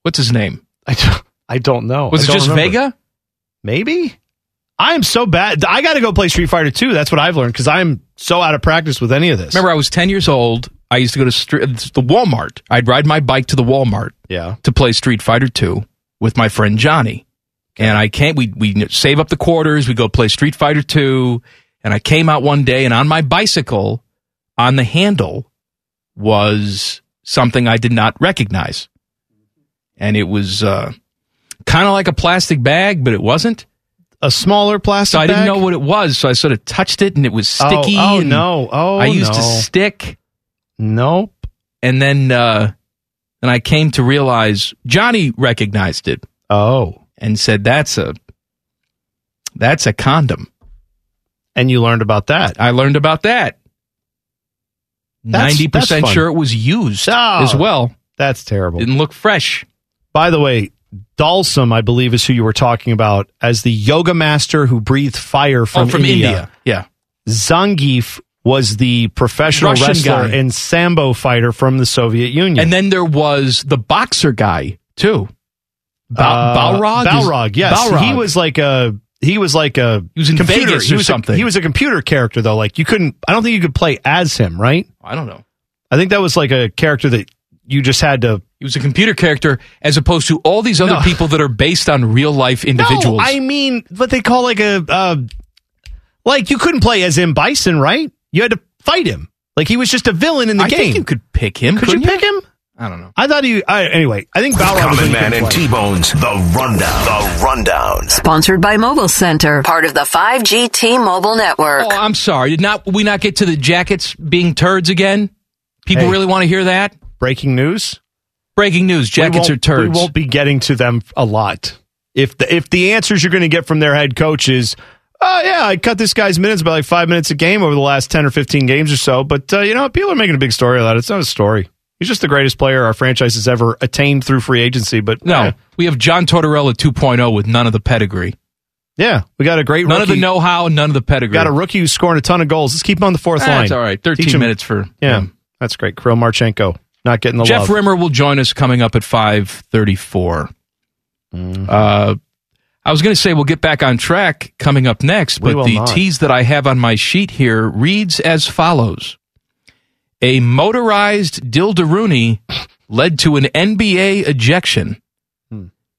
C: What's his name?
D: I don't, I don't know.
C: Was
D: I
C: it
D: don't
C: just
D: remember.
C: Vega?
D: Maybe. I am so bad. I got to go play Street Fighter 2. That's what I've learned because I'm so out of practice with any of this.
C: Remember, I was ten years old. I used to go to stre- the Walmart. I'd ride my bike to the Walmart.
D: Yeah.
C: To play Street Fighter Two with my friend Johnny, and I came. We we save up the quarters. We go play Street Fighter Two, and I came out one day, and on my bicycle, on the handle, was something I did not recognize, and it was uh, kind of like a plastic bag, but it wasn't.
D: A smaller plastic.
C: So I didn't
D: bag?
C: know what it was. So I sort of touched it, and it was
D: Oh,
C: sticky.
D: oh,
C: and
D: no. Oh,
C: I used to
D: no.
C: stick.
D: Nope.
C: And then, uh, then I came to realize Johnny recognized it.
D: Oh,
C: and said that's a that's a condom.
D: And you learned about that.
C: I learned about that.
D: That's-
C: Ninety percent
D: that's fun.
C: sure it was used
D: Oh,
C: as well.
D: That's terrible.
C: Didn't look fresh.
D: By the way, Dalsum, I believe, is who you were talking about as the yoga master who breathed fire from,
C: oh, from India. Yeah.
D: Zangief was the professional
C: Russian
D: wrestler
C: guy.
D: and sambo fighter from the Soviet Union.
C: And then there was the boxer guy too. Ba-
D: Uh,
C: Balrog. is-
D: Balrog, yes.
C: Balrog.
D: He was like a he was like a he
C: was in
D: computer.
C: Vegas
D: he
C: or
D: was
C: something.
D: A, he was a computer character though. Like you couldn't. I don't think you could play as him, right?
C: I don't know.
D: I think that was like a character that you just had to.
C: He was a computer character, as opposed to all these other
D: No.
C: people that are based on real life individuals.
D: No, I mean what they call like a uh, like you couldn't play as M Bison, right? You had to fight him. Like he was just a villain in the
C: I
D: game.
C: think you could pick him.
D: Could you
C: couldn't
D: pick him?
C: I don't know.
D: I thought he. I, anyway, I think Balrog was
A: Common
D: in a
A: Man
D: good
A: and
D: place.
A: T Bones, the rundown. The rundown.
B: Sponsored by Mobile Center, part of the 5G T Mobile Network.
C: Oh, I'm sorry. Did not we not get to the jackets being turds again? People
D: Hey.
C: really want to hear that.
D: Breaking news.
C: Breaking news: jackets
D: We
C: are
D: won't- We
C: turds.
D: won't be getting to them a lot. If the if the answers you're going to get from their head coach is, oh yeah, I cut this guy's minutes by like five minutes a game over the last ten or fifteen games or so, but uh, you know people are making a big story of that. It's not a story. He's just the greatest player our franchise has ever attained through free agency. But
C: no,
D: eh,
C: we have John Tortorella 2.0 with none of the pedigree.
D: yeah, we got a great
C: None of the
D: rookie.
C: know-how, none of the pedigree.
D: Got a rookie who's scoring a ton of goals. Let's keep him on the fourth
C: Eh,
D: line.
C: it's all right.
D: Teach
C: 13
D: him-
C: minutes for
D: yeah. That's great. Kirill Marchenko not getting the
C: Jeff
D: love.
C: Rimmer will join us coming up at 5:34.
D: Mm-hmm.
C: Uh, I was going to say we'll get back on track coming up next,
D: We
C: but
D: will
C: the
D: not.
C: tease that I have on my sheet here reads as follows: A motorized dildaroonie led to an NBA ejection.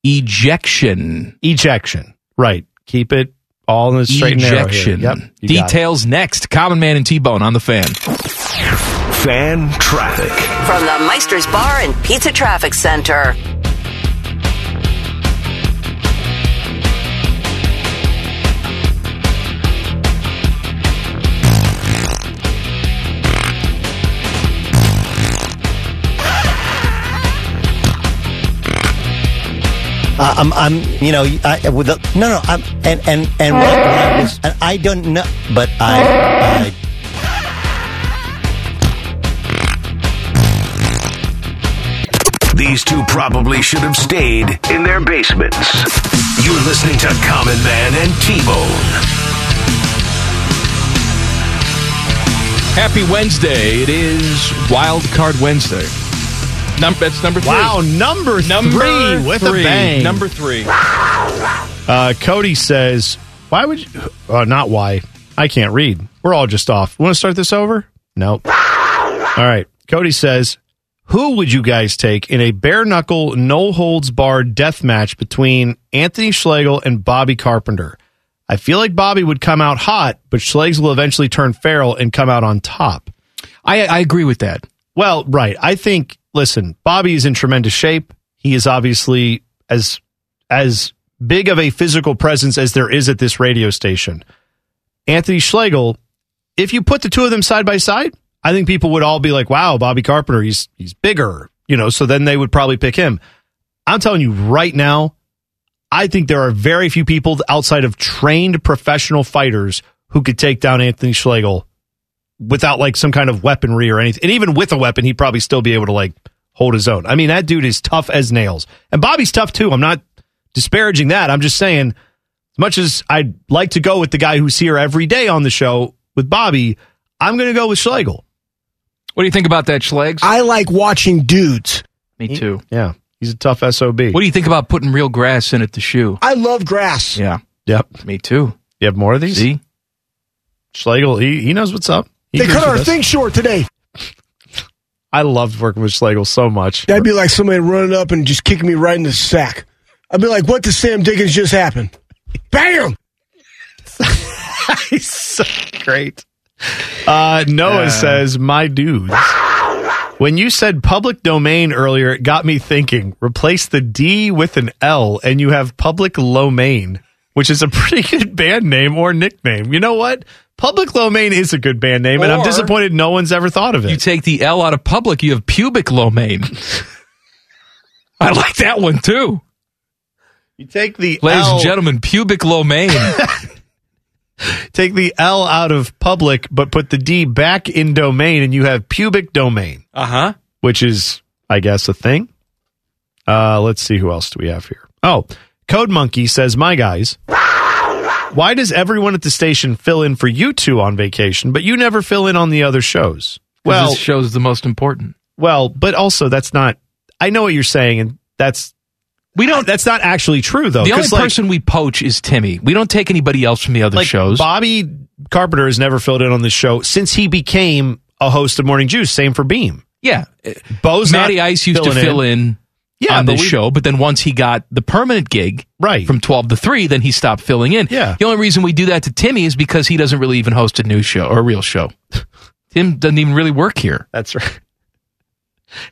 C: Ejection.
D: Hmm. Ejection. Right. Keep it all in the straight and narrow here.
C: Ejection.
D: Yep, you got it.
C: Details next. Common Man and T Bone on the fan.
A: Fan traffic.
B: From the Meister's Bar and Pizza Traffic Center.
N: Uh, I'm, I'm, you know, I, with the, no, no, I'm, and and and what happens? And I don't know, but I, I
A: These two probably should have stayed in their basements. You're listening to Common Man and T Bone.
C: Happy Wednesday. It is Wild Card Wednesday. Num- that's number three.
D: Wow, number, three with
C: three.
D: a bang.
C: Number three.
D: uh, Cody says, "Why would you? Uh, not why. I can't read. We're all just off. Want to start this over? Nope. All right." Cody says, "Who would you guys take in a bare knuckle, no holds barred death match between Anthony Schlegel and Bobby Carpenter? I feel like Bobby would come out hot, but Schlegel will eventually turn feral and come out on top."
C: I I agree with that.
D: Well, right. I think listen, Bobby is in tremendous shape. He is obviously as as big of a physical presence as there is at this radio station. Anthony Schlegel, if you put the two of them side by side, I think people would all be like, "Wow, Bobby Carpenter, he's he's bigger." You know, so then they would probably pick him. I'm telling you right now, I think there are very few people outside of trained professional fighters who could take down Anthony Schlegel without like some kind of weaponry or anything. And even with a weapon, he'd probably still be able to like hold his own. I mean, that dude is tough as nails. And Bobby's tough too. I'm not disparaging that. I'm just saying, as much as I'd like to go with the guy who's here every day on the show with Bobby, I'm going to go with Schlegel.
C: What do you think about that, Schlegs?
M: I like watching dudes.
C: Me too.
D: Yeah. He's a tough SOB.
C: What do you think about putting real grass in at the shoe?
M: I love grass.
C: Yeah.
D: Yep.
C: Me too.
D: You have more of these?
C: See?
D: Schlegel, he, he knows what's up. He
M: They
D: agrees
M: cut
D: with
M: our
D: us.
M: thing short today.
D: I loved working with Schlegel so much.
M: That'd be like somebody running up and just kicking me right in the sack. I'd be like, what did Sam Dickens just happen? Bam!
D: He's so great. Uh, Noah says, "My dudes." When you said public domain earlier, it got me thinking. Replace the D with an L, and you have public lomain, which is a pretty good band name or nickname. You know what? Public lomain is a good band name, and I'm
C: Or-
D: disappointed no one's ever thought of it.
C: You take the L out of public, you have pubic lomain. I like that one too.
D: You take the
C: Ladies
D: L-
C: and gentlemen, pubic lomain.
D: take the L out of public, but put the D back in domain, and you have pubic domain.
C: Uh huh.
D: Which is, I guess, a thing. Uh, let's see who else do we have here. Oh, Code Monkey says, "My guys, why does everyone at the station fill in for you two on vacation, but you never fill in on the other shows?"
C: well,
D: Well,
C: this show's the most important.
D: well, but also that's not. I know what you're saying, and that's
C: we don't.
D: That's not actually true, though.
C: the only
D: 'cause, like-
C: person we poach is Timmy. We don't take anybody else from the other shows.
D: Bobby Carpenter has never filled in on this show since he became a host of Morning Juice. Same for Beam.
C: yeah.
D: Bo's not
C: Matty Ice used to
D: filling
C: fill in,
D: Yeah,
C: on
D: but
C: this
D: we-
C: show, but then once he got the permanent gig
D: right.
C: from 12 to 3, then he stopped filling in.
D: Yeah.
C: The only reason we do that to Timmy is because he doesn't really even host a new show or a real show. Tim doesn't even really work here.
D: That's right.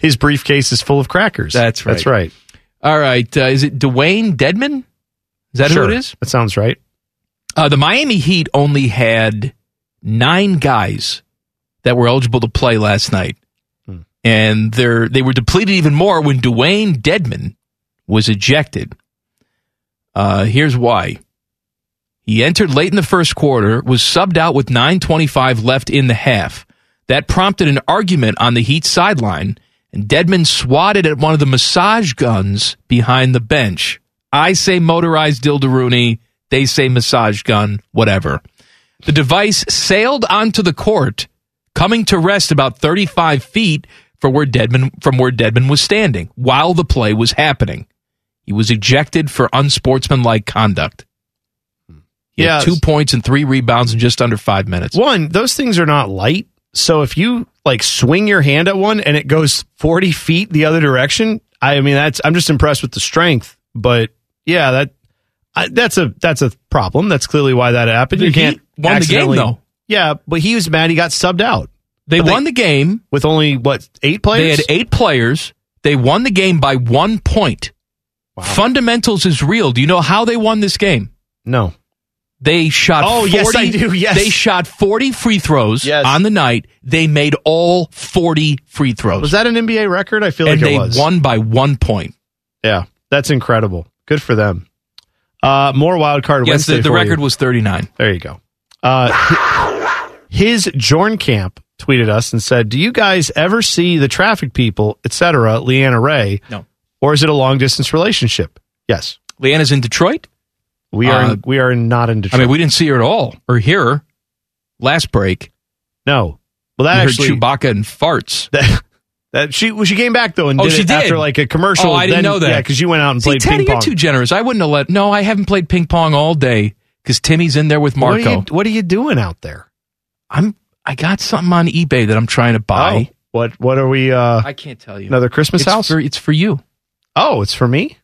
D: His briefcase is full of crackers.
C: That's right.
D: That's right.
C: All right. Uh, is it Dwayne Deadman? Is that
D: Sure.
C: who it is?
D: That sounds right.
C: Uh, the Miami Heat only had nine guys that were eligible to play last night, and they're, they were depleted even more when Dwayne Deadman was ejected. Uh, here's why. He entered late in the first quarter, was subbed out with 9:25 left in the half. That prompted an argument on the Heat sideline, and Deadman swatted at one of the massage guns behind the bench. I say motorized dildaroonie, they say massage gun, whatever. The device sailed onto the court, coming to rest about 35 feet for where Deadman, from where Deadman was standing while the play was happening. He was ejected for unsportsmanlike conduct. He had
D: Yeah.
C: two points and three rebounds in just under five minutes.
D: One, those things are not light. So if you like swing your hand at one and it goes 40 feet the other direction, I mean that's I'm just impressed with the strength, but yeah, that I, that's a that's a problem. That's clearly why that happened.
C: The
D: you can't
C: Heat won the game,
D: accidentally-
C: though.
D: Yeah, but he was mad he got subbed out.
C: They
D: But
C: won the game
D: with only what eight
C: They
D: players.
C: had eight players. They won the game by one point. Fundamentals is real. Do you know how they won this game?
D: No.
C: They shot.
D: Oh,
C: 40,
D: yes, I do. Yes.
C: they shot forty free throws on the night. They made all forty free throws.
D: Was that an NBA record? I feel
C: and
D: like it
C: they
D: was.
C: won by one point.
D: Yeah, that's incredible. Good for them. Uh, more wild card
C: Yes,
D: Wednesday.
C: the, the
D: for you.
C: record was thirty nine.
D: There you go. Uh, his Jornkamp tweeted us and said, "Do you guys ever see the traffic people, etc., Leanna Ray?
C: No.
D: or is it a long distance relationship? Yes,
C: Leanna's in Detroit.
D: We are.
C: Uh,
D: in, we are not in
C: I
D: Detroit.
C: mean, we didn't see her at all or hear her last break.
D: No. Well, that
C: we
D: actually-
C: heard Chewbacca and farts.
D: That, that she well, she came back though and
C: oh,
D: did
C: she
D: it
C: did
D: after like a commercial.
C: Oh, I didn't
D: then-
C: know that.
D: Yeah, because you went out and
C: See,
D: played
C: Teddy,
D: ping
C: You're
D: pong.
C: too generous. I wouldn't have let. No, I haven't played ping pong all day because Timmy's in there with
D: What are
C: Marco.
D: you- what are you doing out there?
C: I'm. I got something on eBay that I'm trying to buy.
D: Oh, What What are we? Uh,
C: I can't tell you.
D: Another Christmas
C: It's
D: house?
C: for- it's for you.
D: Oh, it's for me.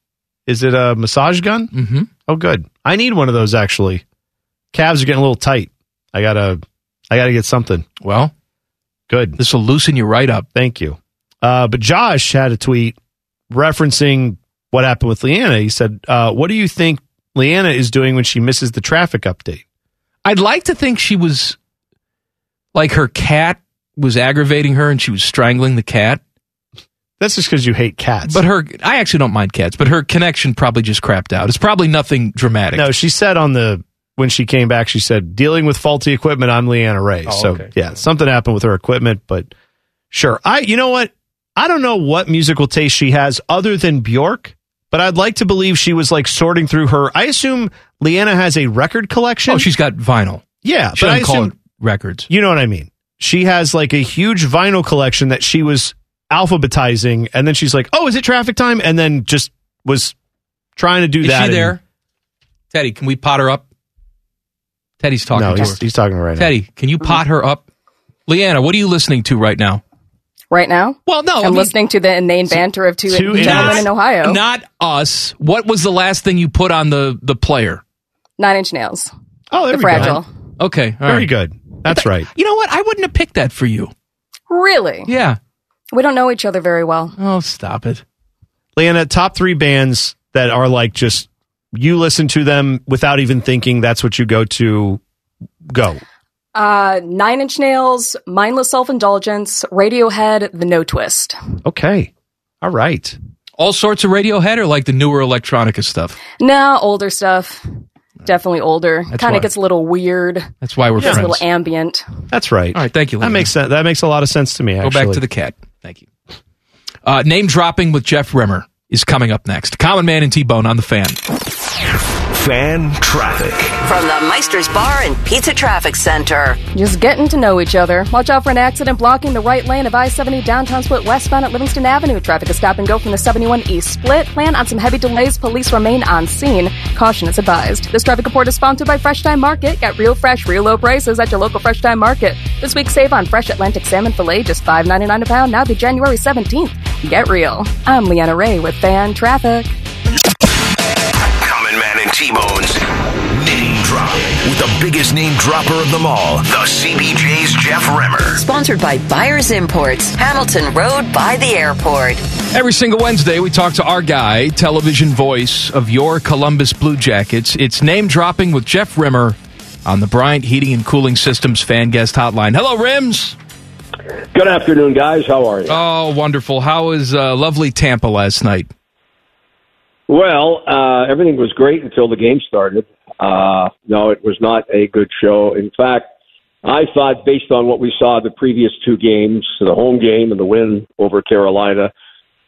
D: Is it a massage gun?
C: Mm-hmm.
D: Oh, good. I need one of those actually. Calves are getting a little tight. I gotta, I gotta get something.
C: Well,
D: good.
C: This will loosen you right up.
D: Thank you. Uh, but Josh had a tweet referencing what happened with Leanna. He said, uh, "What do you think Leanna is doing when she misses the traffic update?"
C: I'd like to think she was like her cat was aggravating her, and she was strangling the cat.
D: That's just because you hate cats.
C: But her, I actually don't mind cats, but her connection probably just crapped out. It's probably nothing dramatic.
D: No, she said on the when she came back, she said, "Dealing with faulty equipment, I'm Leanna Ray."
C: Oh,
D: so
C: okay.
D: yeah, something happened with her equipment, but sure. I you know what? I don't know what musical taste she has other than Bjork, but I'd like to believe she was like sorting through her. I assume Leanna has a record collection.
C: Oh, she's got vinyl.
D: Yeah,
C: She
D: but I
C: doesn't call
D: assume-
C: it records.
D: You know what I mean? She has like a huge vinyl collection that she was alphabetizing, and then she's like, "Oh, is it traffic time?" And then just was trying to do
C: Is
D: that.
C: she
D: and-
C: there? Teddy, can we pot her up? Teddy's talking
D: No,
C: to
D: he's,
C: her.
D: he's talking right now.
C: Teddy, can you pot her up? Leanna, what are you listening to right now?
E: Right now?
C: Well, no.
E: I'm
C: I mean-
E: listening to the inane banter of two,
C: Two
E: gentlemen
C: idiots.
E: in Ohio.
C: Not us. What was the last thing you put on the the player?
E: Nine Inch Nails.
D: Oh,
E: the fragile.
C: Okay, all
D: Very
C: right.
D: good. That's right.
C: You know what? I wouldn't have picked that for you.
E: Really?
C: Yeah.
E: We don't know each other very well.
C: Oh, stop it.
D: Leanna, top three bands that are like just you listen to them without even thinking that's what you go to go.
E: Uh, Nine Inch Nails, Mindless Self Indulgence, Radiohead, The No Twist.
D: Okay. All right.
C: All sorts of Radiohead or like the newer electronica stuff.
E: No, older stuff. Definitely older.
C: That's
E: Kind
C: why-
E: of gets a little weird.
C: That's why we're
E: Gets a
C: friends.
E: little ambient.
D: That's right. All
C: right. Thank you.
D: That makes sense. That makes a lot of sense to me.
C: Go back
D: actually.
C: to the cat. Thank you. Uh, name dropping with Jeff Rimmer is coming up next. Common Man and T Bone on the fan.
A: Fan traffic.
B: From the Meister's Bar and Pizza Traffic Center.
E: Just getting to know each other. Watch out for an accident blocking the right lane of I 70 downtown split westbound at Livingston Avenue. Traffic is stop and go from the 71 East split. Plan on some heavy delays. Police remain on scene. Caution is advised. This traffic report is sponsored by Fresh Time Market. Get real fresh, real low prices at your local Fresh Time Market. This week, save on fresh Atlantic salmon filet, just $5.99 a pound, now through January 17th. Get real. I'm Leanna Ray with Fan Traffic.
A: Common Man and T Bones. Name dropping. with the biggest name dropper of them all, the CBJ's Jeff Remmer.
B: Sponsored by Buyers Imports, Hamilton Road by the airport.
C: Every single Wednesday, we talk to our guy, television voice of your Columbus Blue Jackets. It's name dropping with Jeff Rimmer on the Bryant Heating and Cooling Systems Fan Guest Hotline. Hello, Rims.
O: Good afternoon, guys. How are you?
C: Oh, wonderful. How was uh, lovely Tampa last night?
O: Well, uh, everything was great until the game started. Uh, no, it was not a good show. In fact, I thought, based on what we saw the previous two games, the home game and the win over Carolina,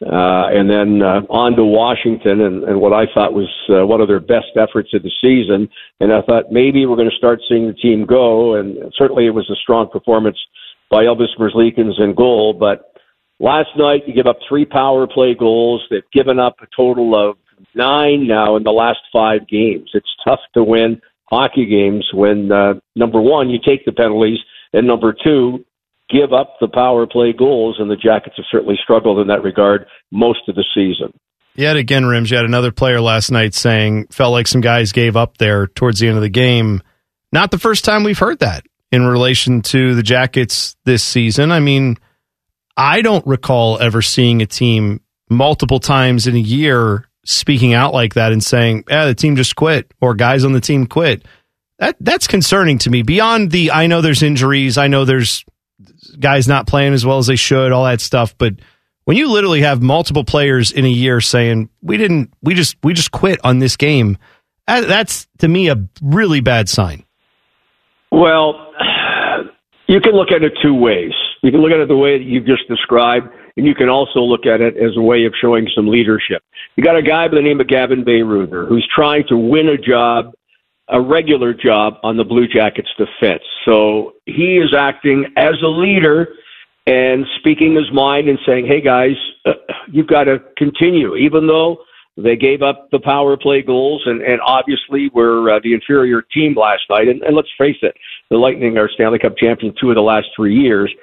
O: uh, and then uh, on to Washington, and, and what I thought was uh, one of their best efforts of the season. And I thought maybe we're going to start seeing the team go. And certainly, it was a strong performance by Elvis Merzlikins in goal. But last night, you give up three power play goals. They've given up a total of nine now in the last five games. It's tough to win hockey games when uh, number one you take the penalties, and number two give up the power play goals. And the Jackets have certainly struggled in that regard most of the season.
D: Yet again, Rims, you had another player last night saying, felt like some guys gave up there towards the end of the game. Not the first time we've heard that in relation to the Jackets this season. I mean, I don't recall ever seeing a team multiple times in a year speaking out like that and saying, yeah, the team just quit or guys on the team quit. That that's concerning to me. Beyond the I know there's injuries, I know there's guys not playing as well as they should, all that stuff, but when you literally have multiple players in a year saying, "We didn't we just we just quit on this game." that- That's to me a really bad sign.
O: Well, you can look at it two ways. You can look at it the way that you've just described, and you can also look at it as a way of showing some leadership. You got a guy by the name of Gavin Bayreuther who's trying to win a job, a regular job on the Blue Jackets defense. So he is acting as a leader and speaking his mind and saying, "Hey guys, uh, you've got to continue, even though." They gave up the power play goals, and, and obviously were uh, the inferior team last night. And, and let's face it, the Lightning are Stanley Cup champions two of the last three years.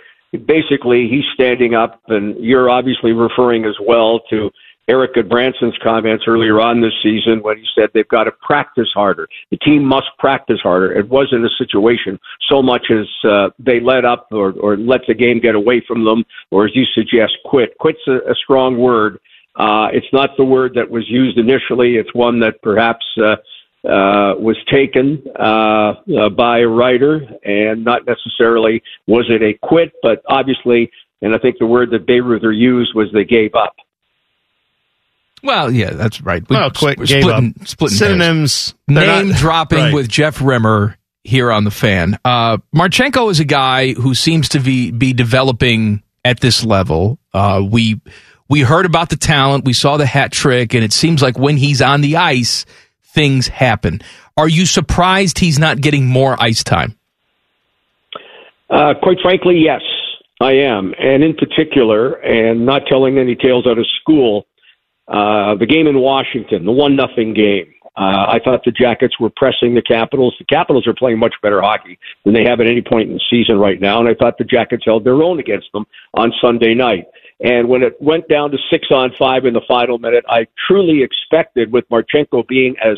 O: Basically, he's standing up, and you're obviously referring as well to Eric Branson's comments earlier on this season when he said they've got to practice harder. The team must practice harder. It wasn't a situation so much as uh, they let up or, or let the game get away from them, or as you suggest, quit. Quit's a, a strong word. Uh, it's not the word that was used initially. It's one that perhaps uh, uh, was taken uh, uh, by a writer, and not necessarily was it a quit, but obviously, and I think the word that Bayreuther used was they gave up.
C: Well, yeah, that's right.
D: Well, quit,
C: sp-
D: gave
C: splitting,
D: up.
C: splitting
D: Synonyms, they're not-
C: Name dropping
D: Right.
C: with Jeff Rimmer here on the fan. Uh, Marchenko is a guy who seems to be be developing at this level. Uh, we we heard about the talent, we saw the hat trick, and it seems like when he's on the ice, things happen. Are you surprised he's not getting more ice time?
O: Uh, quite frankly, yes, I am. And in particular, and not telling any tales out of school, uh, the game in Washington, the one nothing game. Uh, I thought the Jackets were pressing the Capitals. The Capitals are playing much better hockey than they have at any point in the season right now, and I thought the Jackets held their own against them on Sunday night. And when it went down to six on five in the final minute, I truly expected, with Marchenko being as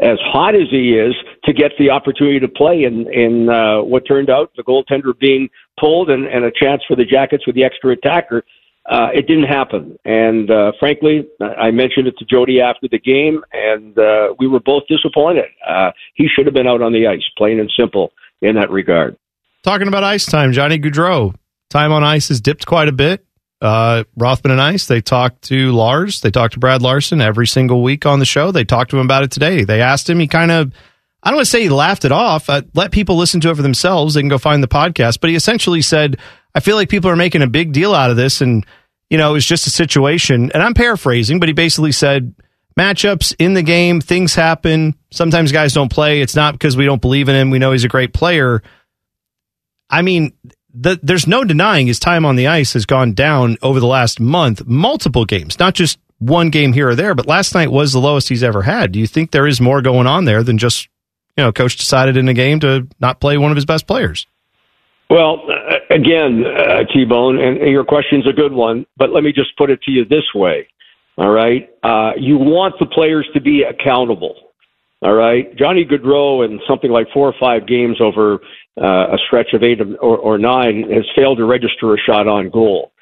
O: as hot as he is, to get the opportunity to play in in uh, what turned out the goaltender being pulled and, and a chance for the Jackets with the extra attacker uh, it didn't happen. And uh, frankly, I I mentioned it to Jody after the game, and uh, we were both disappointed. Uh, he should have been out on the ice, plain and simple, in that regard.
D: Talking about ice time, Johnny Goudreau. Time on ice has dipped quite a bit. Uh, Rothman and Ice, they talked to Lars. They talked to Brad Larson every single week on the show. They talked to him about it today. They asked him. He kind of, I don't want to say he laughed it off. I, let people listen to it for themselves. They can go find the podcast. But he essentially said, I feel like people are making a big deal out of this. And, you know, it was just a situation. And I'm paraphrasing, but he basically said, matchups in the game, things happen. Sometimes guys don't play. It's not because we don't believe in him. We know he's a great player. I mean, the, there's no denying his time on the ice has gone down over the last month, multiple games, not just one game here or there, but last night was the lowest he's ever had. Do you think there is more going on there than just, you know, coach decided in a game to not play one of his best players?
O: Well, uh, again, uh, T Bone, and, and your question's a good one, but let me just put it to you this way. All right. Uh, you want the players to be accountable. All right, Johnny Gaudreau in something like four or five games over uh, a stretch of eight or, or nine has failed to register a shot on goal,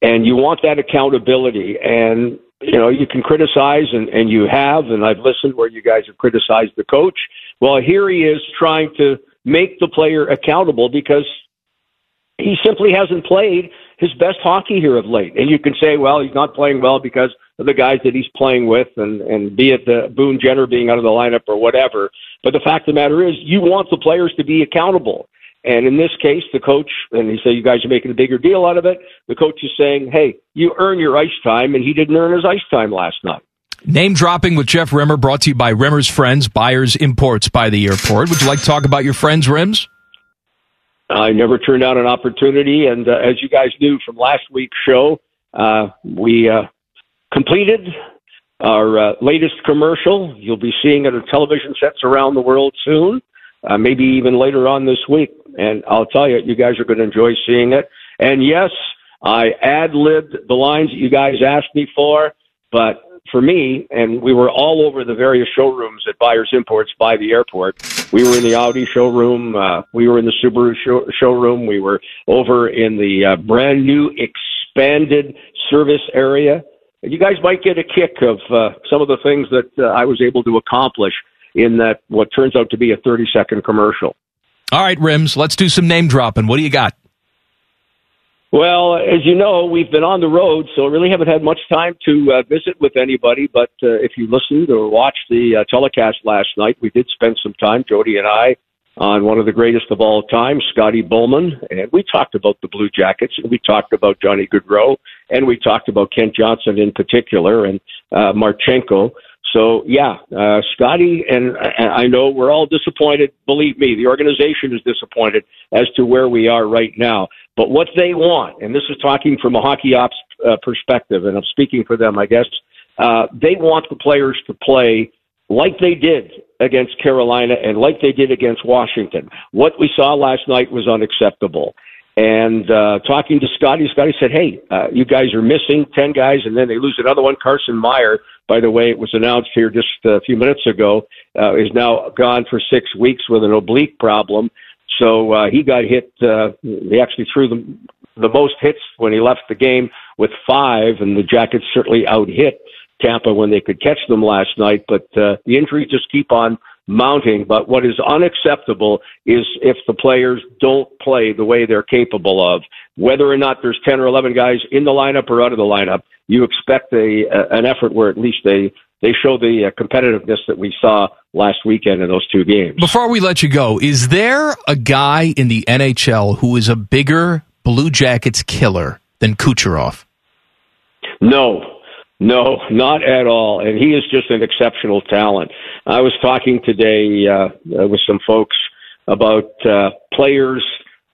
O: and you want that accountability. And you know you can criticize, and, and you have, and I've listened where you guys have criticized the coach. Well, here he is trying to make the player accountable because he simply hasn't played his best hockey here of late. And you can say, well, he's not playing well because of the guys that he's playing with, and and be it the Boone Jenner being out of the lineup or whatever. But the fact of the matter is, you want the players to be accountable. And in this case, the coach and he said, "You guys are making a bigger deal out of it." The coach is saying, "Hey, you earn your ice time," and he didn't earn his ice time last night.
C: Name dropping with Jeff Rimmer brought to you by Rimmer's Friends, Buyers Imports by the airport. Would you like to talk about your friends, Rims?
O: I never turned down an opportunity, and uh, as you guys knew from last week's show, uh, we uh, completed our uh, latest commercial. You'll be seeing it on television sets around the world soon, uh, maybe even later on this week. And I'll tell you, you guys are going to enjoy seeing it. And yes, I ad libbed the lines that you guys asked me for, but for me, and we were all over the various showrooms at Buyers Imports by the airport. We were in the Audi showroom, uh, we were in the Subaru show- showroom, we were over in the uh, brand new expanded service area. And you guys might get a kick of uh, some of the things that uh, I was able to accomplish in that what turns out to be a 30 second commercial.
C: All right, Rims, let's do some name dropping. What do you got?
O: Well, as you know, we've been on the road, so really haven't had much time to uh, visit with anybody. But uh, if you listened or watched the uh, telecast last night, we did spend some time, Jody and I, on one of the greatest of all time, Scotty Bowman. And we talked about the Blue Jackets, and we talked about Johnny Goodrow, and we talked about Kent Johnson in particular, and uh, Marchenko. So, yeah, uh, Scotty, and, and I know we're all disappointed. Believe me, the organization is disappointed as to where we are right now. But what they want, and this is talking from a hockey ops uh, perspective, and I'm speaking for them, I guess, uh, they want the players to play like they did against Carolina and like they did against Washington. What we saw last night was unacceptable. And uh, talking to Scotty, Scotty said, "Hey, uh, you guys are missing ten guys, and then they lose another one. Carson Meyer, by the way, it was announced here just a few minutes ago, uh, is now gone for six weeks with an oblique problem. So uh, he got hit. Uh, he actually threw the the most hits when he left the game with five, and the Jackets certainly out hit Tampa when they could catch them last night. But uh, the injuries just keep on mounting. But what is unacceptable is if the players don't play the way they're capable of, whether or not there's 10 or 11 guys in the lineup or out of the lineup, you expect a, a an effort where at least they, they show the uh, competitiveness that we saw last weekend in those two games.
C: Before we let you go, is there a guy in the NHL who is a bigger Blue Jackets killer than Kucherov?
O: No, no, not at all. And he is just an exceptional talent. I was talking today uh, with some folks about uh, players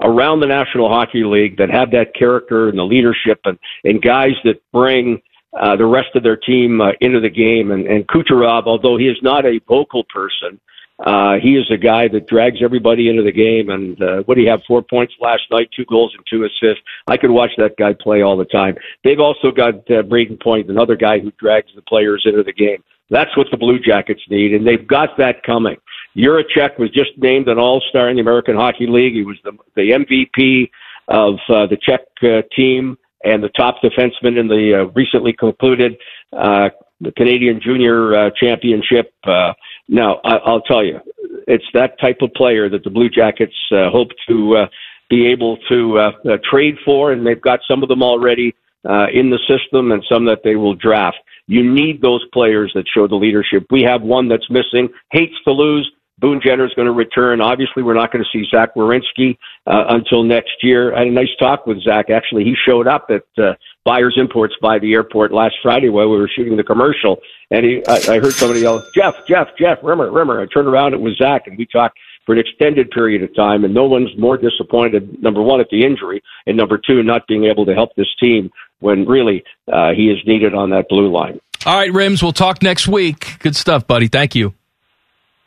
O: around the National Hockey League that have that character and the leadership and, and guys that bring uh, the rest of their team uh, into the game. And, and Kucherov, although he is not a vocal person, uh, he is a guy that drags everybody into the game. And uh, what do you have? Four points last night, two goals and two assists. I could watch that guy play all the time. They've also got uh, Braden Point, another guy who drags the players into the game. That's what the Blue Jackets need, and they've got that coming. Juracek was just named an All Star in the American Hockey League. He was the the MVP of uh, the Czech uh, team and the top defenseman in the uh, recently concluded uh, the Canadian Junior uh, Championship. Uh, now, I, I'll tell you, it's that type of player that the Blue Jackets uh, hope to uh, be able to uh, uh, trade for, and they've got some of them already uh, in the system and some that they will draft. You need those players that show the leadership. We have one that's missing, hates to lose. Boone Jenner is going to return. Obviously, we're not going to see Zach Wierenski uh, until next year. I had a nice talk with Zach. Actually, he showed up at uh, Buyers Imports by the airport last Friday while we were shooting the commercial, and he, I, I heard somebody yell, "Jeff, Jeff, Jeff, Rimmer, Rimmer." I turned around. It was Zach, and we talked for an extended period of time. And no one's more disappointed. Number one, at the injury, and number two, not being able to help this team when really uh, he is needed on that blue line.
C: All right, Rims, we'll talk next week. Good stuff, buddy. Thank you.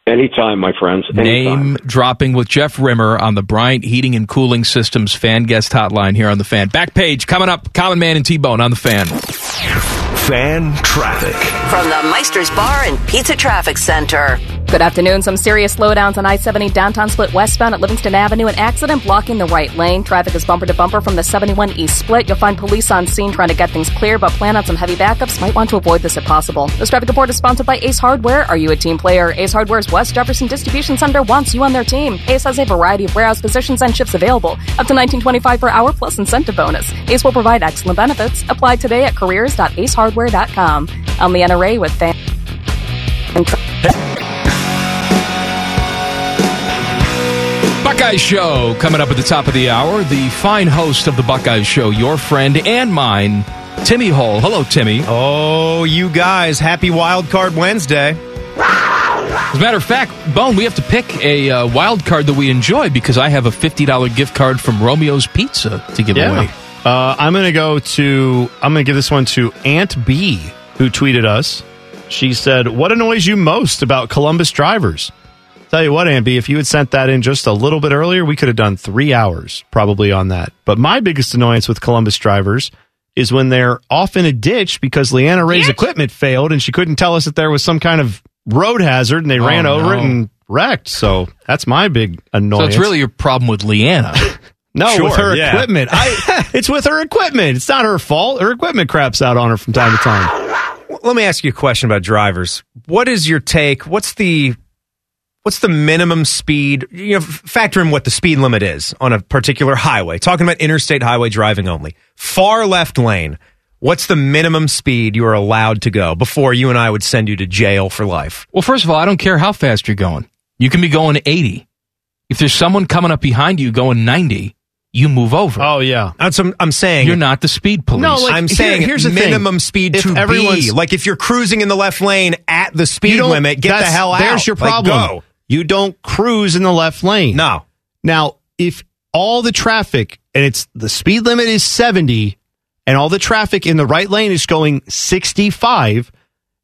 O: Anytime, my friends. Anytime.
C: Name dropping with Jeff Rimmer on the Bryant Heating and Cooling Systems fan guest hotline here on the fan. Back page coming up. Common Man and T Bone on the fan.
A: Fan traffic.
B: From the Meister's Bar and Pizza Traffic Center.
E: Good afternoon. Some serious slowdowns on I 70 downtown split westbound at Livingston Avenue. An accident blocking the right lane. Traffic is bumper to bumper from the 71 East split. You'll find police on scene trying to get things clear, but plan on some heavy backups. Might want to avoid this if possible. This traffic report is sponsored by Ace Hardware. Are you a team player? Ace Hardware's West Jefferson Distribution Center wants you on their team. Ace has a variety of warehouse positions and shifts available, up to 19.25 per hour plus incentive bonus. Ace will provide excellent benefits. Apply today at careers.acehardware.com. I'm Leanna Ray with Fan.
C: Buckeye Show coming up at the top of the hour. The fine host of the Buckeye Show, your friend and mine, Timmy Hall. Hello, Timmy.
P: Oh, you guys! Happy Wild Card Wednesday.
C: As a matter of fact, Bone, we have to pick a uh, wild card that we enjoy because I have a fifty dollar gift card from Romeo's Pizza to give away.
D: Uh, I'm going to go to, I'm going to give this one to Aunt B, who tweeted us. She said, What annoys you most about Columbus drivers? Tell you what, Aunt B, if you had sent that in just a little bit earlier, we could have done three hours probably on that. But my biggest annoyance with Columbus drivers is when they're off in a ditch because Leanna Ray's equipment failed and she couldn't tell us that there was some kind of road hazard and they
C: Oh,
D: ran over
C: no.
D: it and wrecked. So that's my big annoyance.
C: So it's really your problem with Leanna.
D: No,
C: Sure,
D: with her
C: yeah.
D: equipment. I, it's with her equipment. It's not her fault. Her equipment craps out on her from time to time.
P: Let me ask you a question about drivers. What is your take? What's the what's the minimum speed? You know, f- factor in what the speed limit is on a particular highway. Talking about interstate highway driving only. Far left lane. What's the minimum speed you are allowed to go before you and I would send you to jail for life?
C: Well, first of all, I don't care how fast you're going. You can be going 80. If there's someone coming up behind you going 90, you move over.
D: Oh yeah.
P: That's what I'm saying.
C: You're not the speed police.
P: I'm saying minimum speed
C: If
P: to be.
C: everyone's-
P: Like if you're cruising in the left lane at the
D: You
P: speed
D: don't-
P: limit, get the
D: that's-
P: hell out.
D: There's your
P: Like,
D: problem.
P: go.
D: You don't cruise in the left lane.
P: No.
D: Now, if all the traffic and it's the speed limit is 70 and all the traffic in the right lane is going 65,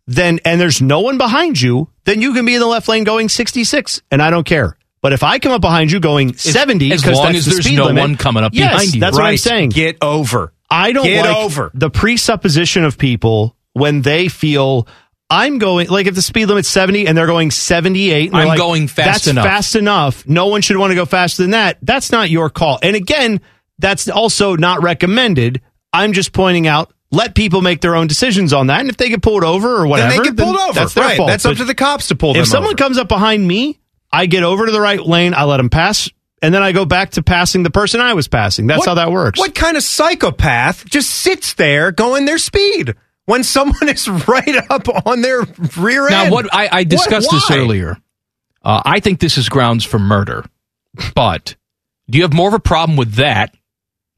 D: then and there's no one behind you, then you can be in the left lane going 66 and I don't care. But if I come up behind you going 70
C: as
D: 'cause
C: long
D: that's
C: as
D: the
C: there's
D: speed
C: no
D: limit,
C: one coming up
D: yes,
C: behind you.
D: That's what I'm
C: Right.
D: saying.
P: Get over.
D: I don't
P: Get
D: like
P: over.
D: the presupposition of people when they feel I'm going like if the speed limit's 70 and they're going 78 and they're
C: I'm
D: like,
C: going fast
D: that's
C: enough."
D: fast enough. No one should want to go faster than that. That's not your call. And again, that's also not recommended. I'm just pointing out let people make their own decisions on that and if they get pulled over or whatever,
P: then they get pulled over.
D: That's their
P: right.
D: fault.
P: That's up
D: But
P: to the cops to pull them
D: If someone
P: over.
D: comes up behind me, I get over to the right lane, I let them pass, and then I go back to passing the person I was passing. That's
P: What-
D: how that works.
P: What kind of psychopath just sits there going their speed when someone is right up on their rear
C: Now,
P: end?
C: what I, I discussed
P: What-
C: this
P: why?
C: earlier. Uh, I think this is grounds for murder. But do you have more of a problem with that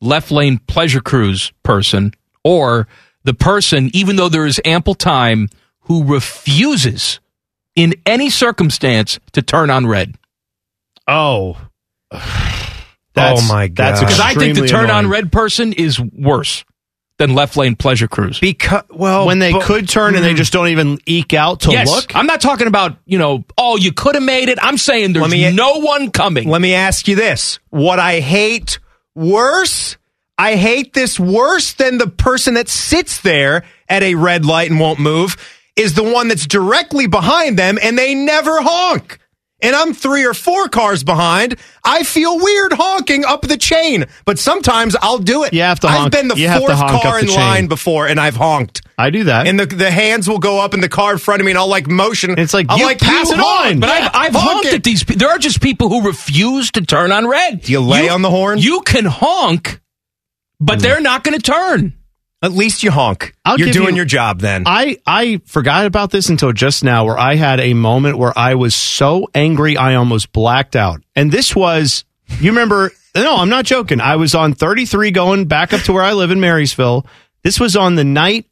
C: left lane pleasure cruise person or the person, even though there is ample time, who refuses in any circumstance to turn on red?
D: Oh.
P: oh my god!
C: That's because I think the turn on red person is worse than left lane pleasure cruise.
P: Because well, mm.
D: when they
C: but-
D: could turn and they just don't even eke out to
C: yes,
D: look.
C: I'm not talking about you know. Oh, you could have made it. I'm saying there's
P: Let me-
C: no one coming.
P: Let me ask you this: What I hate worse, I hate this worse than the person that sits there at a red light and won't move is the one that's directly behind them and they never honk. And I'm three or four cars behind. I feel weird honking up the chain, but sometimes I'll do it. You have
D: to
P: I've
D: honk-
P: been the
D: you have to
P: fourth
D: honk
P: car
D: up
P: in
D: the chain.
P: line before, and I've honked.
D: I do that.
P: And the the hands will go up, and the car in front of me, and I'll like motion. It's like I'll
C: you
P: like
C: pass
P: you
C: it on.
P: honk.
C: But
P: Yeah,
C: I've, I've
P: honk
C: honked
P: it.
C: at these. pe- There are just people who refuse to turn on red. Do
P: you lay on the horn?
C: You can honk, but they're not going to turn.
P: At least you honk.
D: I'll
P: You're
D: give
P: doing
D: you-
P: your job then.
D: I, I forgot about this until just now where I had a moment where I was so angry I almost blacked out. And this was, you remember, no, I'm not joking. I was on 33 going back up to where I live in Marysville. This was on the night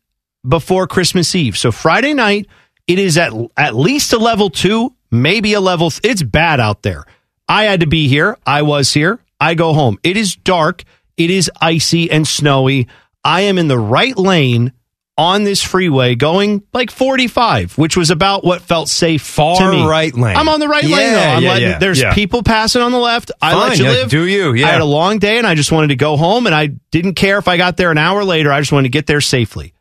D: before Christmas Eve. So Friday night, it is at, at least a level two, maybe a level. Th- it's bad out there. I had to be here. I was here. I go home. It is dark. It is icy and snowy. I am in the right lane on this freeway going like 45, which was about what felt safe Far to me.
P: right lane.
D: I'm on the right
P: Yeah,
D: lane though. I'm
P: yeah,
D: letting-
P: yeah,
D: there's
P: yeah.
D: people passing on the left. I let
P: Fine,
D: you
P: yeah,
D: live.
P: do you, yeah.
D: I had a long day and I just wanted to go home and I didn't care if I got there an hour later. I just wanted to get there safely.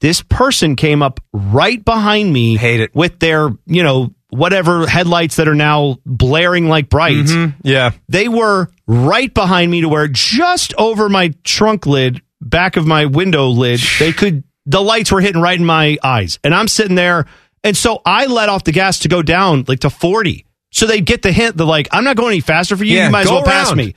D: This person came up right behind me. Hate it. With their, you know, whatever headlights that are now blaring like brights.
P: Mm-hmm. Yeah.
D: They were right behind me to where just over my trunk lid, back of my window lid, they could the lights were hitting right in my eyes. And I'm sitting there and so I let off the gas to go down like to 40. So they get the hint that like I'm not going any faster for you.
P: Yeah,
D: you might as
P: go
D: well pass
P: around.
D: me.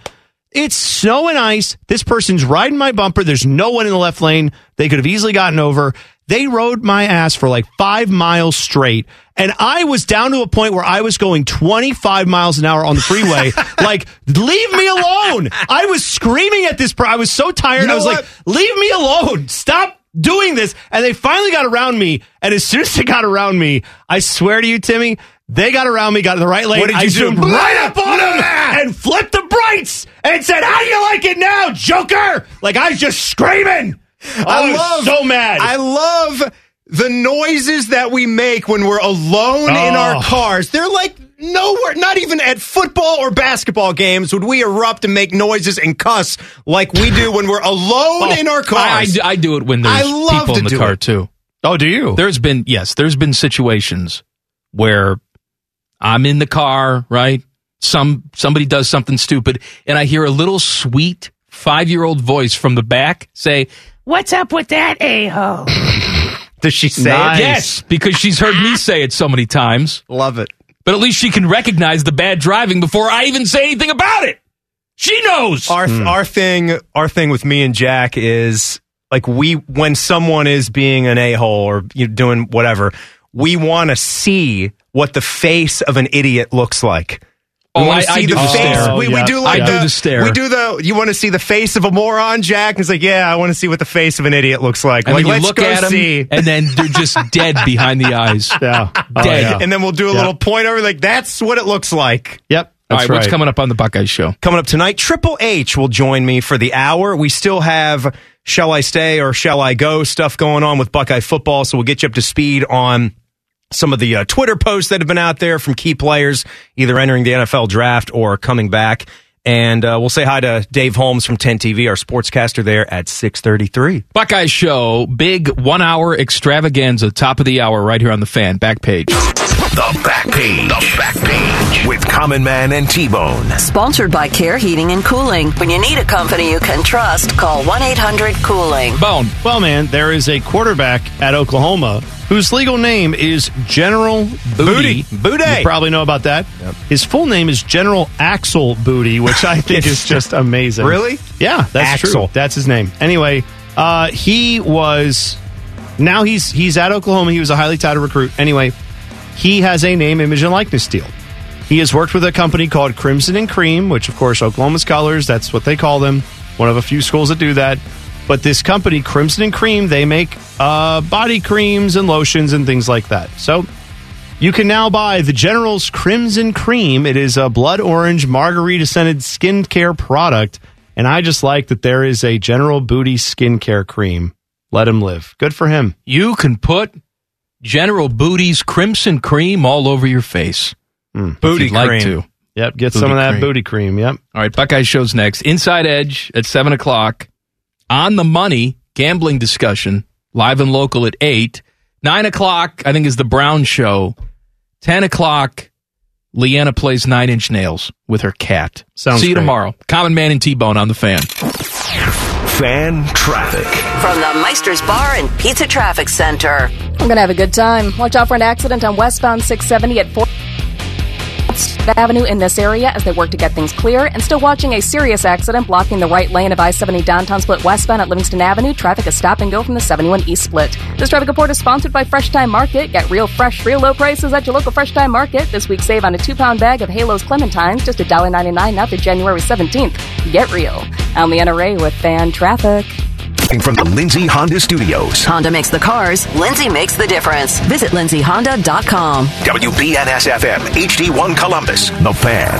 D: It's snow and ice. This person's riding my bumper. There's no one in the left lane. They could have easily gotten over. They rode my ass for like five miles straight. And I was down to a point where I was going 25 miles an hour on the freeway. like, leave me alone. I was screaming at this. Per- I was so tired.
P: You know
D: I was
P: what?
D: like, leave me alone. Stop doing this. And they finally got around me. And as soon as they got around me, I swear to you, Timmy, they got around me, got in the right lane.
P: What did
D: I
P: you do?
D: zoomed right up on them and flipped the brights and said, "How do you like it now, Joker?" Like I was just screaming. I, was Oh, so mad.
P: I love the noises that we make when we're alone in
D: Oh.
P: our cars. They're like nowhere, not even at football or basketball games would we erupt and make noises and cuss like we do when we're alone
D: Oh,
P: in our
C: I, I
P: cars.
C: do- I do it when there's
P: I love
C: people in
P: to
C: the
P: do
C: car
P: it.
C: too. Oh, do you? There's been yes, there's been situations where I'm in the car, right? Some somebody does something stupid, and I hear a little sweet five year old voice from the back say,
J: What's up with that a hole?
C: "Does she
J: say it?
C: Yes, because she's heard me say it so many times.
P: Love it.
C: But at least she can recognize the bad driving before I even say anything about it. She knows.
P: Our our thing our thing with me and Jack is like we when someone is being an a hole or you know, doing whatever, we want to see what the face of an idiot looks like. We
C: Oh,
P: wanna
C: I- I
P: see
C: do
P: the
C: the
P: face.
C: stare.
P: we,
C: Oh, yeah.
P: we do like
C: I do the stare.
P: We do the. You want to see the face of a moron, Jack? It's like, yeah, I want to see what the face of an idiot looks like.
C: And
P: like,
C: then you
P: let's
C: look
P: go
C: at 'em,
P: see. Oh,
C: and then they're just dead behind the eyes. Oh, Yeah, dead.
P: And then we'll do a little point over. Like that's what it looks like.
D: Yep.
C: All right, what's coming up on the Buckeye Show?
P: Coming up tonight, Triple H will join me for the hour. We still have Shall I Stay or Shall I Go stuff going on with Buckeye football, so we'll get you up to speed on some of the uh, Twitter posts that have been out there from key players, either entering the NFL draft or coming back. And uh, we'll say hi to Dave Holmes from 10 TV, our sportscaster there at 633.
C: Buckeye Show, big one hour extravaganza, top of the hour, right here on the fan, back page.
A: The back page. The back page with Common Man and T Bone.
B: Sponsored by Care Heating and Cooling. When you need a company you can trust, call 1 800 Cooling.
C: Bone.
D: Well, man, there is a quarterback at Oklahoma whose legal name is General Booty.
P: Booty.
D: You probably know about that. His full name is General Axel Booty, which I think is just amazing.
P: Really?
D: Yeah, that's
P: Axel.
D: true. That's his name. Anyway, uh, he was. Now he's he's at Oklahoma. He was a highly touted recruit. Anyway, he has a name, image, and likeness deal. He has worked with a company called Crimson and Cream, which, of course, Oklahoma's colors, that's what they call them. One of a few schools that do that. But this company, Crimson and Cream, they make uh, body creams and lotions and things like that. So you can now buy the General's Crimson Cream. It is a blood orange margarita scented skincare product. And I just like that there is a General Booty skincare cream. Let him live. Good for him.
C: You can put General Booty's Crimson Cream all over your face.
D: Booty
C: if you'd like
D: cream.
C: to.
D: Yep, get some of that booty cream. Yep.
C: All right, Buckeye Show's next. Inside Edge at 7 o'clock. On the Money, gambling discussion, live and local at 8. 9 o'clock, I think, is the Brown Show. 10 o'clock, Leanna plays Nine Inch Nails with her cat.
D: Sounds
C: See you
D: great.
C: tomorrow. Common Man and T Bone on the fan.
A: Fan traffic.
B: From the Meister's Bar and Pizza Traffic Center.
E: I'm going to have a good time. Watch out for an accident on westbound 670 at 4. Avenue in this area as they work to get things clear and still watching a serious accident blocking the right lane of I-70 downtown split westbound at Livingston Avenue. Traffic is stop and go from the 71 East split. This traffic report is sponsored by Fresh Time Market. Get real fresh, real low prices at your local Fresh Time Market. This week save on a two-pound bag of Halos Clementines, just $1.99 now through January 17th. Get real. I'm Leanna Ray with Fan Traffic.
A: From the Lindsay Honda Studios.
B: Honda makes the cars, Lindsay makes the difference. Visit lindsayhonda.com.
A: WBNSFM, HD1 Columbus. The Fan.